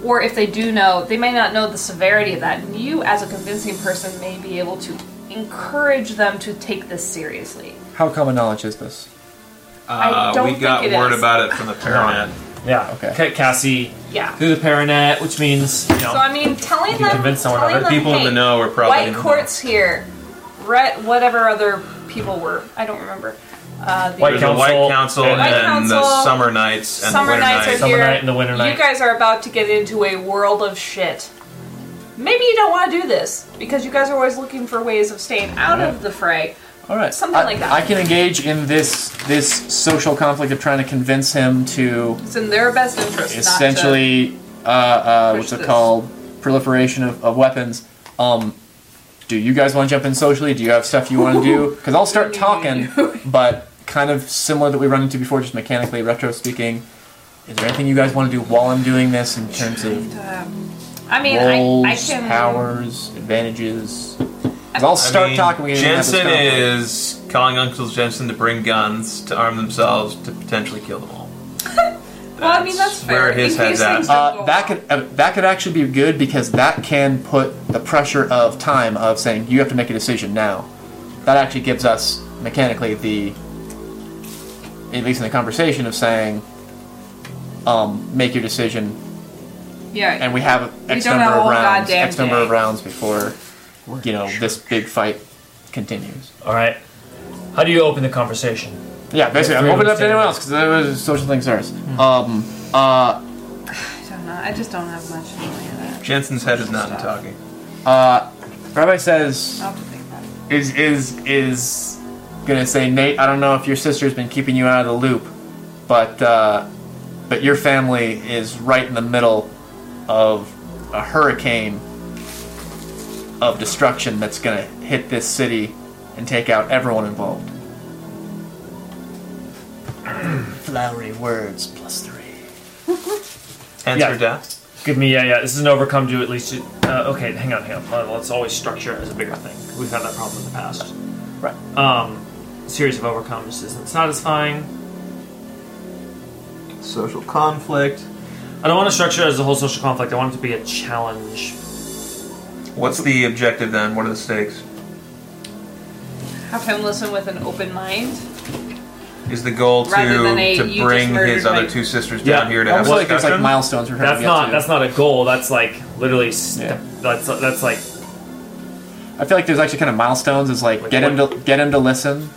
Or if they do know, they may not know the severity of that. And you, as a convincing person, may be able to encourage them to take this seriously. how common knowledge is this I uh, don't we got think it word is. about it from the Paranet. Yeah. Okay. Ca- Cassie Yeah. through the Paranet, which means you know. So I mean, telling can them, convince someone telling of it. them, People hey, in the know are probably in White the know. courts here, Rhett, whatever other people were, I don't remember. Uh, the White There's the White Council and, White the Council, Summer Nights and summer Winter nights are Summer here. night and the winter night. You guys are about to get into a world of shit. Maybe you don't want to do this because you guys are always looking for ways of staying out of the fray. all right Something I, like that. i can engage in this this social conflict of trying to convince him to It's in their best interest. not essentially uh, uh, push what's it this. called proliferation of, of weapons um do you guys want to jump in socially do you have stuff you want to *laughs* do because i'll start talking but kind of similar that we run into before just mechanically retro speaking is there anything you guys want to do while i'm doing this in terms of to, um, I mean, roles I, I can. powers advantages 'Cause i'll I start mean, talking we can have this Jensen conflict. is calling Uncle Jensen to bring guns to arm themselves to potentially kill them all. Well, I mean that's fair. where his In case head's at. things don't Uh, go that well. could uh, that could actually be good because that can put the pressure of time of saying you have to make a decision now. That actually gives us mechanically the, at least in the conversation of saying, um, make your decision, yeah. and we have X don't number have a of whole rounds, goddamn X number of day. rounds before, you know, this big fight continues. All right. How do you open the conversation? Yeah, basically, I'm three opening of up to them anyone else because that was social things ours. Um, uh, I don't know. I just don't have much in the way of that. Jensen's head is not in talking. uh, Rabbi says. I'll have to think about it. is is is gonna say Nate. I don't know if your sister's been keeping you out of the loop, but uh, but your family is right in the middle of a hurricane of destruction that's gonna hit this city and take out everyone involved. *clears throat* Flowery words plus three. Hence Yeah. her death. Give me yeah yeah. This is an overcome to at least. You, uh, okay, hang on, hang on. Uh, Let's always structure it as a bigger thing. We've had that problem in the past. Right. Um, series of overcomes isn't satisfying. Social conflict. I don't want to structure it as a whole social conflict. I want it to be a challenge. What's the objective then? What are the stakes? Have him listen with an open mind. Is the goal Rather to than a, "You to just bring murdered his my-" other two sisters Yeah. down here to have Almost a like there's like discussion? milestones for her That's to get not to. that's not a goal. That's like literally. St- Yeah. That's that's like I feel like there's actually kind of milestones. Is like Like get him what- to get him to listen,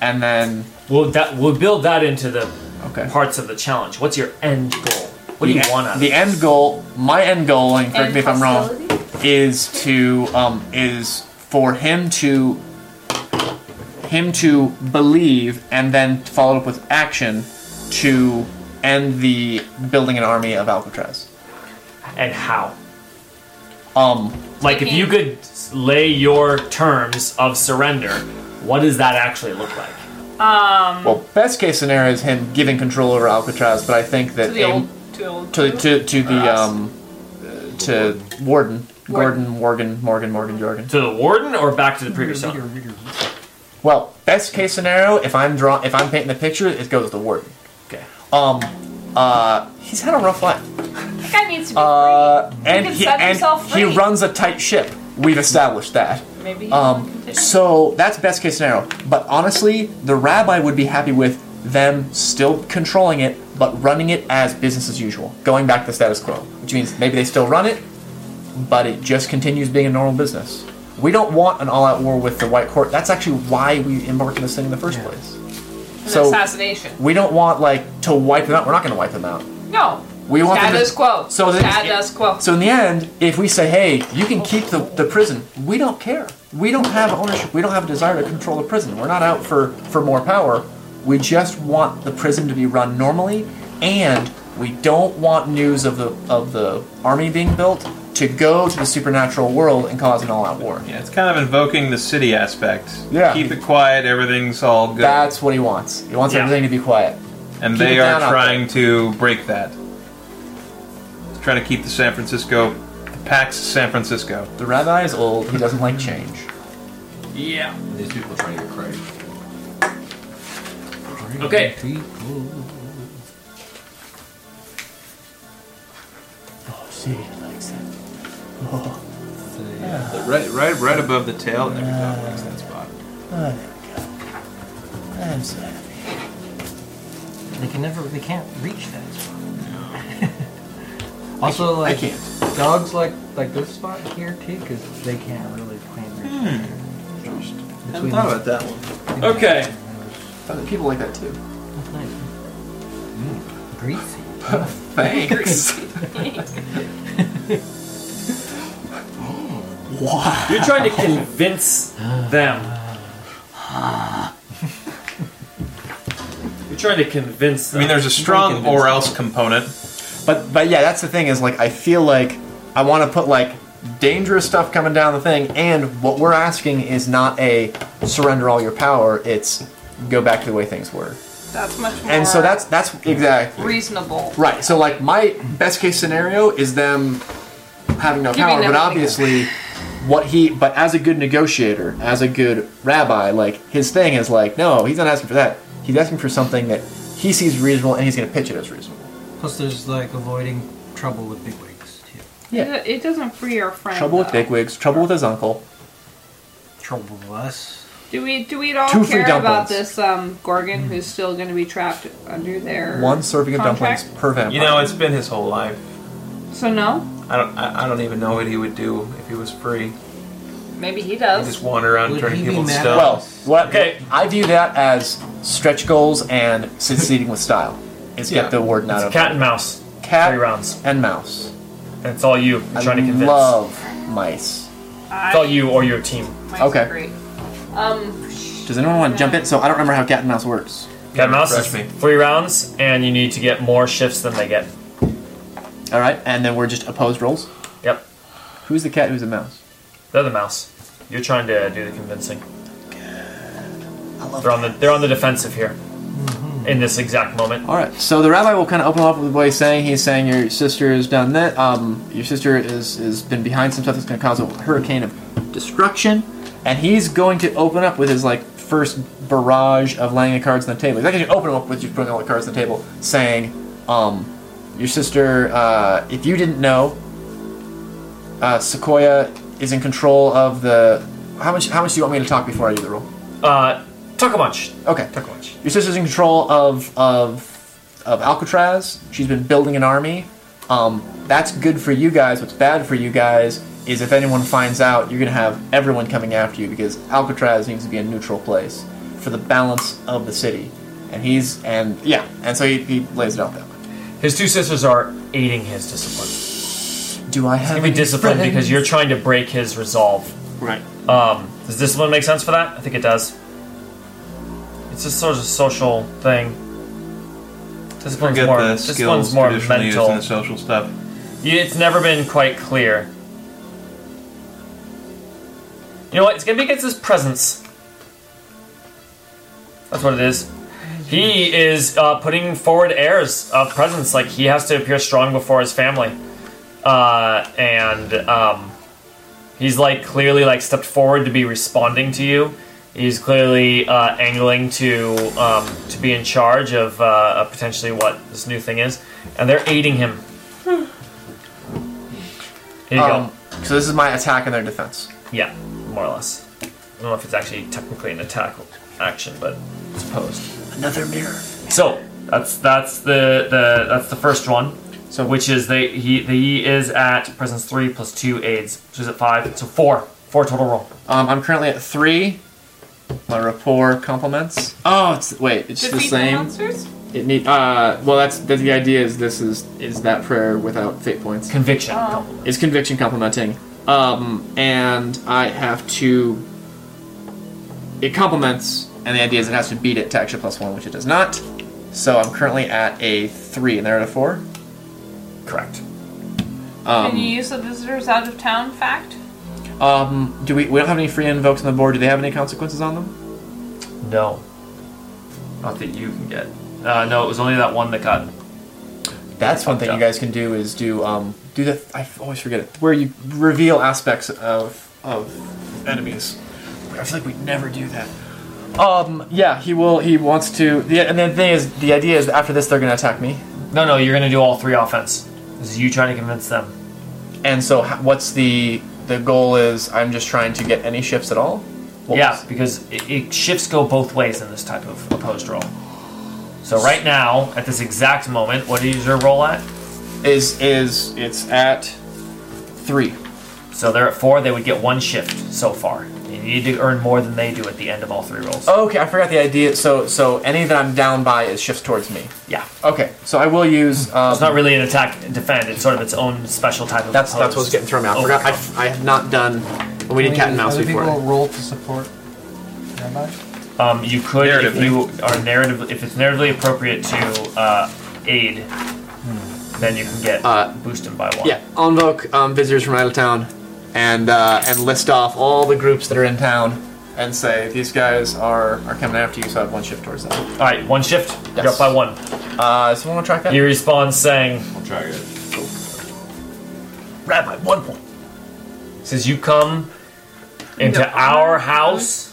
and then we'll that we'll build that into the okay. parts of the challenge. What's your end goal? What do you the, e- want out of the it? end goal my end goal and correct And me if i'm wrong hostility? is to um is for him to him to believe and then follow up with action to end the building an army of alcatraz and how? um Like if you could s- lay your terms of surrender, what does that actually look like? Well, best case scenario is him giving control over Alcatraz, but I think that To the aim- old, to old. to the to, to Or the us. um uh, to Warden Gordon Morgan Morgan Morgan Jorgen. To the warden or back to the previous owner? Well, best case scenario, if I'm draw if I'm painting the picture, it goes to Warden. Okay. Um, uh, he's had a rough life, That guy needs to be uh, and can he set and himself he free. runs a tight ship. We've established that. free. Maybe he can Um, continue. so that's best case scenario. But honestly, the rabbi would be happy with them still controlling it, but running it as business as usual, going back to status quo, which means maybe they still run it, but it just continues being a normal business. We don't want an all-out war with the White Court. That's actually why we embarked on this thing in the first place. An So assassination. we don't want like to wipe them out. We're not going to wipe them out. No. We want them to- status quo. So then- status quo. So in the end, if we say, hey, you can keep the, the prison, we don't care. We don't have ownership. We don't have a desire to control the prison. We're not out for, for more power. We just want the prison to be run normally, and we don't want news of the of the army being built to go to the supernatural world and cause an all-out war. Yeah, it's kind of invoking the city aspect. Yeah. Keep it quiet, everything's all good. That's what he wants. He wants Yeah. everything to be quiet. and keep they it are down out trying to break that. Trying to keep the San Francisco, the PAX San Francisco. The rabbi is old. He doesn't like change. Yeah. These people are trying to get crazy. Okay. Right, right, right above the tail. Every dog likes that spot. They can never. They can't reach that. Spot. *laughs* also, like dogs like like this spot here too, because they can't really claim. Hmm. Hadn't thought about that one. Okay. People like that too. That's nice. Hmm. Greasy. Thanks. You're trying to convince them. *sighs* You're trying to convince I them. mean, there's a strong or else component. But but yeah, that's the thing is like I feel like I want to put like dangerous stuff coming down the thing, and what we're asking is not a surrender all your power. It's go back to the way things were, that's much more. and so that's that's exactly reasonable. right. So like my best case scenario is them having no Giving power, but them nothing. obviously what he but as a good negotiator, as a good rabbi, like his thing is like no, he's not asking for that. He's asking for something that he sees reasonable, and he's going to pitch it as reasonable. Plus, there's like avoiding trouble with bigwigs too. Yeah. It, it doesn't free our friend. Trouble with though. bigwigs, trouble with his uncle. Trouble with us. Do we do we all Two free care about dumplings. Mm-hmm. this um, Gorgon who's still going to be trapped under there? One serving of Contract? dumplings per vampire. You know, it's been his whole life. So no, I don't, I, I don't even know what he would do if he was free. maybe he He does. just wander around Would turning he be people to mad? stone. well, what Okay. I view that as stretch goals and succeeding with style. Is Yeah. get the word out of cat and mouse. cat Three rounds. and mouse. That's all you. You're trying to I convince. love mice. It's all you or your team. Mine's okay. Great. Um, Does anyone want to jump in? So I don't remember how cat and mouse works. Cat and mouse is refresh me. three rounds, and you need to get more shifts than they get. All right, and then we're just opposed roles. Yep. Who's the cat? Who's the mouse? They're the mouse. You're trying to do the convincing. They're on the they're on the defensive here. Mm-hmm. In this exact moment. All right. So the rabbi will kind of open up with what he's saying. He's saying your sister has done that. Um, your sister is has been behind some stuff that's going to cause a hurricane of destruction, and he's going to open up with his like first barrage of laying the cards on the table. He's actually open up with just putting all the cards on the table, saying, um, "Your sister, uh, if you didn't know, uh, Sequoia is in control of the. How much? How much do you want me to talk before I do the roll? Uh talk a bunch. Okay. Talk a bunch. Your sister's in control of of of Alcatraz. She's been building an army. Um, that's good for you guys. What's bad for you guys is if anyone finds out, you're gonna have everyone coming after you because Alcatraz needs to be a neutral place for the balance of the city. And he's and yeah, and so he, he lays it out that way. His two sisters are aiding his discipline. Do I have He'll be any disciplined friends? because you're trying to break his resolve. Right. Um, does discipline make sense for that? I think it does. It's just sort of a social thing. Discipline's Forget more, the discipline's skills more traditionally used in mental. the social stuff. You- It's never been quite clear. You know what? It's gonna be against his presence. That's what it is. He is uh, putting forward airs of presence, like he has to appear strong before his family, uh, and um, he's like clearly like stepped forward to be responding to you. He's clearly uh, angling to um, to be in charge of, uh, of potentially what this new thing is, and they're aiding him. Here you Um, so this is my attack and their defense. go. Yeah, more or less. I don't know if it's actually technically an attack action, but it's opposed. Another mirror. So that's that's the, the that's the first one. So which is they he the, he is at presence three plus two aids, which is at five, so four four total roll. Um, I'm currently at three. My rapport compliments. Oh, it's wait, it's the Defeat the same. monsters? It need uh well that's, that's the idea is this is is that prayer without fate points. Conviction. Oh. Um, It's conviction complimenting. Um and I have to it complements and the idea is it has to beat it to extra plus one, which it does not. So I'm currently at a three and they're at a four. Correct. Can you use the visitors out of town fact? Um do we we don't have any free invokes on the board, do they have any consequences on them? No. Not that you can get. Uh, no, it was only that one that got. That's one thing you guys can do is do um do the I always forget it. Where you reveal aspects of of enemies. I feel like we never do that. Um yeah, he will he wants to the and the thing is the idea is after this they're gonna attack me. No, no, you're gonna do all three offense. This is you trying to convince them. And so h- what's the the goal is I'm just trying to get any ships at all? What yeah, was- because it, it shifts go both ways in this type of opposed roll. So right now, at this exact moment, what is your roll at? Is is it's at three. So they're at four. They would get one shift so far. You need to earn more than they do at the end of all three rolls. Okay, I forgot the idea. So so any that I'm down by is shifts towards me. Yeah, Okay, so I will use um, it's not really an attack and defend. It's sort of its own special type of. That's that's what's opposed. getting thrown out. I forgot. I, I have not done. We did cat and mouse Other people before. roll to support. Rabbi? Um, you could if Narratively. you are narrative if it's narratively appropriate to uh, aid, then you can get Uh, boost him by one. Yeah, I'll invoke um, visitors from out of town, and uh, and list off all the groups that are in town, and say these guys are are coming after you. So I have one shift towards them. All right, one shift. You're Yes. up by one. Uh, does someone want to track that? He responds saying, I'll try it. "Rabbi, one point." Says you come into our house,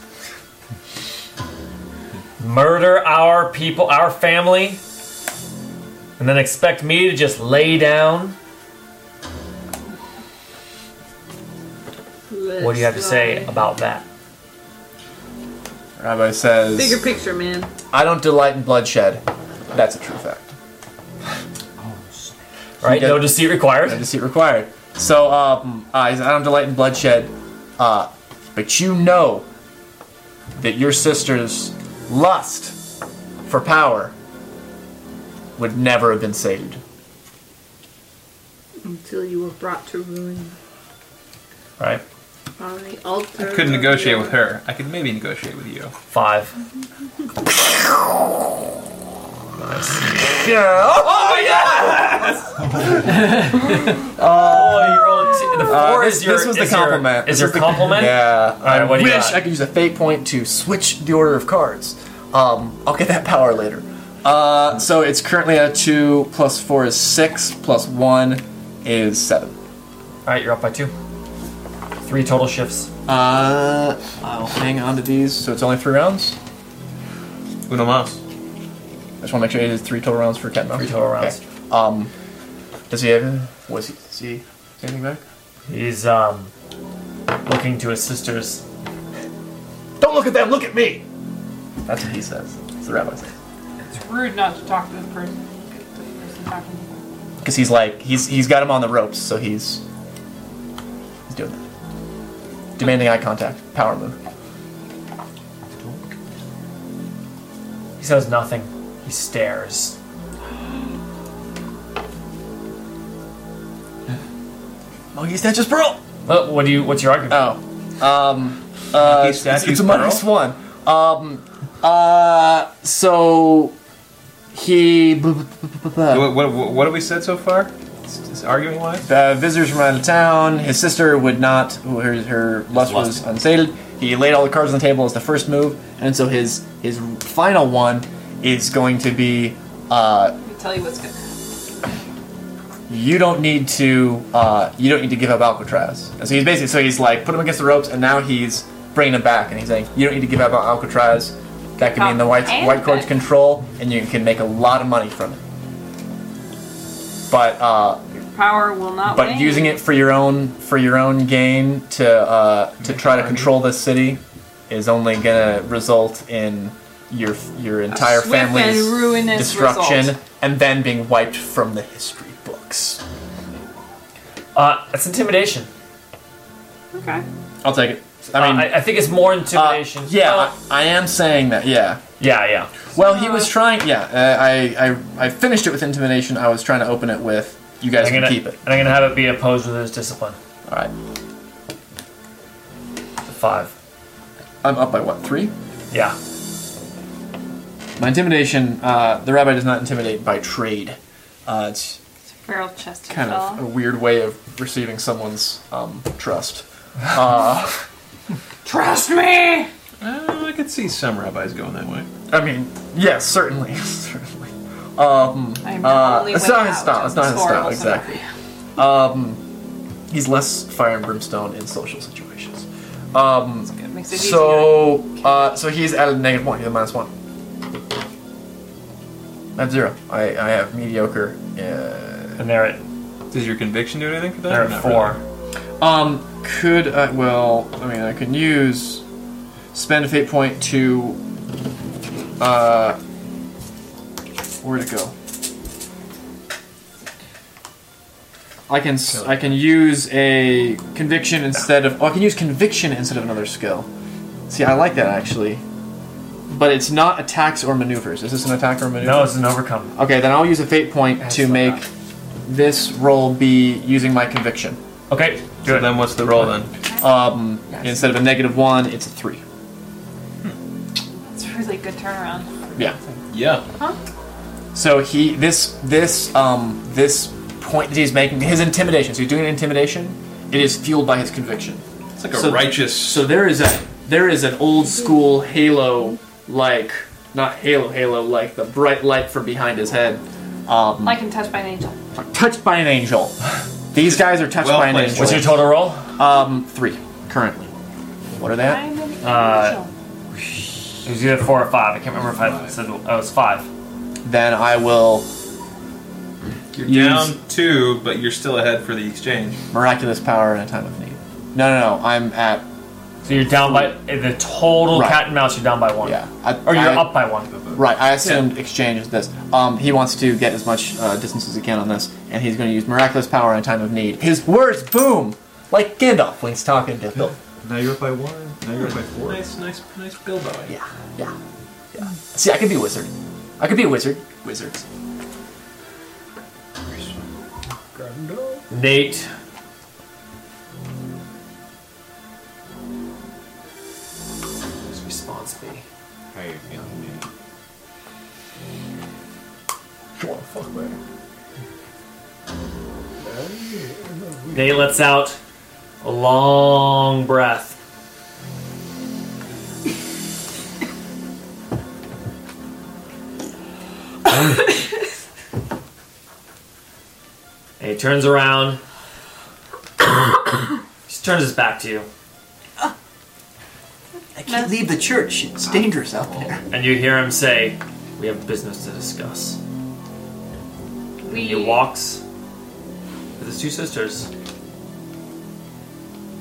murder our people, our family, and then expect me to just lay down. What do you have to say about that? Rabbi says, Bigger picture, man. I don't delight in bloodshed. That's a true fact. Right? He No does- deceit required. No deceit required. So um, uh, he says, I don't delight in bloodshed, uh, but you know that your sister's lust for power would never have been saved. Until you were brought to ruin Right. on the altar. I couldn't negotiate with her. I could maybe negotiate with you. Five. Oh, you rolled t- the four Uh, this- is your this was the is your- compliment. is This your was the- compliment? *laughs* Yeah. right, what do I you wish got? I could use a fate point to switch the order of cards. Um, I'll get that power later. Uh, so it's currently a two plus four is six plus one is seven. All right, you're up by two. Three total shifts. Uh, I'll hang on to these. So it's only three rounds. Uno mas. I just want to make sure it is three total rounds for Cat Three total rounds. Um, does he have? Was he? Does he? say Anything back? He's um looking to his sisters. Don't look at them. Look at me. That's what he says. That's the rabbi says. It's rude not to talk to the person. Look at the person talking to them. Because he's like he's he's got him on the ropes, so he's he's doing that. Demanding eye contact. Power move. He says nothing. He stares. Monkey statues pearl. Well, what do you? What's your argument? Oh. Um. Uh, it's, it's statues a minus one. Um. Uh. So he. What, what, what have we said so far? Arguing wise? uh, The visitors from out of town. His sister would not. Her, her lust was unsated. He laid all the cards on the table as the first move, and so his his final one is going to be uh, I'll tell you what's gonna happen. you don't need to uh, you don't need to give up Alcatraz. And so he's basically so he's like put him against the ropes, and now he's bringing him back, and he's like you don't need to give up Alcatraz. That could be in Oh, the white Okay. white cord's control, and you can make a lot of money from it. But uh, Power will not but wane. using it for your own for your own gain to uh, to try to control this city is only gonna result in your your entire swift and family's ruinous destruction result. and then being wiped from the history books. Uh, that's intimidation. Okay. I'll take it. Uh, I mean, I, I think it's more uh, intimidation. yeah, Uh, I, I am saying that. Yeah. yeah, yeah. Well, he was trying. Yeah, uh, I, I I finished it with intimidation. I was trying to open it with you guys I'm can gonna keep it. And I'm gonna have it be opposed with his discipline. All right, Five. I'm up by what three? Yeah. My intimidation, uh, the rabbi does not intimidate by trade. Uh, it's Feral chest kind of a fell. weird way of receiving someone's um, trust. Trust me! Uh, I could see some rabbis going that way. I mean, yes, certainly, *laughs* certainly. Um, I'm uh, only it's way not his out style. of It's not this his style horrible exactly. scenario. Um, he's less fire and brimstone in social situations. Um, It makes it easier. so, uh, so he's at a negative one. He's at minus one. I have zero. I, I have mediocre. Uh, And they're at Does your conviction do anything for that? they're Or at not four. Um, could I? Well, I mean, I can use spend a fate point to. Uh, where'd it go? I can s- I can use a conviction instead of. Oh, I can use conviction instead of another skill. See, I like that actually. But it's not attacks or maneuvers. Is this an attack or a maneuver? No, it's an overcome. Okay, then I'll use a fate point to not make this roll be using my conviction. Okay, do really? it. Then what's the roll then? Um, Instead of a negative one, it's a three. It's a really good turnaround. Yeah. Yeah. so he this this um this point that he's making his intimidation. So he's doing an intimidation. It is fueled by his conviction. It's like a So- righteous. So there is a there is an old school Halo like not Halo Halo like the bright light from behind his head. Um, Like in Touched by an Angel. Touched by an angel. These guys are touched Well by an placed. angel. What's your total roll? um three currently? What are they at? I'm an angel. Uh, It was either four or five. I can't remember if I said oh, it was five. Then I will You're Use- down two, but you're still ahead for the exchange. miraculous power in a time of need. No, no, no. I'm at So you're down by the total Right. cat and mouse. You're down by one. yeah. I, Or you're I- up by one. Right, I assumed exchange is this. Um, he wants to get as much uh, distance as he can on this, and he's going to use miraculous power in time of need. His words boom, like Gandalf when he's talking to *laughs* Bilbo. Now you're up by one. Now you're up by four. Nice, nice, nice Bilbo. Yeah, yeah, yeah. See, I could be a wizard. I could be a wizard. Wizards. Nate. Response me. How you feeling, man? Nate lets out a long breath. and he turns around. *coughs* he turns his back to you. I can't leave the church. It's dangerous out there. And you hear him say, We have business to discuss. And he We walks with his two sisters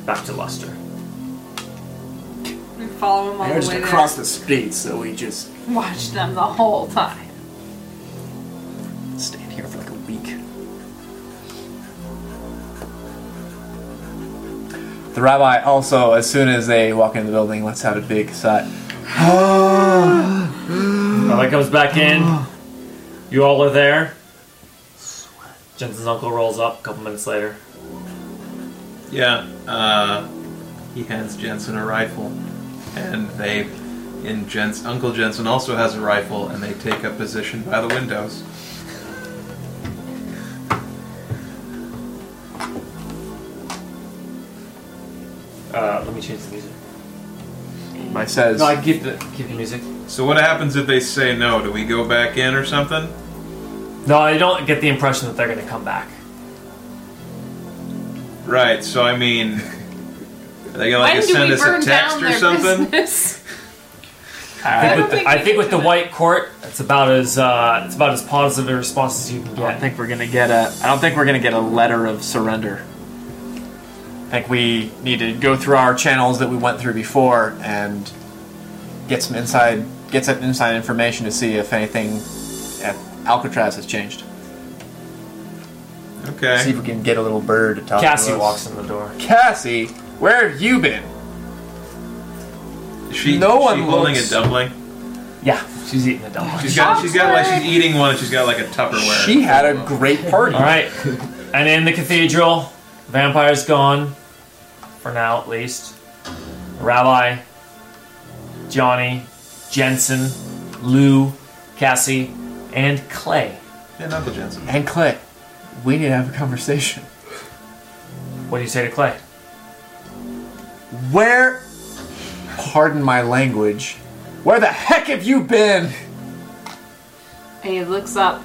back to Luster. We follow him all They're the just way across there. the street, so we just Watch them the whole time. Staying here for like a week. The rabbi also, as soon as they walk in the building, lets out a big sigh. Rabbi comes back in. You all are there. Jensen's uncle rolls up a couple minutes later. Yeah. Uh, he hands Jensen a rifle, and they, and Jens, Uncle Jensen also has a rifle, and they take up position by the windows. Uh, let me change the music. I says, No, I can keep the keep the music. So what happens if they say no? Do we go back in or something? No, I don't get the impression that they're going to come back. Right. So I mean, are they gonna like when do send we us a burn text down or their something? *laughs* business? I I think don't with the, think I we think can with do the that. white court, it's about as uh, it's about as positive a response as you can I don't get. think we're gonna get a. I don't think we're gonna get a letter of surrender. I think we need to go through our channels that we went through before and get some inside, get some inside information to see if anything at Alcatraz has changed. See Okay. if we can get a little bird to talk Cassie to us. walks in the door. Cassie, where have you been? Is she, No is one she holding looks- a dumpling. Yeah, she's eating a dumpling. She's got. She's got like. She's eating one. and She's got like a Tupperware. She had a great party. All right, and in the cathedral, vampire's gone, for now at least. Rabbi, Johnny, Jensen, Lou, Cassie, and Clay. and Uncle Jensen. And Clay, we need to have a conversation. What do you say to Clay? Where, pardon my language, where the heck have you been? And he looks up,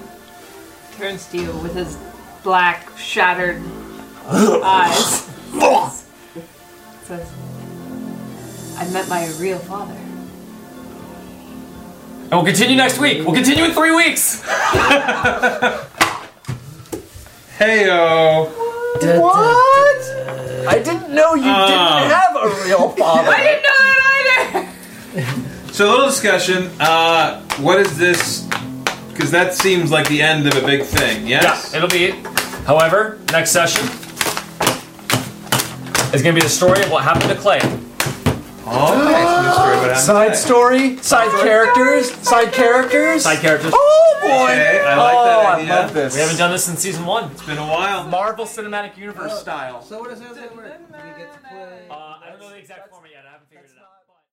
turns to you with his black, *laughs* shattered eyes. Says, I met my real father. And we'll continue next week. We'll continue in three weeks. Heyo. I didn't know you Um. didn't have a real father. I didn't know that either! So a little discussion. Uh, what is this? Because that seems like the end of a big thing. Yeah, Yes. it'll be it. However, next session is going to be the story of what happened to Clay. Oh, okay, so the story about Side story, side characters, side characters. Side characters. Oh boy! Okay, I like oh, that I idea. love this. We haven't done this since season one. It's been a while. Marvel Cinematic Universe style. So what does that work? Do we get to play? Uh, I don't know the exact format yet. I haven't figured it out.